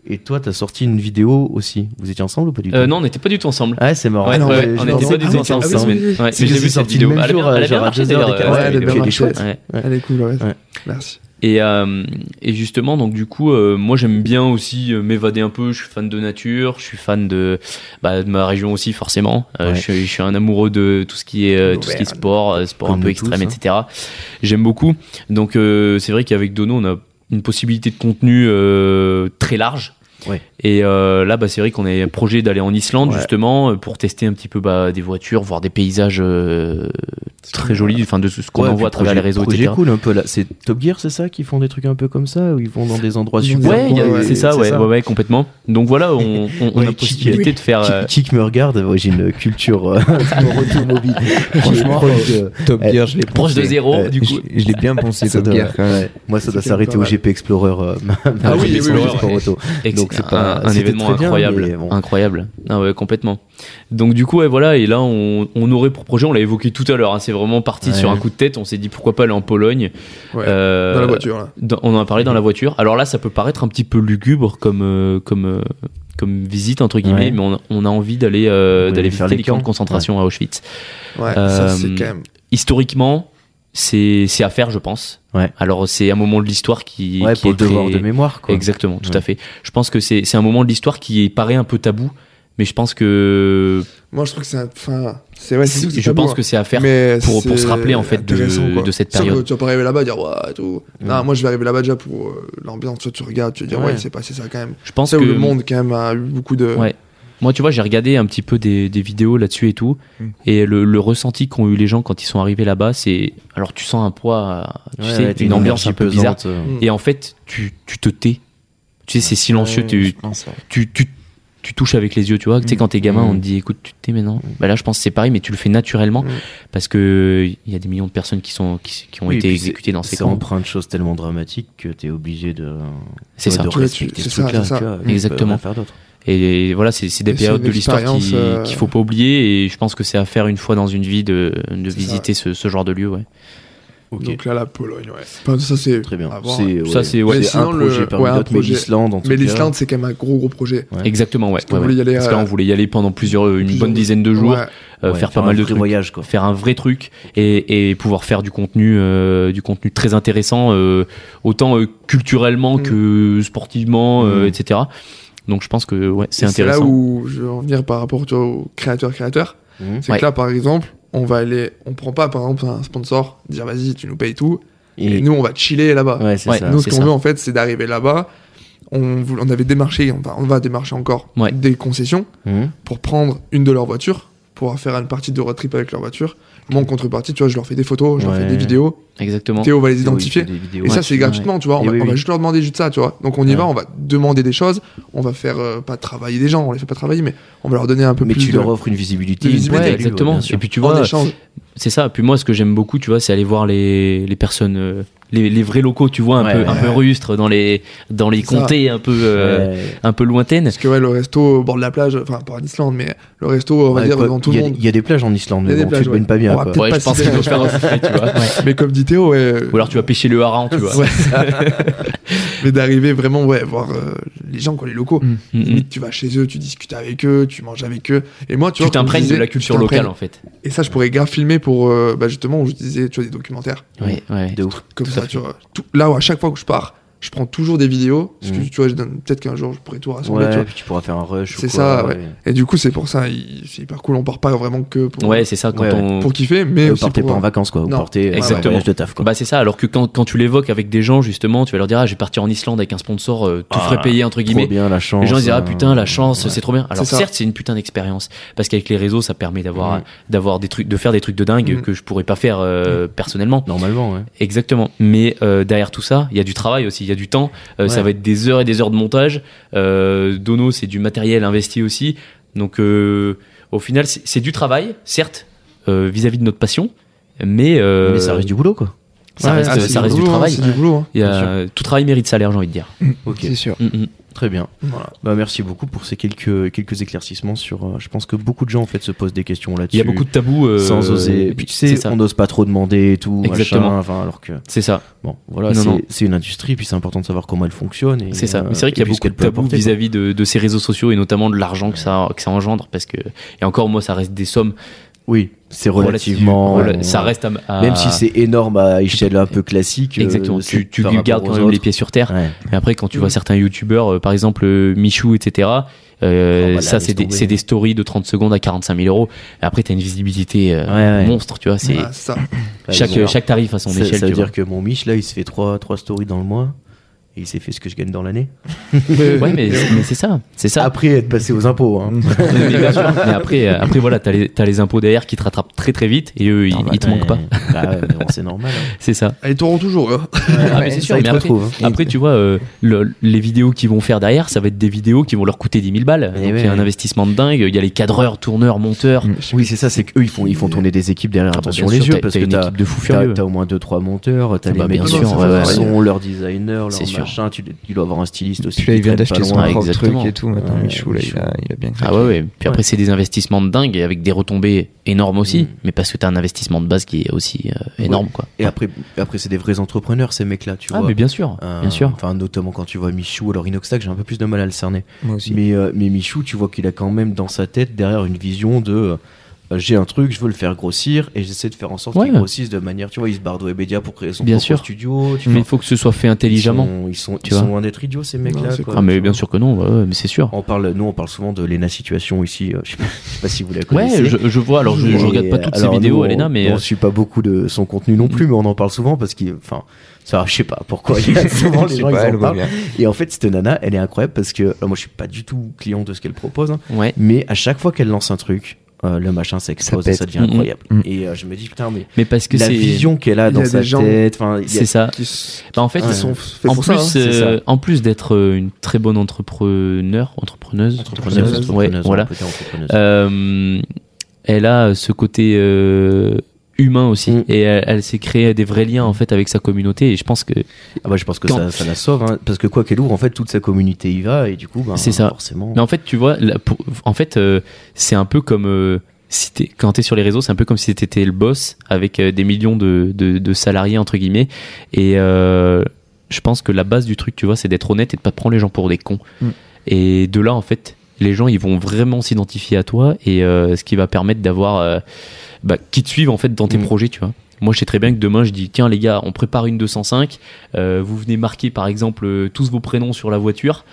A: et toi t'as sorti une vidéo aussi. Vous étiez ensemble ou pas du tout
D: Euh, non, on n'était pas du tout ensemble.
A: Ouais, c'est marrant.
D: Ouais,
B: Ah non,
D: ouais,
B: mais
A: j'ai
D: on
B: non,
D: n'était
A: pensé
D: pas
B: non,
D: du
A: que
D: tout
B: ah,
A: c'était
D: ensemble
B: oui,
D: cette
A: ensemble.
D: semaine.
B: oui, oui.
D: Ouais, mais
A: C'est que
D: j'ai
A: c'est
D: vu cette
A: sorti le
D: vidéo.
A: même
D: Elle a
A: jour,
D: bien-
A: à
D: elle a bien
A: 2 heures
D: marché
A: d'écart.
D: d'ailleurs.
A: Ouais,
D: Elle a
B: elle est
D: bien
B: bien
D: marché.
B: marchée.
D: Ouais.
B: elle est cool ouais.
A: Ouais.
B: merci
D: Et, euh, et justement, donc du coup, euh, moi j'aime bien aussi euh, m'évader un peu. Je suis fan de nature, je suis fan de, bah, de ma région aussi forcément. Euh,
A: Ouais.
D: je, suis, je suis un amoureux de tout ce qui est euh, tout ce qui est
B: L'Auvergne.
D: sport, euh, sport un
A: Comme
D: peu
A: nous
D: extrême,
A: tous, hein.
D: etc. J'aime beaucoup. Donc euh, c'est vrai qu'avec Dono, on a une possibilité de contenu euh, très large.
A: Ouais.
D: Et euh, là, bah, c'est vrai qu'on a un projet d'aller en Islande
A: Ouais.
D: justement euh, pour tester un petit peu bah, des voitures, voir des paysages euh, très jolis, enfin de ce ce qu'on
A: Ouais,
D: en
A: puis
D: voit à travers
A: projet-
D: les réseaux,
A: projet
D: etc.
A: cool un peu là. C'est Top Gear, c'est ça, qui font des trucs un peu comme ça, où ils vont dans des endroits
B: Ils vont
A: super.
D: Ouais,
B: Ouais,
D: il y a-
B: ouais,
D: c'est ça,
B: c'est
D: ouais,
B: ça.
D: ouais, ouais, complètement. Donc voilà, on, on, on
A: Ouais,
D: a
A: qui-
D: possibilité de faire. euh,
A: Qui, qui que me regarde, ouais, j'ai une culture euh, automobile.
C: Franchement,
A: Proche de-
C: Top
A: Eh,
C: Gear, je l'ai
D: proche de
C: poncé.
D: zéro, du coup.
C: Je, je l'ai bien pensé,
A: Ça
C: Top
A: doit-
C: Gear, quand même.
A: ouais. Moi, ça doit
B: C'était
A: s'arrêter
B: pas
A: au
B: mal.
A: GP Explorer. euh, ma- ma
B: Ah
A: connaissance
B: oui, oui, oui,
A: du
B: oui.
A: sport auto.
D: ex-
A: donc c'est
D: un-
A: pas-
D: un,
A: c'était
D: événement
A: très bien,
D: incroyable,
A: mais bon.
D: incroyable. Ah ouais, complètement. Donc du coup, ouais, voilà. Et là, on, on aurait pour projet, on l'a évoqué tout à l'heure. hein, c'est vraiment parti
A: Ouais.
D: sur un coup de tête. On s'est dit pourquoi pas aller en Pologne.
B: Ouais,
D: Euh,
B: dans la voiture là
D: dans- on en a parlé dans la voiture. Alors là, ça peut paraître un petit peu lugubre comme euh, comme euh, comme visite entre guillemets,
A: Ouais.
D: mais on, on a envie d'aller euh,
A: Ouais,
D: d'aller
A: faire
D: visiter
A: les
D: les camps de
A: camps.
D: concentration à Auschwitz.
B: ouais
D: euh,
B: ça c'est quand même
D: Historiquement, c'est c'est à faire, je pense.
A: Ouais.
D: Alors c'est un moment de l'histoire qui
A: Ouais,
D: qui
A: pour
D: est
A: le devoir
D: très-
A: de mémoire, quoi.
D: Exactement, tout
A: Ouais.
D: à fait. Je pense que c'est c'est un moment de l'histoire qui paraît un peu tabou, mais je pense que
B: moi je trouve que c'est un- enfin c'est ouais c'est sûr que c'est
D: je
B: tabou,
D: pense
B: hein.
D: que c'est à faire
B: mais
D: pour- pour se
B: c'est
D: rappeler, en fait, de-
B: intéressant, quoi.
D: de cette
B: Sûr que
D: période.
B: tu vas pas arriver là-bas et dire ouais et tout non
A: Ouais.
B: moi je vais arriver là-bas déjà pour euh, l'ambiance tu vois, tu regardes tu vas dire
A: Ouais.
B: ouais il s'est passé ça quand même
D: Je pense
B: ça
D: que
B: où le monde quand même a eu beaucoup de
D: Ouais. Moi, tu vois, j'ai regardé un petit peu des, des vidéos là-dessus et tout,
C: Mm.
D: et le, le ressenti qu'ont eu les gens quand ils sont arrivés là-bas, c'est alors tu sens un poids, tu
A: Ouais,
D: sais,
A: ouais, t'as
D: une, ambiance un peu bizarre,
A: pesante, euh.
B: Mm.
D: et en fait, tu, tu te tais. Tu sais, c'est silencieux,
C: Ouais,
D: tu,
C: je pense, ouais.
D: tu, tu, tu touches avec les yeux, tu vois. Tu sais, quand t'es gamin,
A: Mm.
D: on te dit écoute, tu te tais maintenant. Bah là, je pense que c'est pareil, mais tu le fais naturellement
B: Mm.
D: parce que il y a des millions de personnes qui, sont, qui, qui ont
A: Oui,
D: été
A: et puis
D: exécutées dans ces
A: C'est
D: camps.
A: empreint de choses tellement dramatiques que t'es obligé de.
D: C'est ça.
A: De
B: Tu vois, tu-
A: respecter
B: c'est
A: ce
B: ça,
A: truc-là,
B: c'est ça.
A: tu vois, ils
D: Exactement.
A: peuvent rien faire d'autre.
D: Et voilà, c'est c'est des
B: Et c'est
D: périodes
B: une
D: de l'histoire qui-
B: expérience,
D: qu'il
B: euh,
D: faut pas oublier et je pense que c'est à faire une fois dans une vie de, de
B: ça,
D: visiter ce, ce genre de lieu, ouais. Ok.
B: Donc là, la Pologne, ouais. Enfin, ça, c'est
A: Très bien.
B: à voir, hein.
A: C'est ouais,
D: Ça, c'est-
A: c'est
D: ouais,
B: c'est
A: un
B: sinon le-
A: projet parmi
B: ouais, un
A: d'autres, mais
B: projet.
A: l'Islande en tout
B: Mais
A: cas.
B: l'Islande, c'est quand même un gros, gros projet.
A: Ouais.
D: Exactement, ouais.
B: qu'on
D: ouais,
B: voulait y
D: ouais.
B: aller,
D: Parce que là,
B: euh,
D: on voulait y aller pendant plusieurs, une
B: plusieurs
D: bonne
B: jours.
D: dizaine de jours,
B: Ouais.
D: euh,
A: Ouais,
D: faire pas mal de
A: un vrai
D: trucs,
A: voyage quoi.
D: faire un vrai truc et, et pouvoir faire du contenu, euh, du contenu très intéressant, euh, autant euh, culturellement
B: Mm.
D: que sportivement, euh,
A: Mm.
D: etc. Donc je pense que ouais, c'est
B: Et
D: intéressant.
B: là où je veux en venir par rapport tu vois, aux créateurs-créateurs.
A: Mhm.
B: C'est
D: Ouais.
B: que là, par exemple, on va aller, on prend pas, par exemple, un sponsor, dire vas-y, tu nous payes tout, et,
A: Et-
B: nous, on va chiller là-bas.
A: Ouais, c'est
D: Ouais,
A: ça.
B: nous, ce
D: c'est
B: qu'on
D: ça.
B: veut, en fait, c'est d'arriver là-bas. On, vou- on avait démarché, on va, on va démarcher encore
D: Ouais.
B: des concessions
A: Mhm.
B: pour prendre une de leurs voitures, pour faire une partie de road trip avec leur voiture. Moi, en contrepartie, tu vois, je leur fais des photos, je leur fais
A: Ouais.
B: des vidéos.
D: Exactement.
B: Théo va les
A: Théo, il
B: identifier.
A: fait des vidéos.
B: Et
A: Ouais.
B: ça, c'est gratuitement, tu vois. On,
A: Et
B: va,
A: oui,
B: on va
A: oui.
B: juste leur demander juste ça, tu vois. Donc, on y
A: Ouais.
B: va, on va demander des choses. On va faire, euh, pas travailler des gens, on les fait pas travailler, mais on va leur donner un peu
A: mais
B: plus
A: tu
B: de...
A: leur offres une visibilité,
B: de
A: une plus-value,
B: visibilité,
D: Ouais,
A: ouais,
D: exactement.
A: bien sûr.
D: et puis tu
B: en
D: vois,
B: échange.
D: c'est ça. Puis moi, ce que j'aime beaucoup, tu vois, c'est aller voir les, les personnes, euh, les, les vrais locaux, tu vois, un
A: Ouais,
D: peu,
A: ouais.
D: un peu rustres dans les, dans les
B: C'est ça.
D: comtés un peu, euh,
A: Ouais.
D: un peu lointaines.
B: Parce que ouais, le resto au bord de la plage, enfin pas en Islande, mais le resto, on va
A: Ouais,
B: dire,
A: quoi,
B: dans tout
A: il y
B: le
A: a-
B: monde.
A: Il y a des plages en Islande,
B: Il y a
A: mais
B: des
A: bon,
B: plages,
A: tu te baignes
B: ouais.
A: pas bien.
B: On va
A: quoi.
B: peut-être
D: Ouais,
B: pas
D: je pense
B: si
D: qu'il
B: bien.
D: faut faire un secret, tu vois.
B: Mais comme dit Théo, ouais,
D: Ou alors tu vas pêcher le hareng, tu vois.
B: Ouais. mais d'arriver vraiment, ouais, voir euh, les gens, quoi, les locaux.
C: Mm.
D: Mm, mm.
B: Limite, tu vas chez eux, tu discutes avec eux, tu manges avec eux. Et moi, tu,
D: Tu
B: vois, comme je
D: t'imprègnes de
B: disais,
D: la
B: tu
D: culture
B: t'imprègnes.
D: locale, hein. en fait.
B: Et ça, je pourrais grave filmer pour, euh, bah, justement, où je disais, tu vois, des documentaires.
D: Ouais, ouais.
A: De ouf.
B: Comme
D: Tout à
B: ça,
D: fait.
B: tu vois. Tout- là, où à chaque fois que je pars, je prends toujours des vidéos. Parce que,
A: Mm.
B: tu vois, je donne- peut-être qu'un jour, je pourrais tout rassembler, tu
A: Ouais,
B: vois.
A: puis tu pourras faire un rush. ou
B: C'est
A: quoi,
B: ça, ouais. Et du coup, c'est pour ça, il- c'est hyper cool. On part pas vraiment que pour,
D: Ouais, c'est ça, quand
A: Ouais, ouais.
D: on.
B: pour kiffer, mais
A: Et Vous
B: aussi
A: partez
B: pour,
A: pas en vacances, quoi. Vous
B: Non.
A: partez euh,
D: Exactement.
A: en voyage de taf, quoi.
D: Bah, c'est ça, alors que quand, quand tu l'évoques avec des gens, justement, tu vas leur dire, ah, j'ai parti en Islande avec un sponsor, euh, tout
A: Ah,
D: frais payé, entre
A: Trop
D: guillemets.
A: bien la chance.
D: Les gens ils disent ah
A: hein.
D: putain la chance
A: Ouais.
D: c'est trop bien. Alors
B: C'est ça.
D: certes c'est une putain d'expérience parce qu'avec les réseaux ça permet d'avoir
A: Mm.
D: d'avoir des trucs de faire des trucs de dingue
B: Mm.
D: que je pourrais pas faire
A: Mm.
D: euh, personnellement.
A: Normalement, ouais.
D: Exactement. Mais euh, derrière tout ça, il y a du travail aussi, il y a du temps. Euh, Ça
A: Ouais.
D: va être des heures et des heures de montage. Euh, Dono, c'est du matériel investi aussi. Donc, euh, au final, c'est c'est du travail, certes, euh, vis-à-vis de notre passion, mais, euh,
A: Mais ça reste du boulot, quoi.
D: ça
B: Ouais,
D: reste,
B: ah, c'est
D: ça reste du
B: boulot, hein,
D: travail.
B: C'est du boulot, hein.
D: Il y a, tout travail mérite salaire, j'ai envie de dire.
A: Ok,
C: C'est sûr.
D: Mm, mm.
A: très bien.
B: Voilà.
A: Bah, merci beaucoup pour ces quelques, quelques éclaircissements sur. euh, je pense que beaucoup de gens en fait se posent des questions là-dessus.
D: Il y a beaucoup de tabous. euh,
A: sans oser. Et puis tu
D: c'est
A: sais,
D: ça.
A: on n'ose pas trop demander et tout.
D: Exactement.
A: machin, enfin, alors que
D: C'est ça.
A: bon, voilà,
D: Non, non.
A: c'est- c'est une industrie, puis c'est important de savoir comment elle fonctionne. et,
D: C'est ça.
A: euh,
D: Mais c'est vrai qu'il
A: et
D: y a
A: puis ce
D: beaucoup de
A: qu'elle peut
D: tabous
A: apporter, quoi.
D: vis-à-vis de, de ces réseaux sociaux et notamment de l'argent que ça, que ça engendre. Parce que, et encore, moi, ça reste des sommes
A: Oui, c'est relativement.
D: relative-
A: euh,
D: ça reste à, à-
A: Même si c'est énorme à échelle un peu classique. euh,
D: Exactement,
A: c'est
D: tu, tu
A: par
D: gardes
A: rapport
D: quand
A: aux
D: même les
A: autres.
D: pieds sur terre.
A: Ouais. Mm.
D: Mais après, quand tu
B: Mhm.
D: vois certains youtubeurs, euh, par exemple euh, Michou, etc., euh,
A: Oh, bah là,
D: ça,
A: laisse
D: c'est des,
A: tomber.
D: c'est des stories de 30 secondes à 45 000 euros. Et après, t'as une visibilité euh,
A: Ouais, ouais.
D: monstre, tu vois. C'est
B: Voilà, ça.
A: Ouais,
D: chaque,
A: ils ont-
D: chaque tarif à son
A: ça,
D: échelle.
A: ça veut
D: tu vois.
A: dire que mon Mich, là, il se fait 3, trois stories dans le mois. Et il s'est fait ce que je gagne dans l'année.
D: Ouais, mais, mais c'est ça. C'est ça.
A: Après être passé aux impôts. hein.
D: mais, bien sûr. Mais après, euh, après, voilà, t'as les, t'as les impôts derrière qui te rattrapent très très vite et eux, ils,
A: Normal.
D: ils te manquent pas.
A: Bah Ah, ouais, mais bon, c'est normal. hein.
D: C'est ça.
B: Ah, Ils t'auront toujours, eux.
D: Ah, mais c'est
A: Ça,
D: sûr,
A: ils
D: mais
A: te
D: après-
A: retrouvent, hein.
D: Après, tu vois, euh, le- les vidéos qu'ils vont faire derrière, ça va être des vidéos qui vont leur coûter 10 000 balles.
A: Eh
D: Donc, il y
A: ouais.
D: a un investissement de dingue. Il y a les cadreurs, tourneurs, monteurs.
C: Mm.
A: Oui, c'est ça, c'est qu'eux, ils font, ils font tourner des équipes derrière.
D: Ah, bah,
A: Attention
D: bien
A: les
D: sûr,
A: yeux,
D: t'as-
A: parce
D: t'as
A: que
D: une
A: t'as
D: équipe de fous
A: t'as-
D: furieux.
A: t'as au moins 2-3 monteurs, t'as
D: Ah,
A: les
D: bah,
A: mecs
D: bien
A: qui
D: sûr,
A: font
D: ouais,
A: leur
D: ouais.
A: son, leur designer, leur
D: C'est sûr.
A: machin. Tu, tu dois avoir un styliste aussi.
C: Puis là, il
A: qui
C: vient
A: traîne pas
C: d'acheter son
A: loin.
C: propre
D: exactement.
C: truc et tout. Maintenant,
A: Ouais,
C: Michou, là, il
A: Michou.
C: a, il a bien craqué.
D: Ah ouais, ouais. Puis après,
A: Ouais.
D: c'est des investissements de dingue avec des retombées énormes aussi.
A: Mm.
D: Mais parce que t'as un investissement de base qui est aussi euh, énorme, quoi.
A: Et après, après c'est des vrais entrepreneurs, ces mecs-là, tu
D: Ah,
A: vois.
D: mais bien sûr,
A: Euh,
D: bien sûr.
A: Enfin, notamment quand tu vois Michou, alors Inoxtag, j'ai un peu plus de mal à le cerner.
C: Moi aussi.
A: Mais, euh, mais Michou, tu vois qu'il a quand même dans sa tête derrière une vision de euh, j'ai un truc, je veux le faire grossir et j'essaie de faire en sorte
D: Ouais.
A: qu'il grossisse de manière. Tu vois, il se barre de Webedia pour créer son
D: Bien
A: propre
D: sûr.
A: studio. Tu
D: Mais
A: vois.
D: il faut que ce soit fait intelligemment.
A: Ils sont, ils sont,
D: tu
A: ils
D: vois.
A: sont loin d'être idiots, ces
B: Non,
A: mecs-là.
B: c'est
A: quoi,
D: Ah, mais
A: tu
D: bien
A: vois.
D: sûr que non, ouais, ouais, mais c'est sûr.
A: On parle, nous, on parle souvent de l'ENA Situation ici. euh, je, sais pas, je sais pas si vous la connaissez.
D: Ouais, je, je vois. Alors, je, je
A: Et,
D: regarde pas
A: euh,
D: toutes ces
A: alors, nous,
D: vidéos,
A: on-
D: Elena, mais.
A: On
D: euh,
A: suit pas beaucoup de son contenu non plus, mais on en parle souvent parce qu'il. Enfin, ça, je sais pas pourquoi. Il y a souvent
C: Je
A: les
C: sais
A: gens
C: pas,
A: qui
C: elle
A: en
C: vaut
A: parlent.
C: bien.
A: Et en fait, cette nana, elle est incroyable parce que. alors, moi, je suis pas du tout client de ce qu'elle propose. hein,
D: Ouais.
A: mais à chaque fois qu'elle lance un truc, euh, le machin s'explose
C: Ça
A: et
C: pète.
A: ça devient
D: Mhm.
A: incroyable.
C: Mhm.
A: Et euh, je me dis, putain, mais
D: Mais parce que
A: la
D: c'est.
A: vision qu'elle a
B: Il y a
A: dans
B: des
A: sa
B: gens-
A: tête, enfin, il y a-
D: C'est ça.
B: Qui s-
D: Bah, en fait,
B: qui
A: Ouais.
B: sont faits
D: en
B: pour
D: plus,
B: ça. hein.
A: c'est
D: euh,
A: ça.
D: en plus d'être euh, une très bonne entrepreneur, entrepreneuse,
A: entrepreneuse,
D: ouais,
A: entrepreneuse,
D: voilà.
A: entrepreneuse, entrepreneuse.
D: euh, elle a ce côté euh, humain aussi,
A: Mm.
D: et elle, elle s'est créée des vrais liens en fait avec sa communauté. Et je pense que
A: Ah bah, je pense que
D: quand-
A: ça, ça la sauve, hein, parce que quoi qu'elle ouvre, en fait, toute sa communauté y va, et du coup, bah,
D: C'est ça.
A: forcément.
D: Mais en fait, tu vois, là, pour- en fait, euh, c'est un peu comme. euh, si t'es- quand t'es sur les réseaux, c'est un peu comme si t'étais le boss avec euh, des millions de, de- de salariés, entre guillemets. Et euh, je pense que la base du truc, tu vois, c'est d'être honnête et de pas prendre les gens pour des cons.
C: Mm.
D: Et de là, en fait, les gens, ils vont vraiment s'identifier à toi et euh, ce qui va permettre d'avoir. euh, bah, qui te suivent, en fait, dans tes
A: Mm.
D: projets, tu vois. Moi, je sais très bien que demain, je dis tiens, les gars, on prépare une 205. euh, vous venez marquer, par exemple, euh, tous vos prénoms sur la voiture.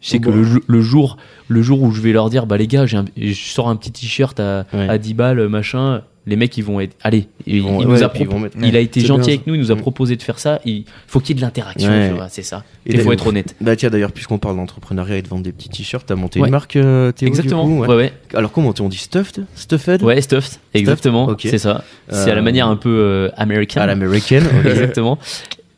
D: Je sais que
B: Bah.
D: le, jo- le jour le jour où je vais leur dire bah les gars j'ai un- je sors un petit t-shirt à,
A: Ouais.
D: à 10 balles machin les mecs ils vont être allez ils-
A: vont-
D: il nous
A: ouais,
D: a
A: puis ils
D: pro-
A: vont mettre-
D: il a été
B: C'est
D: gentil
B: bien,
D: avec nous il nous a
A: Mm.
D: proposé de faire ça il faut qu'il y ait de l'interaction
A: Ouais.
D: tu vois, c'est ça
A: Et
D: et il faut
A: d'ailleurs-
D: être honnête
A: Bah tiens d'ailleurs puisqu'on parle d'entrepreneuriat et de vendre des petits t-shirts, t'as monté
D: Ouais.
A: une marque euh, Théo, du
D: exactement
A: coup, ouais.
D: ouais ouais
A: Alors comment on dit stuffed, stuffed
D: ouais stuffed exactement
A: ok.
D: c'est ça c'est à la
A: Euh,
D: manière un peu euh,
A: à
D: américaine
A: Ah, l'américaine. ok. Eh,
D: exactement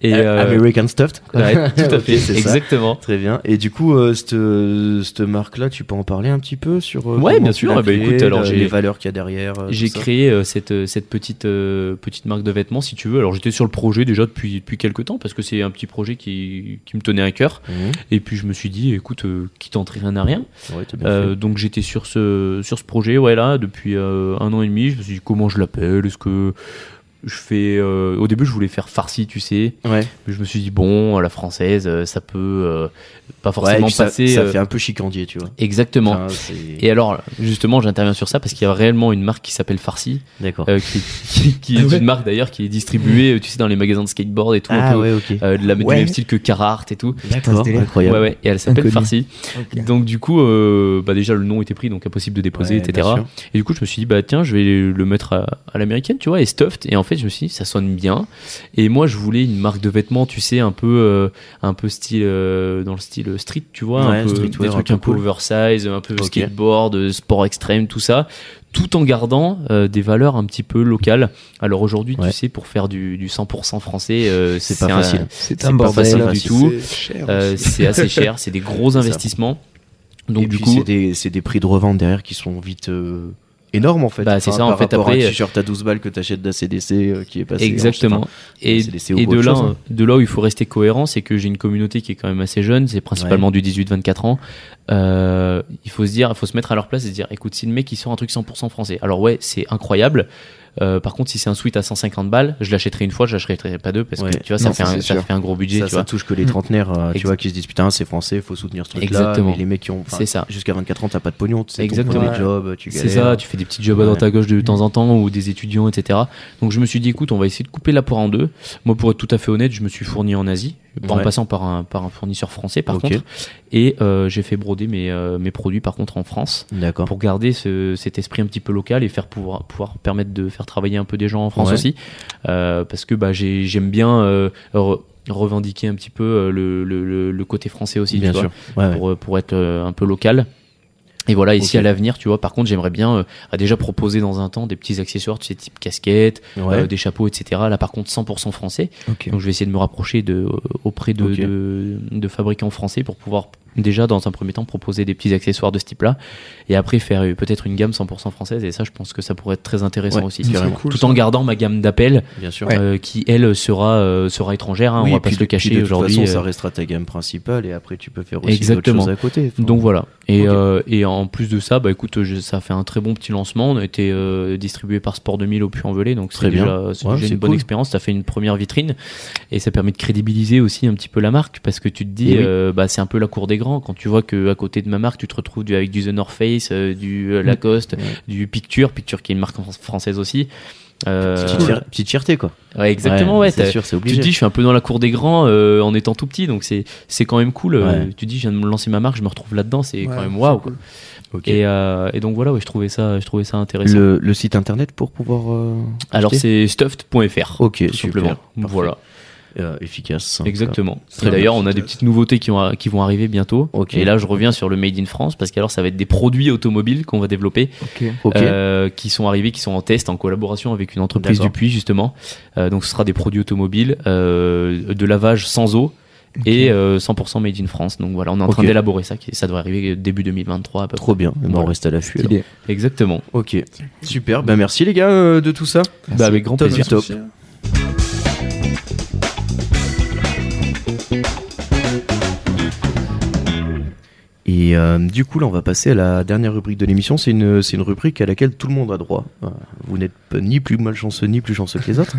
D: et euh,
A: American stuffed.
D: ouais, tout à
A: Ok,
D: fait
A: c'est ça.
D: exactement
A: Très bien. Et du coup, euh, cette, euh, cette marque-là, tu peux en parler un petit peu sur euh,
D: Ouais,
A: comment
D: bien
A: tu
D: sûr.
A: l'as
D: Ah bah,
A: créée,
D: écoute, alors,
A: la-
D: j'ai-
A: les valeurs qu'il y a derrière. euh,
D: J'ai
A: tout ça.
D: créé euh, cette, euh, cette petite, euh, petite marque de vêtements, si tu veux. Alors, j'étais sur le projet déjà depuis, depuis quelques temps, parce que c'est un petit projet qui, qui me tenait à cœur.
A: Mhm.
D: Et puis, je me suis dit, écoute, euh, qui tente rien à rien.
A: Ouais, t'as bien
D: Euh, donc, j'étais sur ce, sur ce projet, ouais, là, depuis euh, un an et demi. Je me suis dit, comment je l'appelle Est-ce que je fais. euh, Au début, je voulais faire farci, tu sais.
A: fait. Ouais.
D: Mais je me suis dit, bon, à la française, euh, ça peut euh, pas
A: Ouais, et
D: forcément
A: puis ça-
D: passer.
A: Ça,
D: euh,
A: fait un peu chicandier, tu vois.
D: Exactement.
A: Enfin, c'est-
D: Et alors, justement, j'interviens sur ça parce qu'il y a réellement une marque qui s'appelle Farsi.
A: D'accord.
D: Euh, qui, qui- qui est une marque d'ailleurs qui est distribuée, euh, tu sais, dans les magasins de skateboard et tout, un
A: ah
D: peu,
A: ouais, ok.
D: euh, de la, du
C: Ouais.
D: même style que Carhartt et tout.
A: D'accord.
C: délire.
A: Incroyable.
D: Ouais, ouais, et elle s'appelle
C: Inconnu.
D: Farsi. Donc du coup, euh, bah déjà le nom était pris, donc impossible de déposer,
A: Ouais,
D: etc.
A: bien sûr.
D: Et du coup, je me suis dit, bah tiens, je vais le mettre à, à l'américaine, tu vois, et stuffed. Et en fait, je me suis dit, ça sonne bien. Et moi, je voulais une marque de vêtements, tu sais, un peu, euh, un peu style, euh, dans le style street, tu vois, un
A: Ouais,
D: peu,
A: streetwear,
D: des trucs
A: un
D: un,
A: peu
D: peu
A: cool.
D: oversize, un peu
A: Ok.
D: skateboard, euh, sport extrême, tout ça, tout en gardant euh, des valeurs un petit peu locales. Alors aujourd'hui,
A: Ouais.
D: tu sais, pour faire du, du 100% français, euh,
A: C'est pas
D: un-
A: facile.
C: C'est
D: c'est
C: un
D: pas facile
C: bordel.
D: du
A: C'est
D: tout.
B: C'est cher
D: Euh,
B: aussi.
D: c'est assez cher, c'est des gros investissements. Donc
A: Et
D: du
A: puis,
D: coup,
A: c'est des, c'est des prix de revente derrière qui sont vite euh, énormes en fait.
D: Bah, c'est
A: Enfin,
D: ça, en
A: par
D: fait,
A: rapport à
D: après-
A: un t-shirt à 12 balles que t'achètes d'ACDC euh, qui est passé.
D: Exactement. Et,
A: c'est laissé au
D: et
A: bout
D: de,
A: autre
D: là,
A: chose, hein.
D: de là où il faut rester cohérent, c'est que j'ai une communauté qui est quand même assez jeune, c'est principalement du 18-24 ans. Euh, il faut se dire, il faut se mettre à leur place et se dire, écoute, si le mec il sort un truc 100% français, alors ouais, c'est incroyable. Euh, par contre, si c'est un suite à 150 balles, je l'achèterai une fois, je l'achèterai pas deux parce
A: Ouais.
D: que tu vois, ça,
C: Non,
D: fait,
C: ça,
D: un,
C: c'est
D: ça
C: sûr.
D: fait un gros budget.
A: Ça,
D: tu
A: ça
D: vois.
A: touche que les trentenaires, euh, tu
D: Ex-
A: vois, qui se disent putain, c'est français, faut soutenir ce truc-là.
D: Exactement.
A: Mais les mecs qui ont, enfin,
D: C'est ça.
A: Jusqu'à 24 ans, t'as pas de pognon, c'est ton
D: Exactement.
A: premier job, tu galères.
D: C'est ça, tu fais des petits jobs à
A: Ouais. Mm.
D: droite à gauche de temps en temps ou des étudiants, etc. Donc je me suis dit, écoute, on va essayer de couper la poire en deux. Moi, pour être tout à fait honnête, je me suis fourni en Asie, en
A: Ouais.
D: passant par un, par un fournisseur français, par
A: Ok.
D: contre. Et euh, j'ai fait broder mes, euh, mes produits, par contre, en France,
A: D'accord.
D: pour garder ce- cet esprit un petit peu local et faire pouvoir, pouvoir permettre de faire travailler un peu des gens en France
A: Ouais.
D: aussi. Euh, parce que bah, j'ai- j'aime bien euh, re- revendiquer un petit peu euh, le, le- le- le côté français aussi,
A: Bien
D: tu vois
A: sûr. Ouais, ouais.
D: pour, euh, pour être euh, un peu local. Et voilà, ici
A: Ok.
D: à l'avenir, tu vois, par contre, j'aimerais bien euh, à déjà proposer dans un temps des petits accessoires, tu sais, type casquette,
A: Ouais.
D: euh, des chapeaux, etc. Là, par contre, 100% français.
A: hein.
C: Ok.
D: Donc, je vais essayer de me rapprocher de, auprès de,
A: Ok.
D: de, de fabricants français pour pouvoir déjà, dans un premier temps, proposer des petits accessoires de ce type-là. Et après, faire euh, peut-être une gamme 100% française. Et ça, je pense que ça pourrait être très intéressant
A: Ouais,
D: aussi.
A: c'est
D: carrément.
B: cool,
D: Tout
B: ça.
D: en gardant ma gamme d'appels,
A: Bien sûr.
D: euh, qui, elle, sera, euh, sera étrangère. hein.
A: Oui,
D: on va
A: puis
D: pas se
A: de-
D: le
A: puis
D: cacher aujourd'hui.
A: De toute façon,
D: euh,
A: ça restera ta gamme principale et après, tu peux faire aussi d'autres
D: Exactement.
A: choses à côté. Enfin,
D: Donc voilà.
A: Ok.
D: Et, euh, et en plus de ça, bah écoute, je- ça a fait un très bon petit lancement. On a été euh, distribué par Sport 2000 au Puy-en-Velay, donc
A: Très
D: c'est
A: bien.
D: déjà, c'est
A: Ouais,
D: déjà
A: c'est
D: une bonne
A: cool.
D: expérience. Ça fait une première vitrine et ça permet de crédibiliser aussi un petit peu la marque parce que tu te dis,
A: Et Eh oui.
D: euh, bah c'est un peu la cour des grands quand tu vois que à côté de ma marque, tu te retrouves du- avec du The North Face, euh, du euh, Lacoste,
A: Mm. Ouais.
D: du Picture, Picture qui est une marque fran- française aussi. Euh,
A: Petite, fier- petite fierté, quoi.
D: ouais, exactement, ouais.
A: c'est
D: t'as-
A: sûr, c'est
D: tu
A: obligé.
D: te dis, je suis un peu dans la cour des grands euh, en étant tout petit, donc c'est c'est quand même cool. euh,
A: Ouais.
D: Tu te dis, je viens de me lancer ma marque, je me retrouve là-dedans, c'est
B: Ouais,
D: quand même
B: c'est
D: waouh.
B: cool.
D: quoi.
A: Ok.
D: Et, euh, et donc voilà, ouais, je trouvais ça, je trouvais ça intéressant.
A: le, le site internet pour pouvoir. euh,
D: Alors
A: acheter
D: c'est stuffed.fr.
A: Ok,
D: tout
A: super,
D: simplement.
A: parfait.
D: Voilà,
A: euh, efficace. simple.
D: exactement.
B: Très
D: Et D'ailleurs,
B: bien.
D: on a des petites nouveautés qui, ont- qui vont arriver bientôt.
A: Ok.
D: Et là, je reviens sur le Made in France parce qu'alors, ça va être des produits automobiles qu'on va développer
C: Ok.
A: Ok.
D: euh, qui sont arrivés, qui sont en test en collaboration avec une entreprise
A: D'accord.
D: du Puy justement. Euh, donc ce sera des produits automobiles, euh, de lavage sans eau et euh, 100% made in France. Donc voilà, on est en train
A: Ok.
D: d'élaborer ça, qui- ça devrait arriver début 2023 à peu près.
A: Trop bien. Eh ben, On
D: Voilà.
A: reste à l'affût. alors.
C: Stylé.
D: Exactement.
A: Ok. Super. Ben merci les gars euh, de tout ça.
D: Bah, avec grand
A: Top
D: plaisir.
A: du top. Et euh, du coup, là, on va passer à la dernière rubrique de l'émission. C'est une, c'est une rubrique à laquelle tout le monde a droit. Euh, Vous n'êtes pas ni plus malchanceux ni plus chanceux que les autres.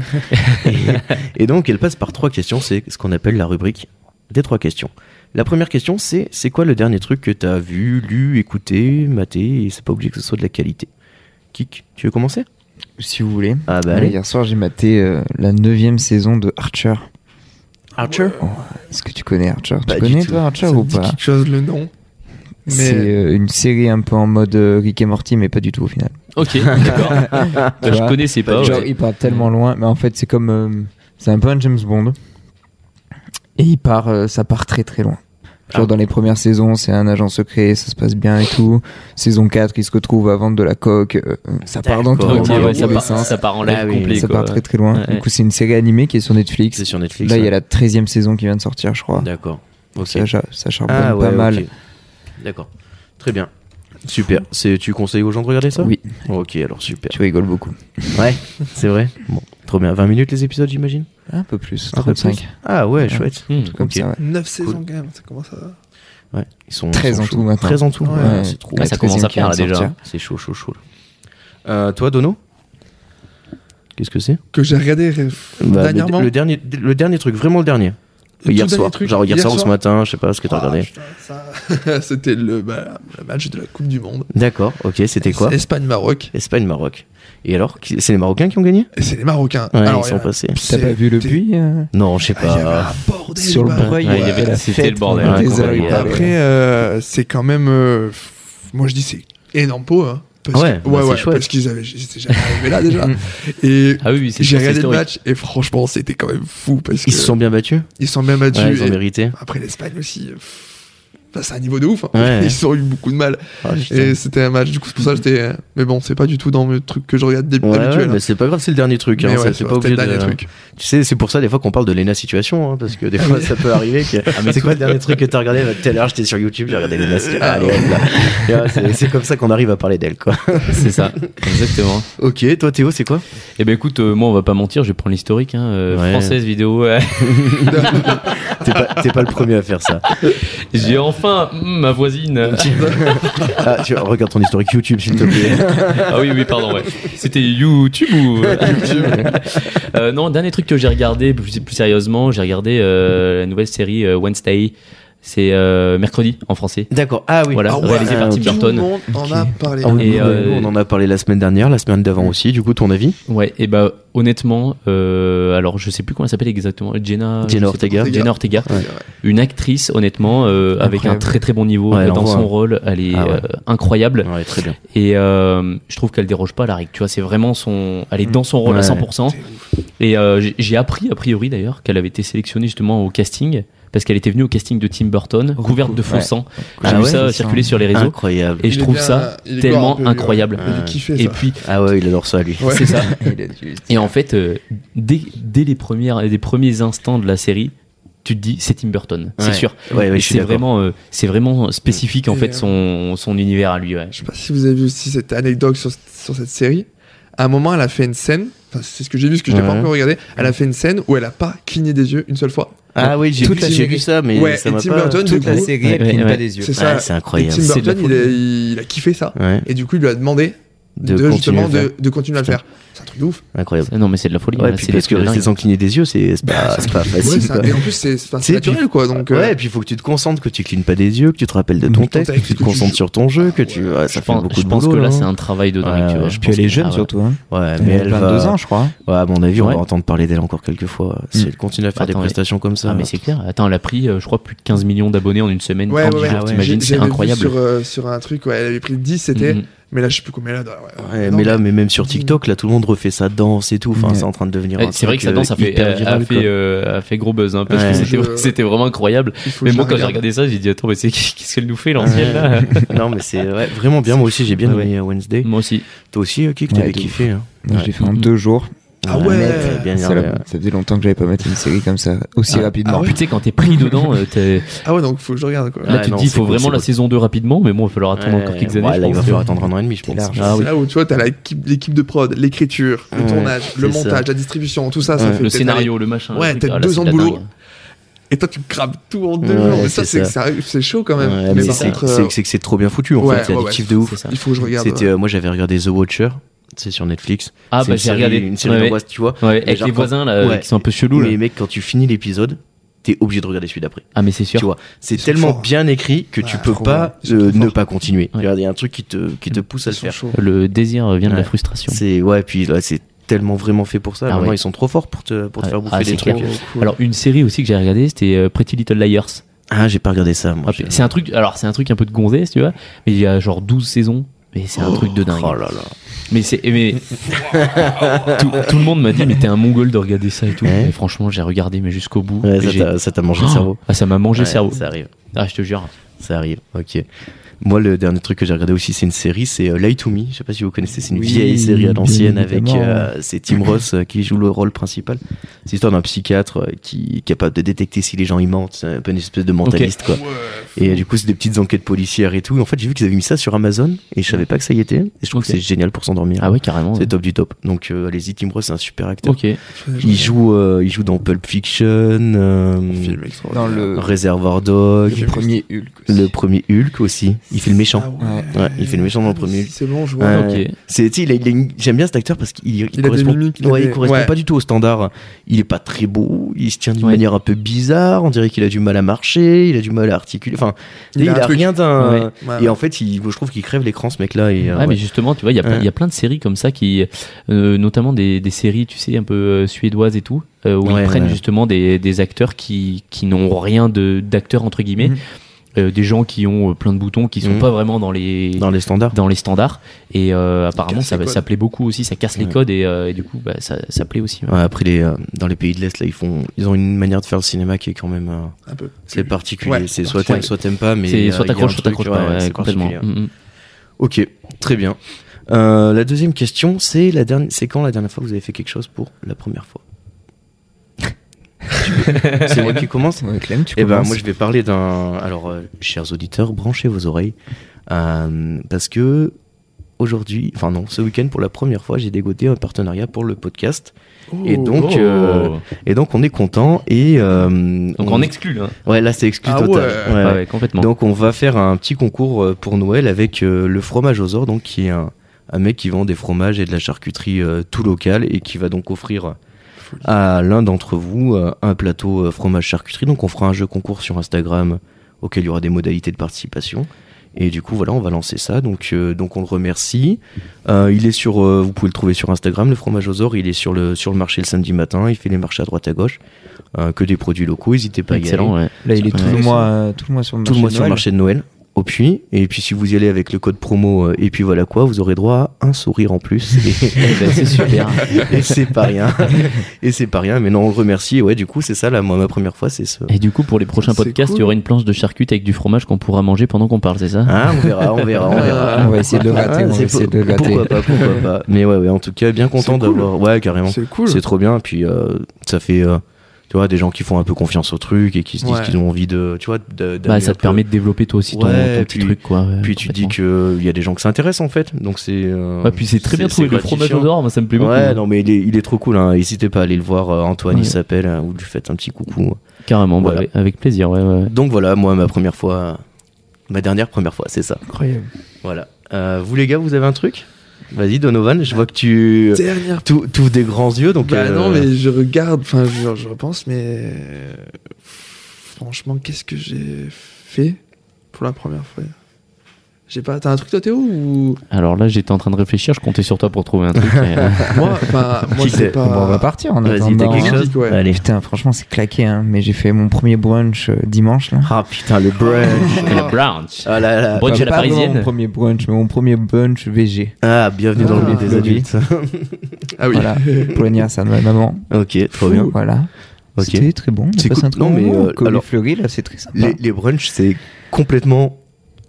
A: et, et donc, elle passe par trois questions. C'est ce qu'on appelle la rubrique des trois questions. La première question, c'est c'est quoi le dernier truc que tu as vu, lu, écouté, maté Et c'est pas obligé que ce soit de la qualité. Kik, tu veux commencer
C: Si vous voulez.
A: Ah bah
C: Ouais,
A: allez.
C: Hier soir, j'ai maté euh, la neuvième saison de Archer. Oh,
A: Archer
C: Est-ce que tu connais Archer
A: Pas
C: Tu
A: du
C: connais
A: tout.
C: toi Archer
B: Ça me
C: ou
B: dit
C: pas
B: quelque chose le nom.
C: C'est
B: Mais
C: euh, une série un peu en mode euh, Rick et Morty, mais pas du tout au final.
D: Ok, d'accord. Bah,
C: Tu
D: je
C: vois
D: connaissais pas.
C: Genre,
D: ouais.
C: il part tellement loin, mais en fait, c'est comme. euh, c'est un peu un James Bond. Et il part, euh, ça part très très loin. Genre,
D: Ah.
C: dans les premières saisons, c'est un agent secret, ça se passe bien et tout. Saison 4, il se retrouve à vendre de la coke. euh, ça part dans tous
A: D'accord.
C: les
D: Ok,
A: Vraiment,
C: dans
D: ouais,
C: tous
D: ça,
C: les
D: part,
C: sens.
D: ça part en live
A: Ah oui,
D: complet.
C: Ça
D: quoi.
C: part très très loin.
D: Ouais, ouais.
C: Du coup, c'est une série animée qui est sur Netflix.
A: C'est sur Netflix.
C: Là, il y
A: ouais.
C: a la 13 e saison qui vient de sortir, je crois.
A: D'accord. Ok.
C: Ça, cha- ça charbonne
A: Ah ouais,
C: pas
A: ok.
C: mal.
A: D'accord. Très bien. Super. C'est, tu conseilles aux gens de regarder ça
C: Oui,
A: Ok, alors super.
C: tu rigoles beaucoup.
A: Ouais, c'est vrai. Bon, trop bien. 20 minutes les épisodes, j'imagine
C: Un peu plus,
A: Un peu plus.
C: 35.
A: Ah ouais,
C: Ouais.
A: chouette.
D: Hmm.
C: Comme
A: Ok.
C: ça, ouais.
B: 9 saisons quand même, ça commence à.
A: Ouais. Ils sont,
C: 13
A: ils sont
C: en
A: chauds.
C: tout maintenant.
A: 13 en tout.
B: Ouais.
A: ouais, c'est trop.
D: Ah,
C: La
D: ça commence
C: 13e
D: à
C: qui vient
D: faire
C: de
D: là, déjà.
C: sortir.
A: C'est chaud, chaud, chaud. là. Euh, toi, Dono Qu'est-ce que c'est
B: Que j'ai regardé ré-
A: Bah, le-
B: dernièrement.
A: le, dernier, le dernier truc, vraiment le dernier.
B: Le
A: hier
B: tout dernier
A: soir.
B: truc,
A: Genre hier,
B: hier
A: soir ou ce
B: soir
A: matin, je sais pas ce que t'as
B: Ah,
A: regardé.
B: putain, ça- C'était le, bah, le match de la Coupe du Monde.
A: D'accord, ok, c'était quoi
B: Espagne-Maroc.
A: Espagne-Maroc. Et alors, qui- c'est les Marocains qui ont gagné
B: Et C'est les Marocains.
A: Ouais,
B: Alors,
A: ils
B: il y
A: sont
B: en a-
A: passés.
C: T'as
B: c'est-
C: pas vu le
B: t'es-
C: puits euh,
A: Non, je sais
B: Ah, il y avait
A: pas.
B: un bordel
C: sur le
B: bas.
C: breuil
D: Ouais,
C: il y avait la
D: c'était
C: fête
D: le bordel, hein, Ah
C: pendant
A: ouais,
C: des
A: qu'on
C: heures, il
A: voyait.
C: parlait.
B: Après, euh, c'est quand même. euh, f- moi, je dis c'est énorme pot. Hein, parce
A: Ah ouais,
B: que-
A: bah, c'est chouette.
B: parce qu'ils avaient, j'étais jamais arrivé là déjà. Et
D: Ah oui, oui, c'est
B: j'ai
D: sûr,
B: regardé
D: c'est
B: le
D: historique.
B: match et franchement, c'était quand même fou parce
A: Ils
B: que
A: se sont bien battus
B: ils sont bien battus.
A: Ouais, ils ont
B: et
A: mérité.
B: après, l'Espagne aussi. euh, bah, c'est un niveau de ouf. hein.
A: Ouais.
B: Ils ont eu beaucoup de mal.
A: Ah, putain.
B: Et c'était un match. Du coup, c'est pour ça que j'étais. euh, Mais bon, c'est pas du tout dans le truc que je regarde d'hab-
A: Ouais, ouais,
B: habituel. hein.
A: mais c'est pas grave, c'est le dernier truc.
B: Mais
A: Hein,
B: ouais,
A: ça,
B: c'est
A: c'est pas
B: vrai,
A: obligé
B: c'était le
A: de-
B: dernier truc.
A: Tu sais, c'est pour ça des fois qu'on parle de l'ENA situation, hein, parce que des fois ça peut arriver que. c'est quoi le dernier truc que t'as regardé Bah, Tout à l'heure, j'étais sur YouTube, j'ai regardé l'ENA situation. Ah, elle est là. Et ouais, c'est- c'est comme ça qu'on arrive à parler d'elle, quoi.
D: C'est ça, exactement.
A: Ok, toi Théo, c'est quoi
D: Eh ben écoute, euh, moi on va pas mentir, je vais prendre l'historique. Hein, euh,
A: Ouais.
D: Française vidéo. ouais.
A: T'es pas, t'es pas le premier à faire ça.
D: J'ai
A: Euh.
D: enfin hmm, ma voisine.
A: Ah, tu, regarde ton historique YouTube, s'il te plaît.
D: ah oui, oui, pardon. Ouais. C'était YouTube ou Euh, Non, dernier truc que j'ai regardé plus, plus sérieusement, j'ai regardé euh, la nouvelle série euh, Wednesday. C'est euh, mercredi en français.
A: D'accord, ah oui.
D: Voilà,
B: Ah ouais,
D: réalisé par
A: ah,
D: Tim
A: ok.
B: Tout le
D: Burton.
B: monde en a parlé.
A: Ah oui,
D: Et,
A: nous,
D: euh,
A: on en a parlé la semaine dernière, la semaine d'avant aussi. Du coup, ton avis
D: Ouais, et bah honnêtement, euh, alors je sais plus comment elle s'appelle exactement, Jenna,
A: Jenna
D: je sais pas
A: Ortega.
D: comment- Jenna Ortega,
B: Ouais.
D: une actrice honnêtement euh, avec un
C: Incroyable.
D: très très bon niveau
A: Ouais, elle
D: dans
A: envoie, hein.
D: son rôle, elle est
A: Ah ouais.
D: euh, incroyable
A: Ouais, très bien.
D: et euh, je trouve qu'elle déroge pas à la règle, tu vois, c'est vraiment son, elle est dans son rôle à
A: Ouais.
D: 100%.
B: C'est ouf.
D: Et euh, j'ai- j'ai appris a priori d'ailleurs qu'elle avait été sélectionnée justement au casting parce qu'elle était venue au casting de Tim Burton, couverte de faux
C: Ouais.
D: sang.
C: Ah
D: J'ai vu
C: ouais,
D: ça
C: c'est
D: circuler
C: ça.
D: sur les réseaux
A: Incroyable.
D: et je
B: Il est
D: trouve
B: bien-
D: ça
B: il est gore un
D: tellement
B: peu, lui, ouais.
D: incroyable.
B: Il est kiffé,
D: Et
B: ça.
D: puis
A: Ah ouais, il adore ça, lui.
B: Ouais.
D: c'est ça.
C: Il a dû-
D: Et en fait, euh, dès, dès les premières, des premiers instants de la série, tu te dis c'est Tim Burton, c'est
A: Ouais.
D: sûr.
A: Ouais, ouais,
D: Et
A: je suis
D: c'est
A: d'accord.
D: vraiment, euh, c'est vraiment spécifique en
B: Et,
D: fait son, son univers à lui. ouais.
B: Je sais pas si vous avez vu aussi cette anecdote sur, sur cette série. À un moment, elle a fait une scène. Enfin, c'est ce que j'ai vu, parce que je l'ai pas
A: Ouais.
B: encore regardé. Elle a fait une scène où elle a pas cligné des yeux une seule fois.
A: Ah oui, j'ai
C: Toute
A: vu,
C: la
A: j'ai
C: série.
A: vu ça, mais
B: ouais,
A: ça
B: et
A: m'a
B: Tim
A: pas...
B: Burton, du
C: Toute
B: coup,
C: la série, elle
D: Ouais,
C: cligne
D: ouais,
C: pas
D: ouais.
C: des yeux.
B: c'est
A: Ouais,
B: ça.
A: c'est
B: et
A: incroyable.
B: Tim
C: C'est de la
B: Burton, il a, il a kiffé ça.
A: Ouais,
B: Et du coup, il lui a demandé de,
A: de, continuer
B: justement
A: à faire. Eh,
B: de, de continuer à le faire. C'est un truc de ouf.
A: Incroyable.
D: Non mais c'est de la folie.
A: Ouais,
D: hein,
A: puis
D: c'est
A: parce que
D: des
A: rester
D: trucs
A: sans cligner des yeux, c'est c'est pas, c'est pas
B: Ouais,
A: facile.
B: c'est un-
A: quoi.
B: et en plus, c'est enfin,
A: Tu sais,
B: c'est naturel, quoi. Donc, euh,
A: ouais, et puis il faut que tu te concentres, que tu clignes pas des yeux, que tu te rappelles de ton
B: Ton
A: texte, que
B: texte,
A: tu te
B: que tu
A: concentres
B: joues.
A: sur ton jeu, que tu.
B: Ouais,
A: ouais, ça
D: je
A: fait
D: pense,
A: beaucoup
D: je
A: de
D: pense
A: boulot,
D: que là
A: hein.
D: c'est un travail de dingue.
A: Ouais,
D: tu vois.
A: ouais,
D: Je
C: Puis
D: pense
C: elle est
D: que-
C: jeune
D: ah ouais.
C: surtout. Hein.
A: Ouais,
C: Elle
A: mais
C: a
A: elle
C: 22
A: va.
C: ans, je crois.
A: Ouais, à mon avis, on
D: Ouais.
A: va entendre parler d'elle encore quelques fois. Si
D: Mm.
A: elle continue à faire
D: Attends,
A: des
D: mais-
A: prestations comme ça.
D: Ah mais c'est clair. Attends, elle a pris, euh, je crois, plus de 15 millions d'abonnés en une semaine.
B: ouais,
D: en
B: ouais,
D: dix
B: ouais.
D: jours, T'imagines,
B: J'ai-
D: c'est
B: j'avais vu
D: incroyable.
B: Sur, euh, sur un truc, ouais, elle avait pris 10, c'était.
D: Mhm.
B: Mais là, je sais plus combien elle a. Ouais,
A: Ouais,
B: non,
A: mais là, mais même sur TikTok, là, tout le monde refait sa danse et tout. Enfin,
C: Ouais.
A: c'est en train de devenir.
D: Ouais,
A: un
D: C'est vrai
A: truc,
D: que sa danse
A: euh,
D: a fait,
A: hyper
D: a- a
A: viral,
D: fait,
A: quoi.
D: euh, a fait gros buzz hein, parce
A: Ouais.
D: que c'était-
B: Je-
D: c'était vraiment incroyable.
B: il faut que
D: Mais
B: je
D: moi
B: la
D: quand j'ai
B: regarde.
D: regardé ça, j'ai dit attends mais c'est qu'est-ce qu'elle nous fait l'ancienne là
A: non, mais c'est ouais, vraiment bien. Moi aussi, j'ai bien
D: Ouais,
A: aimé euh, Wednesday.
D: Moi aussi.
A: Toi aussi, euh, Kik,
C: Ouais,
A: t'avais
C: de
A: kiffé. hein.
C: Moi, Je l'ai fait en
D: Mhm.
C: deux jours.
B: Ah ouais.
A: t'avais bien
C: Ça,
A: aimé,
C: l'a-
A: ouais.
C: ça faisait longtemps que j'avais pas mettre une série comme ça, aussi
D: Ah,
C: rapidement.
D: Puis tu sais, quand t'es pris dedans, euh, t'es-
B: Ah ouais, donc faut que je regarde, quoi.
D: là
A: Ouais,
D: tu te
A: non,
D: dis, il
A: c'est
D: faut
A: cool,
D: vraiment
A: c'est
D: la
A: cool.
D: saison 2 rapidement, mais bon, il va falloir attendre
A: Ouais,
D: encore quelques
A: ouais,
D: années.
A: là,
D: je
A: il va
D: pense.
A: falloir attendre un an et demi, je
C: T'es
A: pense.
C: large.
D: Ah
B: c'est
D: oui.
B: là où tu vois, t'as la- l'équipe de prod, l'écriture, le
A: Ouais,
B: tournage, le
A: c'est ça.
B: montage, la distribution, tout ça. ça
A: Ouais.
B: fait
D: Le
B: peut-être
D: scénario, le machin.
B: Ouais,
D: le truc,
B: peut-être
D: ah, là,
B: deux
D: c'est
B: ans
D: la
B: de boulot.
D: dingue.
B: Et toi, tu crames tout en deux
A: Ouais,
B: jours. Mais ça,
A: c'est
B: c'est
A: ça.
B: que ça- c'est chaud quand même.
A: Ouais,
B: mais
A: mais
B: par
A: c'est
B: contre,
A: c'est-
B: euh,
A: c'est que c'est trop bien foutu en
B: ouais,
A: fait, il y a
B: ouais,
A: des
B: ouais,
A: kiffs de ouf.
D: c'est ça.
B: il faut que je regarde.
A: C'était,
B: ouais.
A: euh, moi j'avais regardé The Watcher, c'est sur Netflix.
D: Ah,
A: C'est
D: bah
A: une
D: j'ai
A: série-
D: regardé.
A: une série
D: Ouais,
A: d'angoisse, tu vois.
D: ouais, avec
A: genre,
D: les
A: quand-
D: voisins là,
A: Ouais.
D: qui sont un peu chelous. là.
A: Mais mec, quand tu finis l'épisode, t'es obligé de regarder celui d'après.
D: Ah, mais c'est sûr.
A: Tu vois, c'est
B: Ils sont
A: tellement
B: forts.
A: bien écrit que tu
B: Ouais,
A: peux
B: trop
A: pas
B: bien. Ils sont
A: euh,
B: trop
A: ne
B: forts.
A: pas continuer.
D: Ouais.
A: Il y a- il y a un truc qui te, qui te pousse à
B: Ils
A: le
B: sont
A: faire.
B: chauds.
D: Le désir vient de la
A: Ouais.
D: frustration.
A: C'est ouais, puis là, c'est tellement vraiment fait pour ça.
D: Ah
A: Vraiment,
D: ouais.
A: ils sont trop forts pour te, pour te
D: Ah,
A: faire bouffer
D: ah,
A: des
D: c'est
A: trucs.
D: clair.
B: Cool.
D: Alors une série aussi que j'ai regardée, c'était euh, Pretty Little Liars.
A: Ah, j'ai pas regardé ça. Moi,
D: Ah,
A: j'ai-
D: c'est un truc, alors c'est un truc un peu de gonzesse, tu vois, mais il y a genre 12 saisons, mais c'est un truc de dingue.
A: Oh là là.
D: Mais c'est, mais tout, tout le monde m'a dit, mais t'es un mongol de regarder ça et tout.
A: Ouais.
D: Mais franchement, j'ai regardé, mais jusqu'au bout.
A: Ouais,
D: et
A: ça
D: j'ai-
A: t'a- ça t'a mangé le
D: Oh
A: cerveau.
D: Ah, ça m'a mangé
A: Ouais,
D: le cerveau.
A: Ça arrive.
D: Ah, je te jure.
A: Ça arrive. Ok. Moi, le dernier truc que j'ai regardé aussi, c'est une série, c'est euh, Lie to Me. Je sais pas si vous connaissez, c'est une
C: Oui,
A: vieille série à l'ancienne
C: bien
A: avec
C: évidemment.
A: euh, c'est Tim Ross euh, qui joue le rôle principal. C'est l'histoire d'un psychiatre euh, qui est capable de détecter si les gens y mentent. C'est un peu une espèce de mentaliste quoi. Et euh, du coup, c'est des petites enquêtes policières et tout. En fait, j'ai vu qu'ils avaient mis ça sur Amazon et je savais pas que ça y était. Et je trouve
D: Ok.
A: que c'est génial pour s'endormir.
D: Ah ouais, carrément.
A: C'est top du top. Donc euh, allez-y, Tim Ross, c'est un super acteur.
D: Ok.
A: Il joue, euh, il joue dans Pulp Fiction, euh,
B: Film
C: Dans
B: extraordinaire.
C: le,
A: Reservoir Dog,
B: Le
C: premier Hulk. aussi.
A: le premier Hulk aussi. Il fait le méchant.
B: Ah ouais.
A: Ouais, il fait le méchant dans le premier.
B: C'est bon, je
A: Ouais.
B: vois.
D: Ok.
A: C'est, tu sais, il a- il a une- j'aime bien cet acteur parce qu'il il
B: Il a des
A: correspond,
B: mimiques, il a
A: ouais, il
B: des-
A: correspond
B: ouais.
A: pas du tout au standard. Il est pas très beau, il se tient d'une
D: Ouais.
A: manière un peu bizarre. On dirait qu'il a du mal à marcher, il a du mal à articuler. Enfin, il, a,
B: un truc.
A: rien d'un.
B: Ouais.
A: Et en fait, il, je trouve qu'il crève l'écran ce mec-là. Et, euh,
D: Ah,
A: ouais.
D: mais justement, tu vois, il y a plein- il y a plein de séries comme ça qui, euh, notamment des, des séries, tu sais, un peu euh, suédoises et tout, euh, où
A: Ouais,
D: ils prennent
A: ouais.
D: justement des, des acteurs qui, qui n'ont rien de- d'acteur entre guillemets,
C: Mhm.
D: Euh, des gens qui ont euh, plein de boutons, qui sont
A: Mhm.
D: pas vraiment dans les
A: Dans les standards.
D: dans les standards. Et euh, apparemment,
B: Casse
D: ça,
B: les
D: ça plaît beaucoup aussi, ça casse les
A: Ouais.
D: codes et, euh, et du coup, bah, ça, ça plaît aussi.
A: Ouais, après, les, euh, dans les pays de l'Est, là, ils, font, ils ont une manière de faire le cinéma qui est quand même. euh,
B: Un peu.
A: c'est particulier.
B: Ouais,
A: c'est
B: c'est
A: soit t'aimes,
D: particulier.
A: soit t'aimes pas. Mais
D: C'est
A: euh,
D: soit
A: il y a un
D: t'accroches, soit
A: truc,
D: t'accroches
A: ouais,
D: pas, ouais,
A: c'est hein.
D: complètement.
A: particulier.
D: Mhm.
A: Ok, très bien. Euh, la deuxième question, c'est la dernière. C'est quand la dernière fois que vous avez fait quelque chose pour la première fois C'est moi qui commence.
C: Ouais, Clem, tu
A: Eh ben,
C: commences.
A: moi, je vais parler d'un. Alors, euh, chers auditeurs, branchez vos oreilles, euh, parce que aujourd'hui, enfin non, ce week-end pour la première fois, j'ai dégoté un partenariat pour le podcast, et donc,
D: Oh.
A: euh, et donc on est content et euh,
D: donc on exclut. Hein.
A: Ouais, là, c'est exclu
B: Ah
A: total.
B: ouais.
A: Ouais,
D: Ah
A: ouais.
D: ouais, complètement.
A: Donc on va faire un petit concours euh, pour Noël avec euh, le fromage aux ors, donc qui est un, un mec qui vend des fromages et de la charcuterie euh, tout local et qui va donc offrir à l'un d'entre vous euh, un plateau euh, fromage charcuterie. Donc on fera un jeu concours sur Instagram auquel il y aura des modalités de participation. Et du coup voilà, on va lancer ça. Donc euh, donc on le remercie. Euh, il est sur, euh, vous pouvez le trouver sur Instagram, le fromage aux ors. Il est sur le sur le marché le samedi matin. Il fait les marchés à droite à gauche, Euh, que des produits locaux. N'hésitez pas à y aller.
D: Excellent. ouais.
C: Là, il est tout,
D: Ouais,
C: le
D: c'est-
C: mois, euh, tout le mois sur le
A: Tout le mois
C: marché.
A: sur le marché de Noël, au puits. Et puis si vous y allez avec le code promo, euh, et puis voilà quoi, vous aurez droit à un sourire en plus. Et,
D: Eh ben, c'est super.
A: et c'est pas rien. Et c'est pas rien. Mais non, on le remercie. Et ouais, du coup, c'est ça, là, moi, ma première fois, c'est ce.
D: Et du coup, pour les prochains
B: C'est
D: podcasts, il y
B: cool.
D: aura une planche de charcutes avec du fromage qu'on pourra manger pendant qu'on parle, c'est ça
A: Hein, on verra, on verra, on verra.
C: On va essayer de le rater,
A: Ah,
C: on va
A: c'est
C: essayer
A: pour-
C: de le rater.
A: Pourquoi pas, pourquoi pas. Mais ouais, ouais, en tout cas, bien content
B: C'est cool.
A: d'avoir. Ouais, carrément.
B: C'est cool.
A: C'est trop bien. Puis euh, ça fait. euh, tu vois, des gens qui font un peu confiance au truc et qui se disent
B: Ouais.
A: qu'ils ont envie de. Tu vois, de-
D: Bah,
A: d'amener
D: ça
A: un
D: te
A: peu-
D: permet de développer toi aussi ton,
A: Ouais,
D: ton petit
A: puis-
D: truc, quoi. ouais,
A: Puis tu dis
D: complètement.
A: qu'il y a des gens que ça intéresse en fait. Donc c'est. euh,
D: Ouais, puis c'est très bien trouvé le fromage
A: gratifiant.
D: au dehors, moi ça me plaît beaucoup.
A: Ouais, non, mais il est, il est trop cool. hein. N'hésitez pas à aller le voir. euh, Antoine,
D: Ouais.
A: il s'appelle. euh, Vous lui faites un petit coucou.
D: Carrément, bah,
A: Voilà.
D: avec- avec plaisir, ouais, ouais.
A: Donc voilà, moi, ma première fois. euh, Ma dernière première fois, c'est ça.
C: Incroyable.
A: Voilà. Euh, vous, les gars, vous avez un truc Vas-y, Donovan, je vois que tu.
B: Dernière
A: Tout, tout des grands yeux. Donc,
B: Bah
A: euh,
B: non, mais je regarde, enfin, je, je repense, mais euh, franchement, qu'est-ce que j'ai fait pour la première fois J'ai pas. T'as un truc, toi, Théo ou...
D: Alors là, j'étais en train de réfléchir, je comptais sur toi pour trouver un truc. mais, euh,
B: Moi, enfin, moi,
A: Qui
B: j'ai
A: c'est
B: pas.
C: Bon, on va partir en
A: Vas-y, t'as
C: attendant.
A: quelque
C: hein.
A: chose
B: Musique, ouais.
A: Allez.
C: Putain, franchement, c'est claqué, hein. Mais j'ai fait mon premier brunch euh, dimanche, là.
A: Ah putain, le brunch.
D: la brunch.
A: Ah là là.
D: Brunch
C: Enfin,
D: à la
C: pas vraiment
D: parisienne.
C: Mon premier brunch, mais mon premier brunch VG.
A: Ah, bienvenue dans le milieu
B: Ah,
A: des adultes.
B: Ah oui.
C: Voilà, pour l'anniversaire de ma maman.
A: ok, trop bien.
C: Voilà.
A: Ok.
C: C'était très bon.
A: C'est
C: C'est
A: cool.
C: un
A: Non,
C: non,
A: mais,
C: mais
A: euh, alors-
C: fleuri, là, c'est très sympa.
A: Les, les brunchs, c'est complètement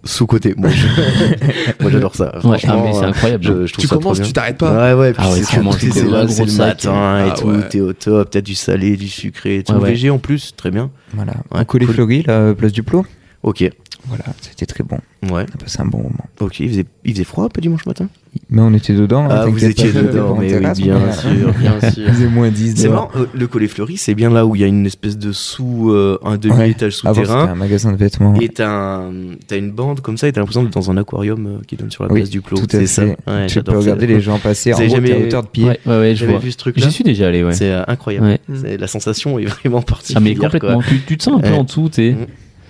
A: sous-côté. Moi, je- moi, j'adore ça.
D: Ouais, ah,
A: Franchement,
D: mais c'est
A: euh,
D: incroyable.
A: je, je trouve
B: tu
A: ça trop
B: commences,
A: bien.
B: tu t'arrêtes pas.
A: Ouais, ouais, puis
D: Ah ouais,
A: c'est
D: tu manges
A: surtout,
D: des
A: c'est
D: gros
A: là, c'est le
D: sacs,
A: matin
B: hein.
A: et
B: Ah
A: tout,
B: ouais.
A: t'es au top, t'as du salé, du sucré, et tout.
D: Ouais, ouais.
A: VG en plus, très bien.
C: Voilà.
A: Ouais,
C: Au collet
A: cool.
C: fleuri, là, place du plot.
A: Ok,
C: Voilà, c'était très bon.
A: ouais,
C: On a passé un bon moment.
A: ok. Il faisait, il faisait froid un peu dimanche matin
C: Il- Mais on était dedans.
A: Ah,
C: hein,
A: vous
C: t'inquiète
A: étiez
C: pas, t'étais
A: dedans,
C: pas en
A: mais oui,
C: terrasse,
A: bien
C: on est-
A: sûr, bien sûr.
C: Il faisait moins 10
A: C'est
C: dehors.
A: marrant, euh, le collet fleuri, c'est bien là où il y a une espèce de sous, euh, un
C: Ouais.
A: demi-étage
C: Avant,
A: souterrain.
C: c'était un magasin de vêtements.
A: Et t'as un- t'as une bande comme ça et t'as l'impression d'être dans un aquarium euh, qui donne sur la
C: Oui,
A: place du clos.
C: Tout à
A: C'est
C: fait.
A: ça. Ouais,
C: tu
A: j'adore
C: peux
A: ça.
C: regarder les gens passer en
A: Vous avez
C: haut, t'es à
A: jamais-
C: hauteur de pied.
D: Ouais, ouais, ouais, je
A: J'avais
D: vois.
A: vu ce truc-là.
D: J'y suis déjà allé, ouais.
A: C'est euh, incroyable.
D: Ouais.
A: C'est- La sensation est vraiment particulière.
D: Ah, mais complètement. Tu, tu te sens un peu
A: Ouais.
D: en dessous, t'es.
A: quoi.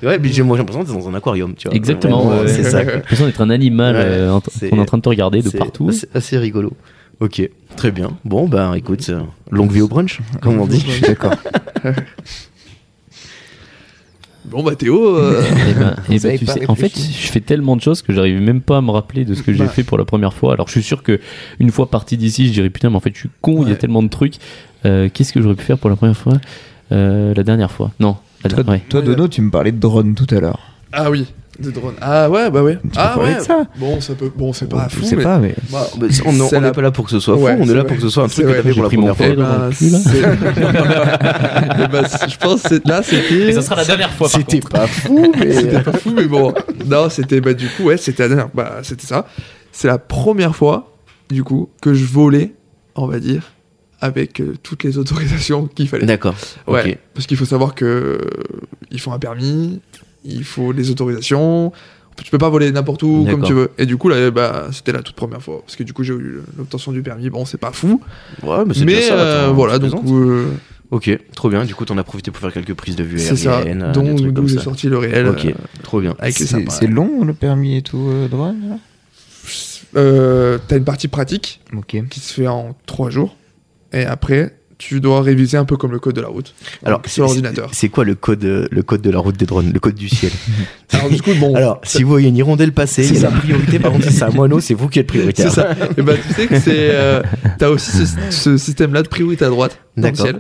A: Ouais, mais j'ai moi, j'ai l'impression d'être dans un aquarium, tu vois.
D: Exactement,
A: Vraiment,
D: ouais.
A: C'est ça. quoi.
D: T'as l'impression d'être un animal
A: Ouais,
D: euh, en-
A: c'est-
D: qu'on est en train de te regarder de
A: C'est
D: partout.
A: assez- assez rigolo. Ok, très bien. Bon, bah écoute, euh, longue vie au brunch, comme on dit.
C: Je suis d'accord.
B: Bon bah Théo, euh,
D: Eh ben, eh
C: Vous
D: ben,
C: avez
D: tu
C: pas
D: sais, en fait,
C: réfléchi.
D: je fais tellement de choses que j'arrive même pas à me rappeler de ce que j'ai
B: Bah.
D: fait pour la première fois. Alors, je suis sûr que une fois parti d'ici, je dirais putain, mais en fait, je suis con. Il y a
B: Ouais.
D: tellement de trucs. Euh, Qu'est-ce que j'aurais pu faire pour la première fois Euh, La dernière fois Non. La
C: Toi,
D: dernière- ouais.
C: toi, Dono, tu me parlais de drone tout à l'heure.
B: ah oui, de drone. Ah ouais, bah ouais.
C: Tu
B: Ah
C: peux parler
B: ouais.
C: de ça
B: Bon, ça peut bon, c'est pas
C: Je
B: fou
C: sais
B: mais
C: pas, mais.
B: bah,
A: Bah, on on
B: C'est
A: n'est
B: la-
A: pas là pour que ce soit faux,
B: Ouais,
A: on est
B: c'est
A: là
B: vrai.
A: pour que ce soit un truc
B: C'est
A: que t'as
B: vrai.
A: fait pour la
D: J'ai pris mon
A: première fois.
D: feu. dans
B: ben,
D: le cul, là.
B: c'est- Eh ben, c'est- je pense que c'est- là c'était.
D: Mais ça sera la dernière fois. par
A: C'était
D: contre.
A: pas fou, mais.
B: C'était pas fou, mais bon. Non, c'était bah, du coup, ouais, c'était la dernière. Bah, c'était ça. C'est la première fois, du coup, que je volais, on va dire, avec euh, toutes les autorisations qu'il fallait.
A: D'accord.
B: Ouais,
A: Ok.
B: parce qu'il faut savoir que euh, il faut un permis, il faut les autorisations. Tu peux pas voler n'importe où comme
A: D'accord.
B: tu veux. Et du coup, là, bah, c'était la toute première fois. Parce que du coup, j'ai eu l'obtention du permis. Bon, c'est pas fou.
A: Ouais, mais Bah, c'est
B: Mais
A: déjà ça, hein,
B: euh,
A: attends,
B: voilà,
A: tu
B: donc
A: plaisantes.
B: euh,
A: Ok, trop bien. Du coup, t'en as profité pour faire quelques prises de vue
B: c'est ça.
A: aériennes, euh, des
B: Donc,
A: trucs
B: d'où
A: comme
B: j'ai
A: ça.
B: sorti le réel.
A: Ok,
B: euh,
A: trop bien.
B: avec les
C: C'est
B: sympas.
C: c'est long le permis et tout, euh, drone là
B: Euh, T'as une partie pratique
C: Ok.
B: qui se fait en trois jours. Et après, tu dois réviser un peu comme le code de la route.
A: Alors,
B: Donc, sur
A: c'est-
B: l'ordinateur.
A: C'est quoi le code, euh, le code de la route des drones, le code du ciel
B: Alors, du coup, bon.
A: Alors, si vous voyez une hirondelle passer,
B: C'est
A: il y a
B: ça.
A: la priorité, par contre, si c'est un moineau, c'est vous qui êtes prioritaire.
B: C'est ça. Et bah, tu sais que c'est. euh, t'as aussi ce, ce système-là de priorité à droite dans le
A: D'accord.
B: ciel.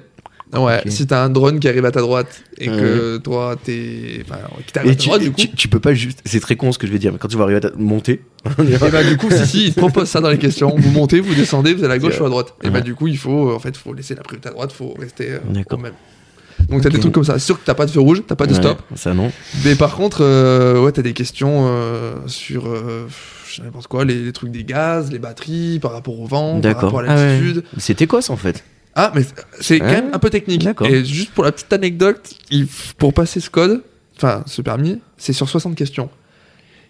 B: Ouais,
C: Ok.
B: si t'as un drone qui arrive à ta droite et
A: Ouais.
B: que toi t'es. Enfin, qui t'arrive à
A: Et
B: ta
A: tu,
B: droite, du coup.
A: tu, tu peux pas juste. C'est très con ce que je vais dire, mais quand tu vas arriver à ta- monter.
B: Et bah, du coup, si, si, ils te proposent ça dans les questions. Vous montez, vous descendez, vous allez à gauche ou à droite. Et bah,
A: Ouais.
B: du coup, il faut. euh, En fait, faut laisser la priorité à droite, faut rester euh, au
A: D'accord.
B: même. Donc, t'as
A: Ok.
B: des trucs comme ça. C'est sûr que t'as pas de feu rouge, t'as pas de
A: Ouais,
B: stop.
A: Ça, non.
B: Mais par contre, euh, ouais, t'as des questions euh, sur euh, je sais n'importe quoi, les, les trucs des gaz, les batteries, par rapport au vent, par
A: D'accord.
B: rapport à
C: Ah ouais.
B: l'altitude.
A: C'était quoi, ça, en fait
B: Ah, mais c'est- c'est quand
A: Ah,
B: même un peu technique.
A: d'accord.
B: Et juste pour la petite anecdote, il f- pour passer ce code, enfin ce permis, c'est sur 60 questions.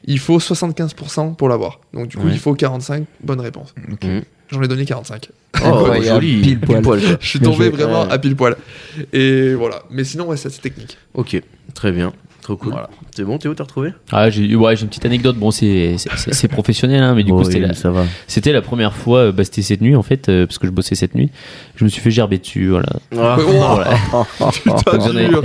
B: Il faut 75% pour l'avoir. Donc du coup,
A: Ouais.
B: il faut 45 bonnes réponses.
C: Ok.
A: Mmh.
B: J'en ai donné 45.
A: Oh,
C: Incroyable, pile poil.
A: quoi.
B: Je suis
C: Bien
B: tombé
C: joué.
B: vraiment
A: Ouais.
B: à pile poil. Et voilà. Mais sinon, ouais, ça, c'est technique.
A: Ok, très bien. Trop cool.
B: Voilà.
A: C'est bon, Théo, t'as retrouvé
D: Ah, j'ai ouais, j'ai une petite anecdote. Bon, c'est c'est- c'est- c'est professionnel, hein,
A: Oh,
D: mais du coup, c'était la,
A: ça va.
D: C'était la première fois, euh, bah, c'était cette nuit en fait, euh, parce que je bossais cette nuit. Je me suis fait gerber dessus, voilà.
A: Ah.
B: Ah.
A: Oh,
D: Voilà,
B: Putain,
D: J'en ai-
B: dur.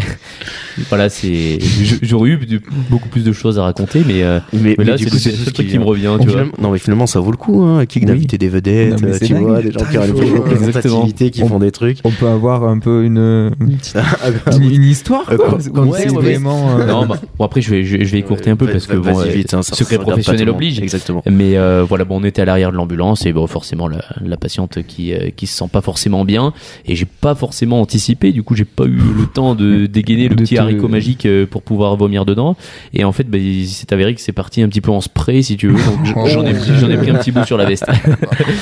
D: Voilà, c'est. je- J'aurais eu de- beaucoup plus de choses à raconter, mais, euh,
A: Mais,
D: mais là,
A: du
D: c'est
A: coup,
D: le seul
A: ce
D: truc qui me revient, tu vois.
A: Finalement- non mais finalement ça vaut le coup hein, kick d'inviter des vedettes
C: Non, mais
A: euh,
C: c'est
A: tu
C: dingue.
A: vois des gens qui
B: Putain,
A: ont
B: il
A: une
B: faut-
A: représentativité qui
C: On-
A: font des trucs
C: On peut avoir un peu une, une, petite-
A: Ah, bah,
C: une- une histoire
A: Euh,
C: quoi
A: comme-
C: Ou
A: comme
C: c'est
A: c'est-
C: vraiment. euh,
D: Non, bah, bon, après, je vais, je, je vais écourter un peu
A: Ouais,
D: parce que
A: vas-
D: bon,
A: vas-y
D: euh,
A: vite, hein, ça- ça
D: secret
A: regarde pas
D: professionnel
A: tout le monde.
D: oblige.
A: exactement
D: Mais euh, voilà, bon, on était à l'arrière de l'ambulance et bon, forcément la, la patiente qui euh, qui se sent pas forcément bien et j'ai pas forcément anticipé. Du coup, j'ai pas eu le temps de dégainer le
C: De
D: petit
C: te-
D: haricot magique euh, pour pouvoir vomir dedans. Et en fait, bah, il s'est avéré que c'est parti un petit peu en spray, si tu veux. Donc j- j'en ai pris- j'en ai pris un petit bout sur la veste.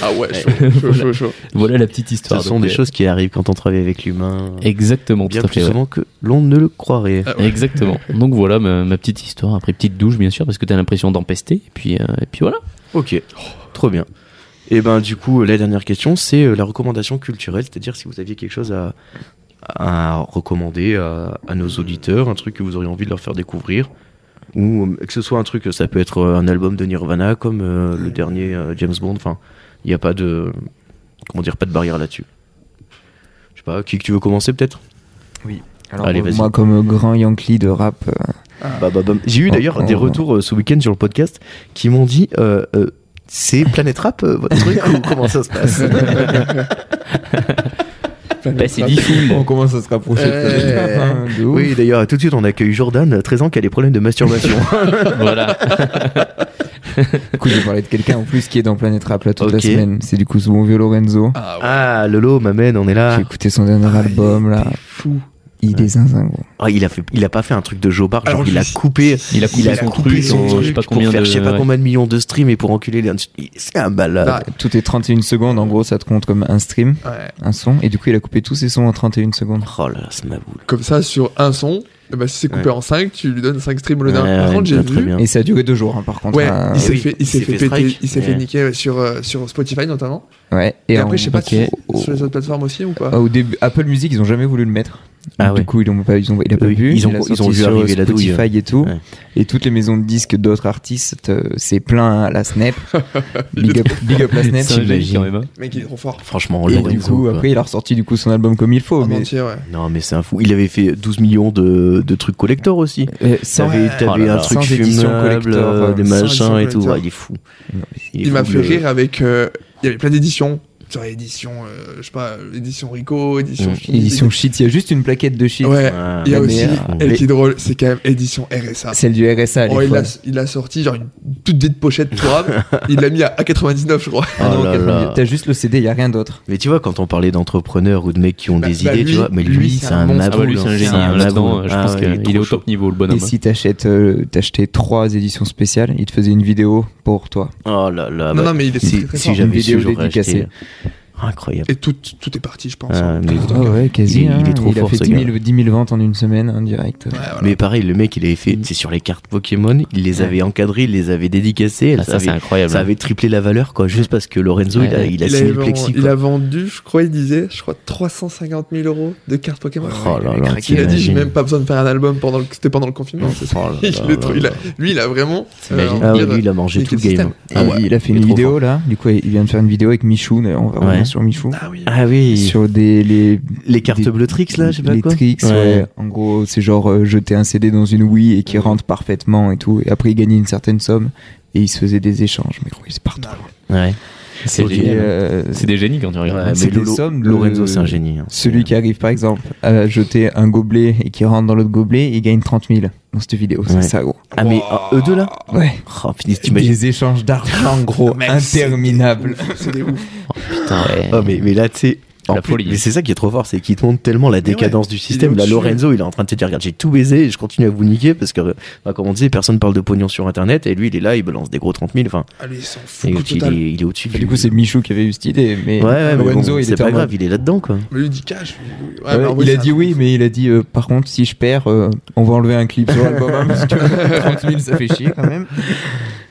B: Ah ouais, chaud, chaud, chaud, chaud.
D: voilà la petite
A: ce
D: histoire.
A: sont
D: Donc,
A: des
D: euh,
A: choses qui arrivent quand on travaille avec l'humain
D: Exactement,
A: bien
D: tout à
A: plus
D: fait. ouais.
A: souvent que l'on ne le croirait
B: Ah ouais.
D: Exactement. Donc voilà ma, ma petite histoire. Après petite douche bien sûr parce que t'as l'impression d'empester et puis euh, et puis voilà.
A: ok Oh. trop bien et ben du coup la dernière question c'est euh, la recommandation culturelle c'est-à-dire si vous aviez quelque chose à à recommander à, à nos auditeurs, un truc que vous auriez envie de leur faire découvrir, ou euh, que ce soit un truc, ça peut être euh, un album de Nirvana comme euh, le dernier euh, James Bond. Enfin, il n'y a pas de comment dire, pas de barrière là-dessus. Je sais pas, qui que tu veux commencer peut-être
C: Alors,
A: Allez,
C: euh,
A: vas-y.
C: moi, comme euh, grand Yankee de rap, euh,
A: Bah, bah, bah, J'ai eu d'ailleurs
C: Oh,
A: des
C: oh,
A: retours euh, ce week-end sur le podcast qui m'ont dit. euh, euh, c'est Planet Rap, euh, votre truc, ou comment ça se passe
D: Bah, c'est dix films.
C: on commence à se rapprocher de
B: Eh.
C: Hein, de ouf.
A: Oui, d'ailleurs, tout de suite, on accueille Jordan, 13 ans, qui a des problèmes de masturbation.
D: voilà.
C: Du coup, j'ai parlé de quelqu'un en plus qui est dans Planète Rap là toute
A: Ok.
C: la semaine. C'est du coup ce bon vieux Lorenzo.
B: Ah ouais.
A: ah, Lolo, ma mène, on est là.
C: J'ai écouté son dernier
B: Ah, il
C: album là.
B: était Fou.
C: Il est zinzin, gros.
A: Ah, il a fait, il a pas fait un truc de jobard, genre
B: Alors,
A: il a
B: je-
A: coupé,
D: Il a coupé
A: il a
D: son
A: coupé
D: truc,
A: son
D: en je sais
A: truc
D: pas
A: pour
D: combien
A: faire
D: de.
A: je sais pas
D: ouais.
A: combien de millions de streams et pour enculer les. C'est un balade.
B: Bah,
C: Tout est 31 secondes, en gros, ça te compte comme un stream,
B: ouais.
C: un son. Et du coup, il a coupé tous ses sons en 31 secondes.
A: Oh là là, c'est ma boule.
B: Comme ça, sur un son, eh ben, si c'est coupé
A: Ouais.
B: en 5, tu lui donnes 5 streams le
A: Ouais,
B: dernier. Par
A: ouais,
B: contre, j'ai
A: très
B: vu.
A: bien.
C: Et ça a duré deux jours, hein, par contre.
B: Ouais,
C: hein.
B: il s'est
A: oui,
B: fait, il s'est fait,
A: strike.
B: péter, il s'est fait
A: Ouais.
B: niquer ouais, sur, euh, sur Spotify notamment.
C: Ouais.
B: Et,
C: en-
B: après, je sais pas
C: ok.
B: si
C: Au-
B: sur les autres plateformes aussi ou pas.
C: Ah, Au début, Apple Music, ils ont jamais voulu le mettre.
A: Ah
C: du
A: ouais.
C: coup, ils ont pas, ils ont, il a pas
A: Eux,
C: vu.
A: ils ont-
C: il l'a
A: ils ont
C: sorti
A: vu
C: sur
A: arriver la douille.
C: Spotify et tout.
A: Ouais.
C: Et toutes les maisons de disques d'autres artistes, euh, c'est plein à la Snap. big, up, big up la Snap.
D: C'est un génie,
A: j'imagine.
D: quand même, hein.
B: Mec, il est trop fort.
A: Franchement,
C: Et
A: Lorenzo,
C: du coup,
A: quoi. Ah,
C: après, il a ressorti du coup son album comme il faut.
B: En
C: Oh, mais
B: entier, ouais.
A: Non, mais c'est un fou. Il avait fait 12 millions de, de trucs collector aussi.
C: Euh, sans-
A: T'avais t'avais
D: Oh là
A: un
D: là.
A: truc
C: Sans édition
A: fumable,
C: collector,
A: euh,
C: euh,
A: des
B: sans édition
A: machins et tout.
B: collector.
A: Ouais, il est fou. est
B: Il m'a
A: fou,
B: fait
A: le-
B: rire avec. euh, Il y avait plein d'éditions. Sur édition, euh, je sais pas, euh, édition Rico, édition.
A: Mm.
B: Chine,
C: Édition shit, il y a juste une plaquette de shit.
B: Ouais.
A: Ah,
B: Il y a
C: la
B: aussi.
C: meilleure.
B: Et
A: Mais-
B: qui est drôle, c'est quand même édition RSA.
C: Celle du RSA. elle est
B: Oh, il,
C: folle.
B: a, il a sorti genre une toute petite pochette pourrable. il l'a mis à 99, je crois.
C: Ah non,
A: Oh là
C: 90.
A: là.
C: T'as juste le CD, il y a rien d'autre.
A: Mais tu vois, quand on parlait d'entrepreneurs ou de mecs qui ont
B: Bah,
A: des
B: bah,
A: idées,
B: lui-
A: tu vois, mais lui,
B: lui, c'est
A: c'est
B: un
A: un
B: monstre.
A: maboule.
D: Ah bah lui, c'est un génie.
A: maboule.
D: Là-dedans, euh, je
A: Ah
D: pense
A: ouais,
D: qu'il est
A: trop
D: au
A: chaud.
D: top niveau, le bonhomme. hein.
C: Et si t'achètes, euh, t'achetais trois éditions spéciales, il te faisait une vidéo pour toi.
A: Oh là là.
B: non,
A: bah,
B: non, mais il est
A: si
B: très, très
A: si
B: fort.
C: Une
A: j'avais
C: vidéo
A: su, j'aurais
C: dédicacée.
A: acheté. Incroyable.
B: Et tout, tout est parti, je pense.
A: Ah, mais-
B: Tout est
C: Ah
B: ok.
C: ouais, quasi.
A: Il est- il
C: hein.
A: est trop
C: a
A: fort,
C: fait
A: ce
C: 10 000, 10 000 ventes en une semaine, en direct.
B: Ouais, voilà.
A: Mais pareil, le mec, il avait fait, c'est sur les cartes Pokémon, il les avait encadrées, il les avait dédicacées, elles
D: Ah, ça, c'est
A: avaient-
D: incroyable.
A: ça avait triplé la valeur, quoi, juste parce que Lorenzo,
D: Ouais.
A: il a, il a
B: il,
A: signé
B: avait
A: le
B: vend-
A: plexi.
B: il
A: quoi.
B: a vendu, je crois, il disait, je crois, 350 000 euros de cartes Pokémon.
A: Oh là là,
B: il a dit, j'ai
A: t'imagines.
B: même pas besoin de faire un album pendant le, c'était pendant le confinement, c'est ça.
A: Oh là
B: Il
A: là
B: est trop-
A: là
B: il a-
A: là.
B: lui, il a vraiment. euh,
D: T'imagines.
A: Ah
B: on
A: ouais,
B: dirait-
A: lui, il a mangé tout le
B: l'écosystème.
A: game.
B: Ah ouais.
C: Il a fait
A: il est
C: une
A: trop
C: vidéo
A: fort.
C: là, du coup il vient de faire une vidéo avec Michou, d'ailleurs, on va revenir
A: Ouais.
C: sur Michou.
B: Ah oui.
A: Ah oui.
C: Sur des les,
A: les cartes
C: des-
A: bleues tricks, là, je sais pas
C: les
A: quoi.
C: tricks, ouais. En gros, c'est genre euh, jeter un CD dans une Wii et qui rentre parfaitement et tout. Et après, il gagnait une certaine somme et il se faisait des échanges. Mais gros, c'est partout.
A: Ah, Ouais.
D: C'est
A: Ok.
C: Et,
D: génial.
C: euh,
D: C'est des génies quand tu regardes.
A: Ouais,
C: C'est
A: mais
C: des
A: Lolo-
C: sommes de-
A: Lorenzo, c'est un génie. hein.
C: Celui qui arrive par exemple à jeter un gobelet et qui rentre dans l'autre gobelet, il gagne 30 000 dans cette vidéo.
A: Ouais.
C: C'est ça, gros.
A: Ah, mais ah, eux deux là
C: Ouais.
A: Oh putain, t'imagines
C: Des échanges d'argent, gros,
B: Mec, c'est-
C: interminables.
B: C'est des ouf.
D: Putain, ouais.
A: Oh, mais, mais là, tu sais. en
D: Eh. La
A: plus-
D: folie.
A: Mais c'est ça qui est trop fort, c'est qu'il te montre tellement la décadence du système.
B: il est
A: Là,
B: au-dessus.
A: Lorenzo, il est en train de te dire Regarde, j'ai tout baisé et je continue à vous niquer parce que, bah, comme on disait, personne parle de pognon sur internet et lui, il est là, il balance des gros 30 000. Enfin,
B: Ah, lui, il s'en
A: et
B: fout
A: puis, il
B: total.
A: est, il est au-dessus
C: Du coup, c'est Michou qui avait eu cette idée, mais
A: Ouais, ouais, mais bon,
C: Lorenzo, il
A: c'est
C: était
A: pas
C: en
A: grave,
C: mode-
A: il est là-dedans, quoi.
B: Mais lui, il dit cash. Ouais, mais
C: Ouais,
B: en vrai,
C: il a
B: c'est
C: dit
B: un-
C: oui, mais il a dit euh, par contre, si je perds, euh, on va enlever un clip sur l'album hein, parce que 30 000 ça fait chier quand même.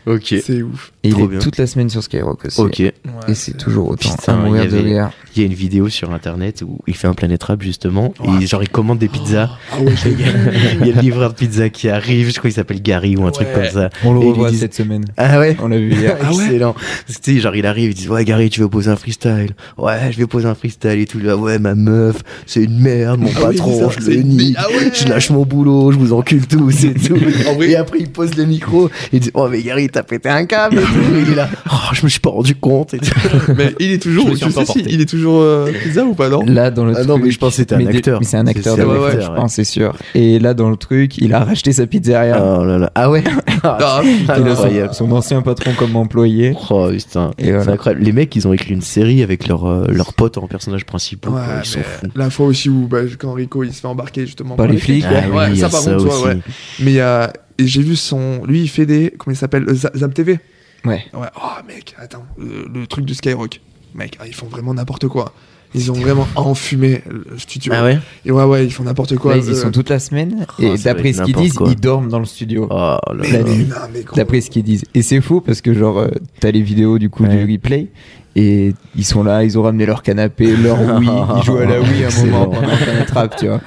A: Ok.
B: C'est ouf.
C: Et il
A: Trop
C: est
A: bien.
C: toute la semaine sur Skyrock aussi.
A: Ok.
B: Ouais,
C: Et c'est toujours autant.
A: Putain,
C: à mourir
A: il y avait-
C: de rire.
A: Il y a une vidéo sur internet où il fait un planète rap, justement, et
B: Ouais.
A: genre, il commande des pizzas.
B: Ah ouais, j'ai
A: il y a le livreur de pizza qui arrive, je crois qu'il s'appelle Gary ou un truc
B: Ouais.
A: comme ça.
C: On le
A: Et ils
C: revoit
A: disent-
C: cette semaine.
A: Ah ouais
C: On l'a vu hier.
B: Ah ouais
A: Excellent. Parce que, tu sais, genre, il arrive, il dit, ouais, Gary, tu veux poser un freestyle. Ouais, je vais poser un freestyle et tout. Là, ouais, ma meuf, c'est une merde, mon
B: Ah oui,
A: patron,
B: c'est ça,
A: je
B: c'est
A: le
B: une-
A: nique.
B: Ah ouais. Ah
A: Je lâche mon boulot, je vous encule tous et tout.
B: En vrai-
A: Et après, il pose le micro, il dit, oh, mais Gary, t'as pété un câble et tout. Et il est là, oh, je me suis pas rendu compte et tout.
B: Mais il est toujours,
D: Je
B: je
D: me suis encore
B: sais si,
D: porté.
B: il est toujours euh, pizza ou pas, non
C: Là dans le
A: Ah
C: truc,
A: non, mais je pense que c'était un
C: mais des-
A: acteur.
C: Mais c'est un
A: C'est-
C: acteur,
A: c'est
C: de
B: un
C: vrai,
B: acteur,
C: je
A: ouais.
C: pense, c'est sûr. Et là dans le truc, il a racheté sa pizzeria.
A: Oh là là. Ah ouais?
B: Ah, putain,
C: il a
A: incroyable.
C: son, son ancien patron comme employé.
A: Oh putain,
C: Et voilà.
A: c'est incroyable. Les mecs, ils ont écrit une série avec leurs euh, leurs potes en personnages principaux.
B: Ouais,
A: quoi. Ils sont
B: mais
A: fous.
B: la fois aussi où bah, quand Rico il se fait embarquer justement
C: Par les flics,
A: Ah
B: ouais,
A: oui,
B: ça par contre,
A: aussi.
B: ouais, ouais. Mais il y a- et j'ai vu son, lui il fait des, comment il s'appelle, euh, Za- Zap TV.
C: Ouais.
B: Ouais, oh mec, attends, le, le truc de Skyrock, mec, ah, ils font vraiment n'importe quoi. Ils ont vraiment enfumé le studio.
A: Ah ouais?
B: Et ouais, ouais, ils font n'importe quoi.
C: Là, Bah, ils y
B: euh,
C: sont toute la semaine.
A: Oh,
C: et
A: ça doit
C: d'après
A: être
C: ce qu'ils
A: n'importe
C: disent,
A: quoi.
C: ils dorment dans le studio.
A: Oh là
B: mais,
A: là.
B: mais non, mais gros.
C: d'après ce qu'ils disent. Et c'est fou parce que genre euh, t'as les vidéos du coup
A: Ouais.
C: du replay et ils sont là, ils ont ramené leur canapé, leur Wii, ils jouent à la Wii à un moment
A: Excellent.
C: pendant Planet Rap, tu vois.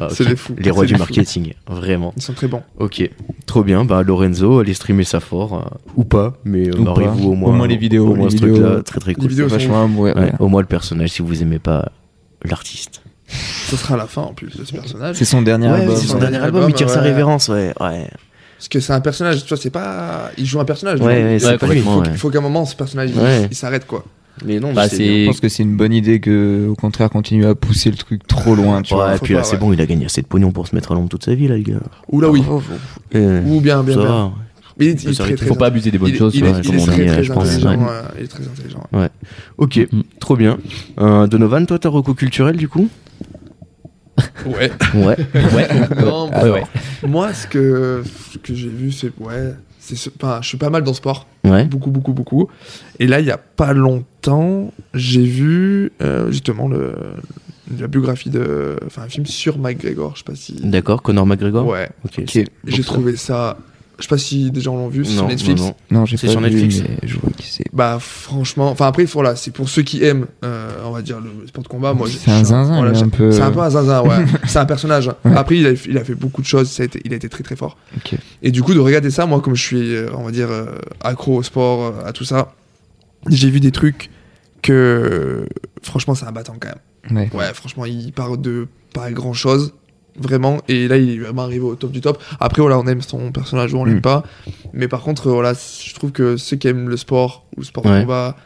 A: Ah,
B: C'est
A: ok.
B: des fous.
A: Les rois
B: C'est
A: du
B: des fous.
A: marketing, vraiment.
B: Ils sont très bons.
A: Ok, trop bien. Bah Lorenzo, allez streamer ça fort euh, ou pas, mais euh,
C: Ou
A: marrez-vous
C: pas.
A: au moins.
C: Au moins les vidéos,
A: au moins
C: les
A: ce truc-là,
C: vidéos.
A: très très
B: Les
A: cool.
B: vidéos sont.
C: Vachement à mourir.
A: Ouais,
C: ouais.
A: Au moins le personnage, si vous aimez pas l'artiste.
B: Ce sera la fin en plus de ce personnage.
C: C'est son dernier
A: Ouais,
C: album.
A: c'est son
B: ouais.
A: dernier album, il tire sa
B: Ouais.
A: révérence, ouais, ouais.
B: Parce que c'est un personnage, tu vois, c'est pas. Il joue un personnage.
A: Ouais,
B: donc,
A: ouais, c'est
B: il faut-
D: pas lui.
B: il faut,
A: Ouais.
B: il faut qu'à un moment, ce personnage, il-
A: Ouais.
B: il s'arrête, quoi.
A: Mais non,
D: Bah,
A: mais c'est.
C: Je
D: c'est.
C: pense que c'est une bonne idée que, au contraire, continue à pousser le truc trop loin, tu vois.
A: Ouais,
B: faut
A: puis là,
B: pas,
A: c'est
B: ouais.
A: bon, il a gagné assez de pognon pour se mettre à l'ombre toute sa vie, là, le gars.
B: Ou là, oui.
A: Euh,
B: Ou bien, bien,
A: ça
B: bien.
A: va.
B: Mais il, il est
A: Ça
B: très,
A: aurait-
B: très
D: Faut pas
B: intelligent.
D: abuser des bonnes
B: il,
D: choses,
B: il,
D: ouais,
B: est- il
D: comme
B: est
D: on
B: très,
D: est,
B: très
D: je pense.
B: intelligent,
A: ouais.
B: euh, il est très intelligent.
A: Ok,
D: Mm.
A: trop bien. Euh, Donovan, toi, t'as recours culturel du coup
B: Ouais.
A: Ouais.
D: Ouais.
B: Non,
D: Ouais, ouais.
B: Moi, ce que, ce que j'ai vu, c'est. Ouais. c'est ce- enfin, je suis pas mal dans le sport.
A: Ouais.
B: Beaucoup, beaucoup, beaucoup. Et là, il y a pas longtemps, j'ai vu euh, justement le, la biographie de. Enfin, un film sur McGregor. Je sais pas si.
A: D'accord, Conor McGregor
B: Ouais.
A: Ok.
C: Ok.
B: J'ai trouvé ça. Je sais pas si des gens l'ont vu c'est sur
A: Non,
B: Netflix.
A: non, non.
C: Non, j'ai
A: C'est
C: pas
A: sur
C: vu,
A: Netflix.
C: mais je vois que c'est.
B: Bah franchement, enfin après voilà, c'est pour ceux qui aiment, euh, on va dire le sport de combat. Ah, Moi,
C: C'est
B: j'ai-
C: un
B: j'ai-
C: zinzin, il est
B: j'ai-
C: un peu-
B: oh, C'est un peu un zinzin, ouais. c'est un personnage. hein.
C: Ouais.
B: Après, il a, il a fait beaucoup de choses. ça a été- il a été très très fort.
C: Ok.
B: Et du coup, de regarder ça, moi, comme je suis, euh, on va dire, euh, accro au sport, euh, à tout ça, j'ai vu des trucs que, franchement, c'est un battant quand même.
C: Ouais.
B: Ouais, franchement, il part de pas grand chose, vraiment. Et là, il est vraiment arrivé au top du top. Après, voilà, on aime son personnage ou on l'aime
C: Mm.
B: pas. Mais par contre, euh, voilà, c- je trouve que ceux qui aiment le sport ou le sport
A: Ouais.
B: de combat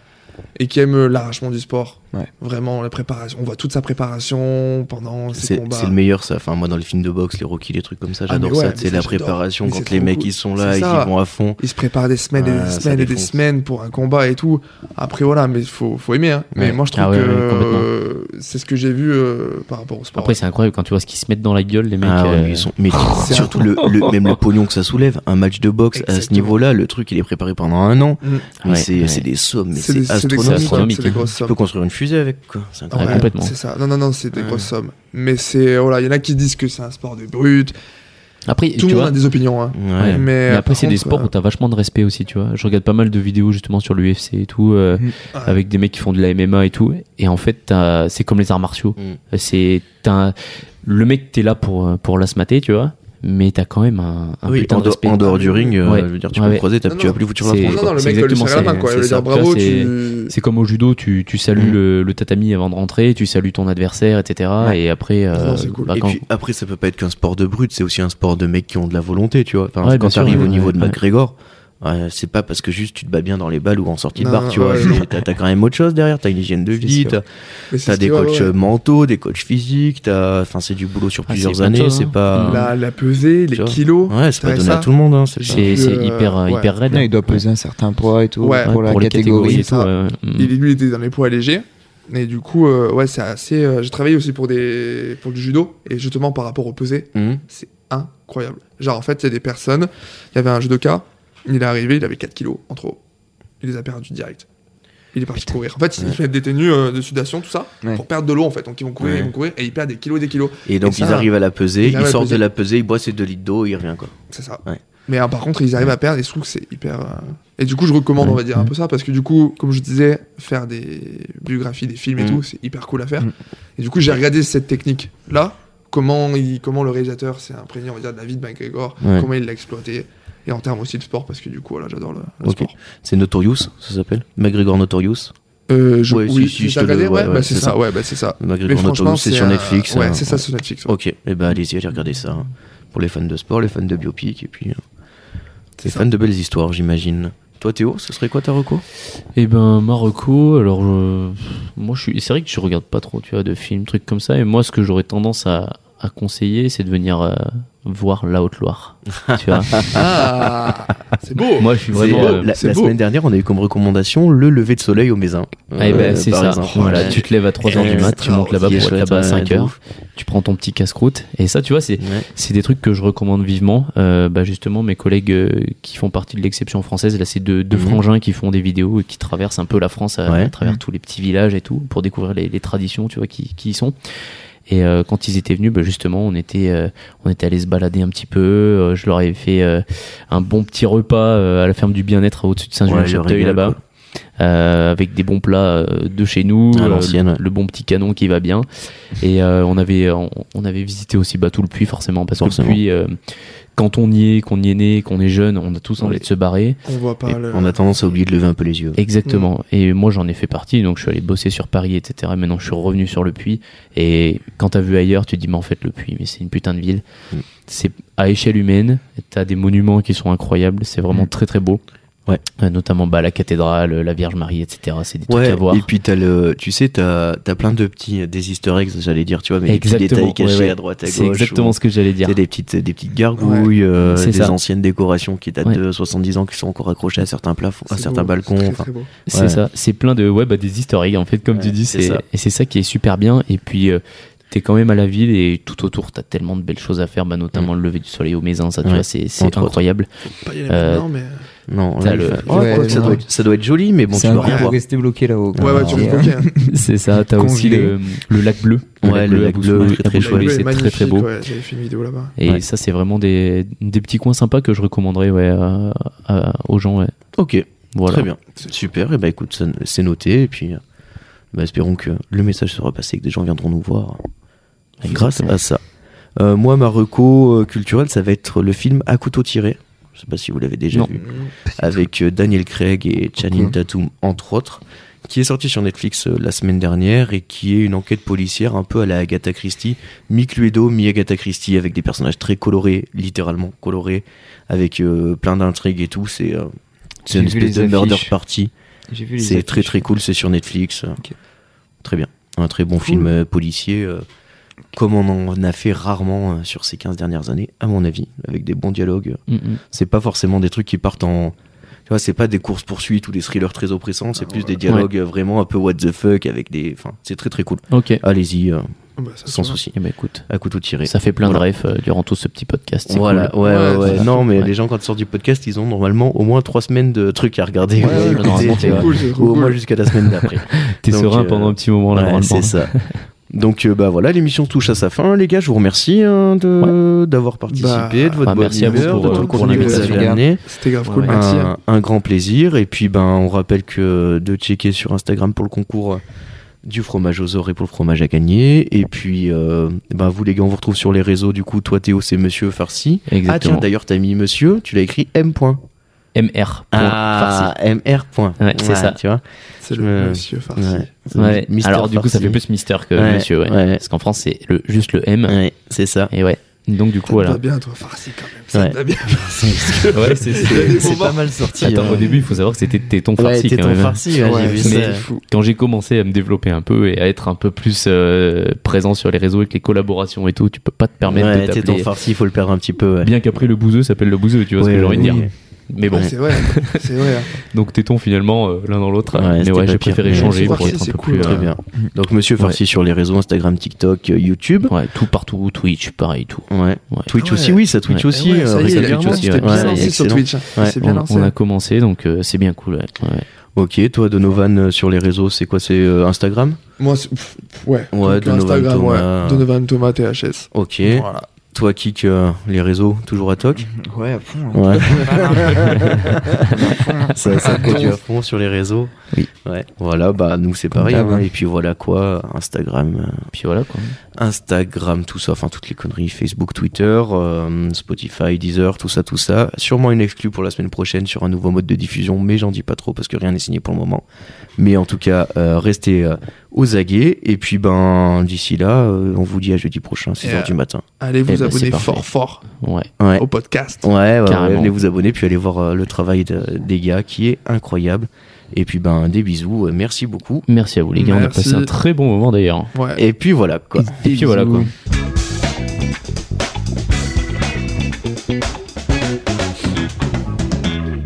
B: et qui aiment euh, l'arrachement du sport,
C: Ouais.
B: vraiment, la préparation, on voit toute sa préparation pendant ses
A: C'est
B: combats.
A: c'est le meilleur ça. Enfin, moi dans les films de boxe, les Rocky, les trucs comme ça,
B: Ah, mais
A: j'adore
B: ouais,
A: ça.
B: mais
A: C'est
B: ça,
A: la
B: j'adore.
A: préparation
B: Mais c'est
A: quand
B: trop
A: les mecs
B: cool.
A: ils sont là,
B: C'est
A: ils
B: ça.
A: y vont à fond.
B: Il se prépare des semaines et
A: Ah,
B: des
A: ça
B: semaines et des
A: défonce.
B: semaines pour un combat et tout. Après, voilà, mais faut, faut aimer. hein. Mais
D: Ouais.
B: moi, je trouve
D: Ah ouais,
B: que
D: ouais, complètement.
B: euh, c'est ce que j'ai vu euh, par rapport au sport.
D: Après, c'est incroyable quand tu vois ce qu'ils se mettent dans la gueule, les mecs.
A: Ah ouais,
D: euh,
A: mais ils sont- mais
B: c'est
A: surtout le, le- même le pognon que ça soulève, un match de boxe à ce
B: Exactement.
A: niveau-là, le truc il est préparé pendant un an.
B: Mm.
A: Mais
D: Ouais,
A: c'est
D: ouais.
A: c'est des sommes, mais
B: c'est des,
A: c'est
B: c'est des
A: astronomique.
B: grosses
D: astronomique,
B: sommes. C'est des
D: hein.
B: grosses
A: Tu
B: sommes.
A: peux construire une fusée avec quoi. C'est
B: Ouais,
A: incroyable.
D: Ouais, complètement.
B: C'est ça. Non, non, non, c'est des
A: Ouais.
B: grosses sommes. Mais c'est voilà, il y en a qui disent que c'est un sport de brut.
D: Après,
B: Tout
D: tu
B: le monde
D: vois,
B: a des opinions. hein.
A: Ouais.
D: Ouais.
B: Mais,
D: Mais après,
B: par
D: c'est des
B: contre,
D: sports
B: euh,
D: où t'as vachement de respect aussi, tu vois. Je regarde pas mal de vidéos justement sur l'UFC et tout, euh,
C: Mhm.
B: Ouais.
D: avec des mecs qui font de la MMA et tout. Et en fait, t'as- c'est comme les arts martiaux.
A: Mm.
D: C'est t'as un- le mec, t'es là pour euh, pour la smater, tu vois. Mais t'as quand même un, un
A: Oui,
D: putain
A: en,
D: de
A: dehors-
D: respect.
A: en dehors du ring, euh,
D: Ouais.
A: je veux dire, tu
D: Ouais,
A: peux
D: ouais.
A: croiser, t'as-
B: Non,
A: tu vas
B: non.
A: plus foutre la
D: C'est-
A: France.
B: Non,
A: quoi.
B: non, le
D: C'est
B: mec, il lui serre la
D: exactement
B: main, quoi.
D: ça,
B: Il va lui
D: c'est
B: dire
D: ça.
B: bravo,
D: Tu vois,
B: tu.
D: C'est comme au judo, tu, tu salues
A: Mhm.
D: le, le tatami avant de rentrer, tu salues ton adversaire, etc. Et après, euh,
B: Ah Non, c'est cool.
D: bah,
A: Et
D: quand-
A: puis après, ça peut pas être qu'un sport de brut, c'est aussi un sport de mecs qui ont de la volonté, tu vois. Enfin,
D: Ouais, bien
A: quand
D: sûr,
A: t'arrives
D: ouais,
A: au niveau de
D: ouais.
A: McGregor, euh, c'est pas parce que juste tu te bats bien dans les balles ou en sortie
B: Non,
A: de bar, tu vois.
B: ouais.
A: C'est- T'as t'as quand même autre chose derrière, t'as une hygiène de
B: C'est
A: vie,
B: sûr.
A: t'as
B: Mais c'est
A: t'as
B: ce
A: des
B: qui- ouais,
A: coachs
D: euh,
A: euh,
B: ouais.
A: mentaux, des coachs physiques, t'as. Enfin, c'est du boulot sur
D: Ah,
A: plusieurs
D: c'est plein de
A: années,
D: choses,
A: c'est
D: hein.
A: pas.
B: La, la pesée,
A: Tu
B: les
A: vois.
D: mm.
B: kilos.
A: Ouais, c'est pas
B: t'as
A: donné
B: ça.
A: à tout le monde, hein, c'est pas-
D: c'est c'est
B: euh,
D: hyper,
B: ouais.
D: hyper raide.
C: Non, il doit peser un certain poids et tout
B: Ouais.
C: pour la
D: pour les
C: catégorie.
D: catégories et
B: c'est
D: tout.
B: ça.
D: ouais, ouais. Mhm.
B: Il, lui, il était dans les poids légers. Et du coup, euh, ouais, c'est assez. euh, J'ai travaillé aussi pour, des, pour du judo. Et justement, par rapport au pesé,
A: Mhm.
B: c'est incroyable. Genre, en fait, il y a des personnes. Il y avait un judoka. Il est arrivé, il avait 4 kilos en trop. Il les a perdus direct. Il est parti courir. En fait, il fait des tenues euh, de sudation, tout ça,
C: Ouais.
B: pour perdre de l'eau, en fait. Donc, ils vont courir,
A: Ouais.
B: ils vont courir, et ils perdent des kilos, des kilos.
A: Et donc,
B: Et ça,
A: ils arrivent à la pesée,
B: ils arrivent
A: ils
B: à
A: sortent
B: peser.
A: de la pesée, ils boivent ses deux litres d'eau, ils reviennent, quoi.
B: C'est ça.
A: Ouais.
B: Mais hein, par contre, ils arrivent à perdre et je trouve que c'est hyper. euh, Et du coup, je recommande, on va dire, un peu ça parce que du coup, comme je disais, faire des biographies, des films et
A: Mm.
B: tout, c'est hyper cool à faire.
C: Mm.
B: Et du coup, j'ai regardé cette technique là, comment, il, comment le réalisateur s'est imprégné, on va dire, de la vie de McGregor,
A: Ouais.
B: comment il l'a exploité. Et en termes aussi de sport, parce que du coup, voilà, j'adore le, le
A: Ok.
B: sport.
A: C'est Notorious, ça s'appelle McGregor Notorious.
B: Euh, je,
A: Ouais, si,
B: oui,
A: si, je
B: j'ai
A: te
B: regardé,
A: le-
B: ouais,
A: ouais,
B: bah,
A: ouais,
B: c'est
A: c'est
B: ça,
A: ça.
B: ouais, bah c'est ça. Mais
A: McGregor
B: franchement,
A: Notorious, c'est sur
B: un-
A: Netflix.
B: Ouais,
A: hein.
B: c'est ça sur Netflix. ouais.
A: Ok, et ben allez-y, allez regarder ça. hein. Pour les fans de sport, les fans de biopic, et puis euh, les
B: ça.
A: fans de belles histoires, j'imagine. Toi Théo, ce serait quoi ta reco
D: Eh ben Marocco, alors euh, moi je suis, c'est vrai que je regarde pas trop, tu vois, de films, trucs comme ça. Et moi, ce que j'aurais tendance à, à conseiller, c'est de venir euh, voir La Haute Loire. tu vois,
B: Ah, c'est beau!
D: moi je suis
A: C'est,
D: vraiment.
A: euh,
D: euh,
A: La,
B: c'est
A: la
B: beau.
A: semaine dernière, on a eu comme recommandation le lever de soleil au Mézin.
D: eh ben
A: Euh,
D: c'est
A: par
D: ça. euh,
A: exemple.
D: Voilà,
A: Ouais.
D: tu te lèves à 3h
A: Eh,
D: du mat, tu montes là-bas
A: c'est
D: pour être
A: chouette,
D: là-bas à
A: ouais, de
D: 5h,
A: ouf.
D: tu prends ton petit casse-croûte. Et ça, tu vois, c'est
A: Ouais.
D: C'est des trucs que je recommande vivement. Euh, bah justement, mes collègues euh, qui font partie de l'exception française, là, c'est deux, deux
A: Mhm.
D: frangins qui font des vidéos et qui traversent un peu la France à,
A: Ouais.
D: à travers tous les petits villages et tout pour découvrir les, les traditions, tu vois, qui, qui y sont. Et euh, quand ils étaient venus, bah, justement, on était, euh, on était allé se balader un petit peu. Euh, je leur ai fait euh, un bon petit repas euh, à la ferme du bien-être au-dessus de
A: Ouais, le
D: Saint-Julien-Chapteuil
A: régal,
D: là-bas, Euh, avec des bons plats euh, de chez nous,
A: À
D: euh,
A: l'ancienne, ouais.
D: le bon petit canon qui va bien. Et euh, on avait on, on avait visité aussi bah, tout le puits forcément parce
A: Forcément.
D: que le puits euh, quand on y est, qu'on y est né, qu'on est jeune, on a tous envie
A: Oui.
D: de se barrer.
B: On voit pas
A: Et
B: le.
A: On a tendance à oublier de lever un peu les yeux.
D: Exactement.
A: Mm.
D: Et moi j'en ai fait partie, donc je suis allé bosser sur Paris, etc. Maintenant je suis revenu sur le puits. Et quand t'as vu ailleurs, tu te dis mais en fait le puits, mais c'est une putain de ville.
A: Mm.
D: C'est à échelle humaine. T'as des monuments qui sont incroyables. C'est vraiment
C: Mm.
D: très très beau.
A: Ouais.
D: Euh, notamment bah, la cathédrale, la Vierge Marie, etc. C'est des trucs
A: Ouais,
D: à voir.
A: et puis t'as le, tu sais, t'as as plein de petits, euh, des easter eggs, j'allais dire, tu vois, mais des petits
D: Exactement,
A: détails cachés
D: ouais, ouais.
A: à droite, à gauche.
D: C'est exactement
A: ou-
D: ce que j'allais dire.
A: C'est des petites, des petites gargouilles, euh,
D: C'est
A: des
D: ça.
A: anciennes décorations qui datent
D: Ouais.
A: de 70 ans, qui sont encore accrochées à certains plafonds, à
B: c'est
A: certains
B: beau,
A: balcons.
B: c'est très,
A: enfin.
B: très beau.
D: C'est
A: Ouais.
D: ça, c'est plein de ouais, bah, des historiques en fait, comme
A: Ouais,
D: tu dis,
A: c'est
D: c'est
A: ça.
D: et c'est ça qui est super bien. Et puis euh, t'es quand même à la ville et tout autour, t'as tellement de belles choses à faire, bah, notamment le lever du soleil au Mézin, ça, tu
A: Mm. Ouais.
D: vois, c'est c'est
A: Entre autres.
D: incroyable.
B: Pas y aller
D: Euh,
B: maintenant, mais.
A: Non, là,
D: T'as
A: il
D: le-
A: fait- Oh,
C: Ouais,
A: quoi que ça,
C: non.
A: doit être, ça doit être joli, mais bon,
C: c'est
A: tu
C: un
A: dois
C: coup
A: rien
C: pour
A: voir.
C: rester bloqué là-haut.
B: Ouais, ouais,
A: Ah,
B: tu
A: ok.
B: me bloquais, hein.
D: C'est ça, t'as aussi
C: Congelé.
D: le, le lac bleu.
A: Ouais, le lac bleu,
D: Boussouma,
A: très, très
D: beau.
A: chouette.
D: C'est très très
B: E magnifique,
D: beau.
B: ouais, J'avais fait une vidéo là-bas.
D: Et
A: Ouais.
D: ça, c'est vraiment des, des petits coins sympas que je recommanderais ouais, à- à- aux gens. ouais.
A: Ok,
D: Voilà.
A: très bien. Super, et bah écoute, ça- c'est noté, et puis euh, bah, espérons que le message sera passé, que des gens viendront nous voir euh, grâce
D: Exactement.
A: à ça. Euh, moi, ma reco euh, culturelle, ça va être le film À couteau tiré. Je sais pas si vous l'avez déjà
D: Non.
A: vu.
B: Mm.
A: Avec euh, Daniel Craig et Channing
C: Ok.
A: Tatum, entre autres, qui est sorti sur Netflix euh, la semaine dernière et qui est une enquête policière un peu à la Agatha Christie, mi-Cluedo, mi-Agatha Christie, avec des personnages très colorés, littéralement colorés, avec euh, plein d'intrigues et tout. C'est euh, c'est
C: J'ai
A: une
C: vu
A: espèce de
C: les
A: murder
C: affiches.
A: party.
C: euh, J'ai vu les
A: C'est très
C: affiches.
A: très cool, c'est sur Netflix.
C: Ok.
A: Très bien. Un très bon
B: Cool.
A: film euh, policier, euh, comme on en a fait rarement euh, sur ces 15 dernières années, à mon avis, avec des bons dialogues.
D: Mm, mm.
A: C'est pas forcément des trucs qui partent en. Tu vois, c'est pas des courses-poursuites ou des thrillers très oppressants, c'est
B: Ah,
A: plus
B: ouais.
A: des dialogues euh, vraiment un peu what the fuck avec des. Enfin, c'est très très cool.
D: Ok.
A: Allez-y, euh,
B: Ah bah, ça,
A: sans
B: c'est
A: souci.
D: Eh ben, écoute,
A: À couteau tiré.
D: ça fait plein
A: Voilà.
D: de refs euh, durant tout ce petit podcast. c'est
A: Voilà,
D: cool.
A: ouais, ouais,
B: Ouais,
A: ouais.
D: c'est
A: Non,
D: cool,
A: mais
D: ouais.
A: les gens, quand ils sortent du podcast, ils ont normalement au moins trois semaines de trucs à regarder.
B: Ouais, ouais,
A: à écouter,
D: normalement,
A: tu vois.
B: cool, c'est trop
A: Ou au moins
B: cool.
A: jusqu'à la semaine d'après.
D: T'es
A: Donc,
D: serein
A: euh,
D: pendant un petit moment là.
A: Ouais,
D: normalement.
A: c'est ça. Donc euh, bah voilà, l'émission touche à sa fin, les gars. Je vous remercie hein, de d'avoir participé,
B: Bah,
A: de votre
D: bah,
A: bonne
D: merci à vous
A: humeur,
D: pour,
A: de tout
B: euh,
A: le
B: pour
A: contenu que vous
B: l'invitation,
A: avez
C: gars.
A: amené.
B: C'était grave
D: Ouais,
B: cool,
D: ouais.
B: merci. hein.
A: Un, un grand plaisir. Et puis ben on rappelle que euh, de checker sur Instagram pour le concours euh, du fromage aux oreilles pour le fromage à gagner. Et puis euh, ben, vous les gars, on vous retrouve sur les réseaux. Du coup, toi Théo, c'est Monsieur Farsi. Ah tiens,
D: Exactement.
A: d'ailleurs t'as mis Monsieur, tu l'as écrit M. point.
D: MR.
A: Ah M R. point.
D: Ouais, c'est ça.
A: Tu vois.
B: C'est
A: Euh,
B: le monsieur Farsi.
A: Ouais.
D: Ouais.
A: Mister
D: Alors du coup, ça
A: Farsi.
D: fait plus Mister que
A: Ouais,
D: Monsieur. ouais.
A: ouais.
D: Parce qu'en France, c'est le- juste le M.
A: Ouais, c'est ça.
D: Et ouais. Donc du coup,
B: Ça te
D: voilà.
B: va bien, toi, Farsi, quand même. Ça
A: Ouais.
B: te va bien.
D: Ouais, c'est- c'est-
A: C'est pas mal sorti.
D: Attends,
A: hein.
D: au début, il faut savoir que c'était téton
A: Ouais,
D: farci
A: t'es
D: quand
A: ton
D: même.
A: farci, ouais, j'ai
B: Ouais,
A: vu
B: ça,
A: ça.
B: c'est fou.
D: quand j'ai commencé à me développer un peu et à être un peu plus euh, présent sur les réseaux avec les collaborations et tout, tu peux pas te permettre
A: Ouais,
D: de
A: t'es ton
D: t'appeler.
A: farci, il faut le perdre un petit peu. Ouais.
D: Bien qu'après le bouseux s'appelle le bouseux, tu vois ce
A: Ouais,
D: que j'ai envie de
A: ouais,
D: dire.
A: ouais.
D: Mais bon,
B: Ouais, C'est vrai, c'est vrai. hein.
D: donc téton finalement euh, l'un dans l'autre.
A: Ouais,
D: mais
A: c'était
D: ouais,
A: pas
D: j'ai
A: pire.
D: préféré
A: Ouais,
D: changer
B: c'est
D: pour
B: parti,
D: être un
B: c'est
D: peu
B: cool,
D: plus.
A: Très
D: euh,
A: bien. Donc, monsieur farci sur les réseaux Instagram, TikTok, euh, YouTube.
D: Ouais, tout partout, Twitch, pareil, tout.
A: Ouais.
D: Ouais.
A: Twitch
B: Ouais.
A: aussi, oui, ça Twitch
D: Ouais.
A: aussi.
B: Ah ouais,
A: euh,
B: ça y est,
D: Twitch
A: régulièrement.
B: clairement,
D: aussi,
B: c'était
D: ouais. Ouais,
B: bien lancé sur
A: excellent.
B: Twitch. hein.
A: Ouais,
B: C'est
D: On,
B: bien lancé.
D: on a commencé, donc euh, c'est bien cool. ouais. Ouais.
A: Ok, toi, Donovan, euh, sur les réseaux, c'est quoi C'est euh, Instagram
B: Moi, c'est- pff, pff, ouais.
A: Ouais,
B: Donc,
A: Donovan
B: Instagram,
A: Thomas.
B: ouais. Donovan Thomas THS.
A: Ok.
B: Voilà.
A: Toi, Kik, euh, les réseaux, toujours à toc
C: Ouais, à fond. hein.
A: Mm-hmm. Ouais. ça, ça produit à fond sur les réseaux.
D: Oui.
A: Ouais. Voilà, bah, nous, c'est pareil.
C: d'hab,
A: hein.
C: hein.
A: Et puis, voilà quoi, Instagram. euh,
D: Puis voilà quoi.
A: Instagram, tout ça, enfin toutes les conneries, Facebook, Twitter, euh, Spotify, Deezer, tout ça, tout ça. Sûrement une exclue pour la semaine prochaine sur un nouveau mode de diffusion, mais j'en dis pas trop parce que rien n'est signé pour le moment. Mais en tout cas, euh, restez euh, aux aguets. Et puis, ben, d'ici là, euh, on vous dit à jeudi prochain, 6h
B: Et, oh,
A: du matin.
B: Allez vous
D: ben, c'est
B: abonner
D: parfait.
B: fort, fort
D: Ouais.
A: Ouais.
B: au podcast.
A: Ouais, ouais, ouais,
D: Carrément.
A: venez vous abonner, puis allez voir euh, le travail de- des gars qui est incroyable. Et puis, ben, des bisous, euh, merci beaucoup.
D: Merci à vous les gars, on a
B: Merci.
D: passé un très bon moment d'ailleurs.
B: Ouais.
A: Et puis voilà quoi.
D: Et puis voilà quoi.
C: Bisous.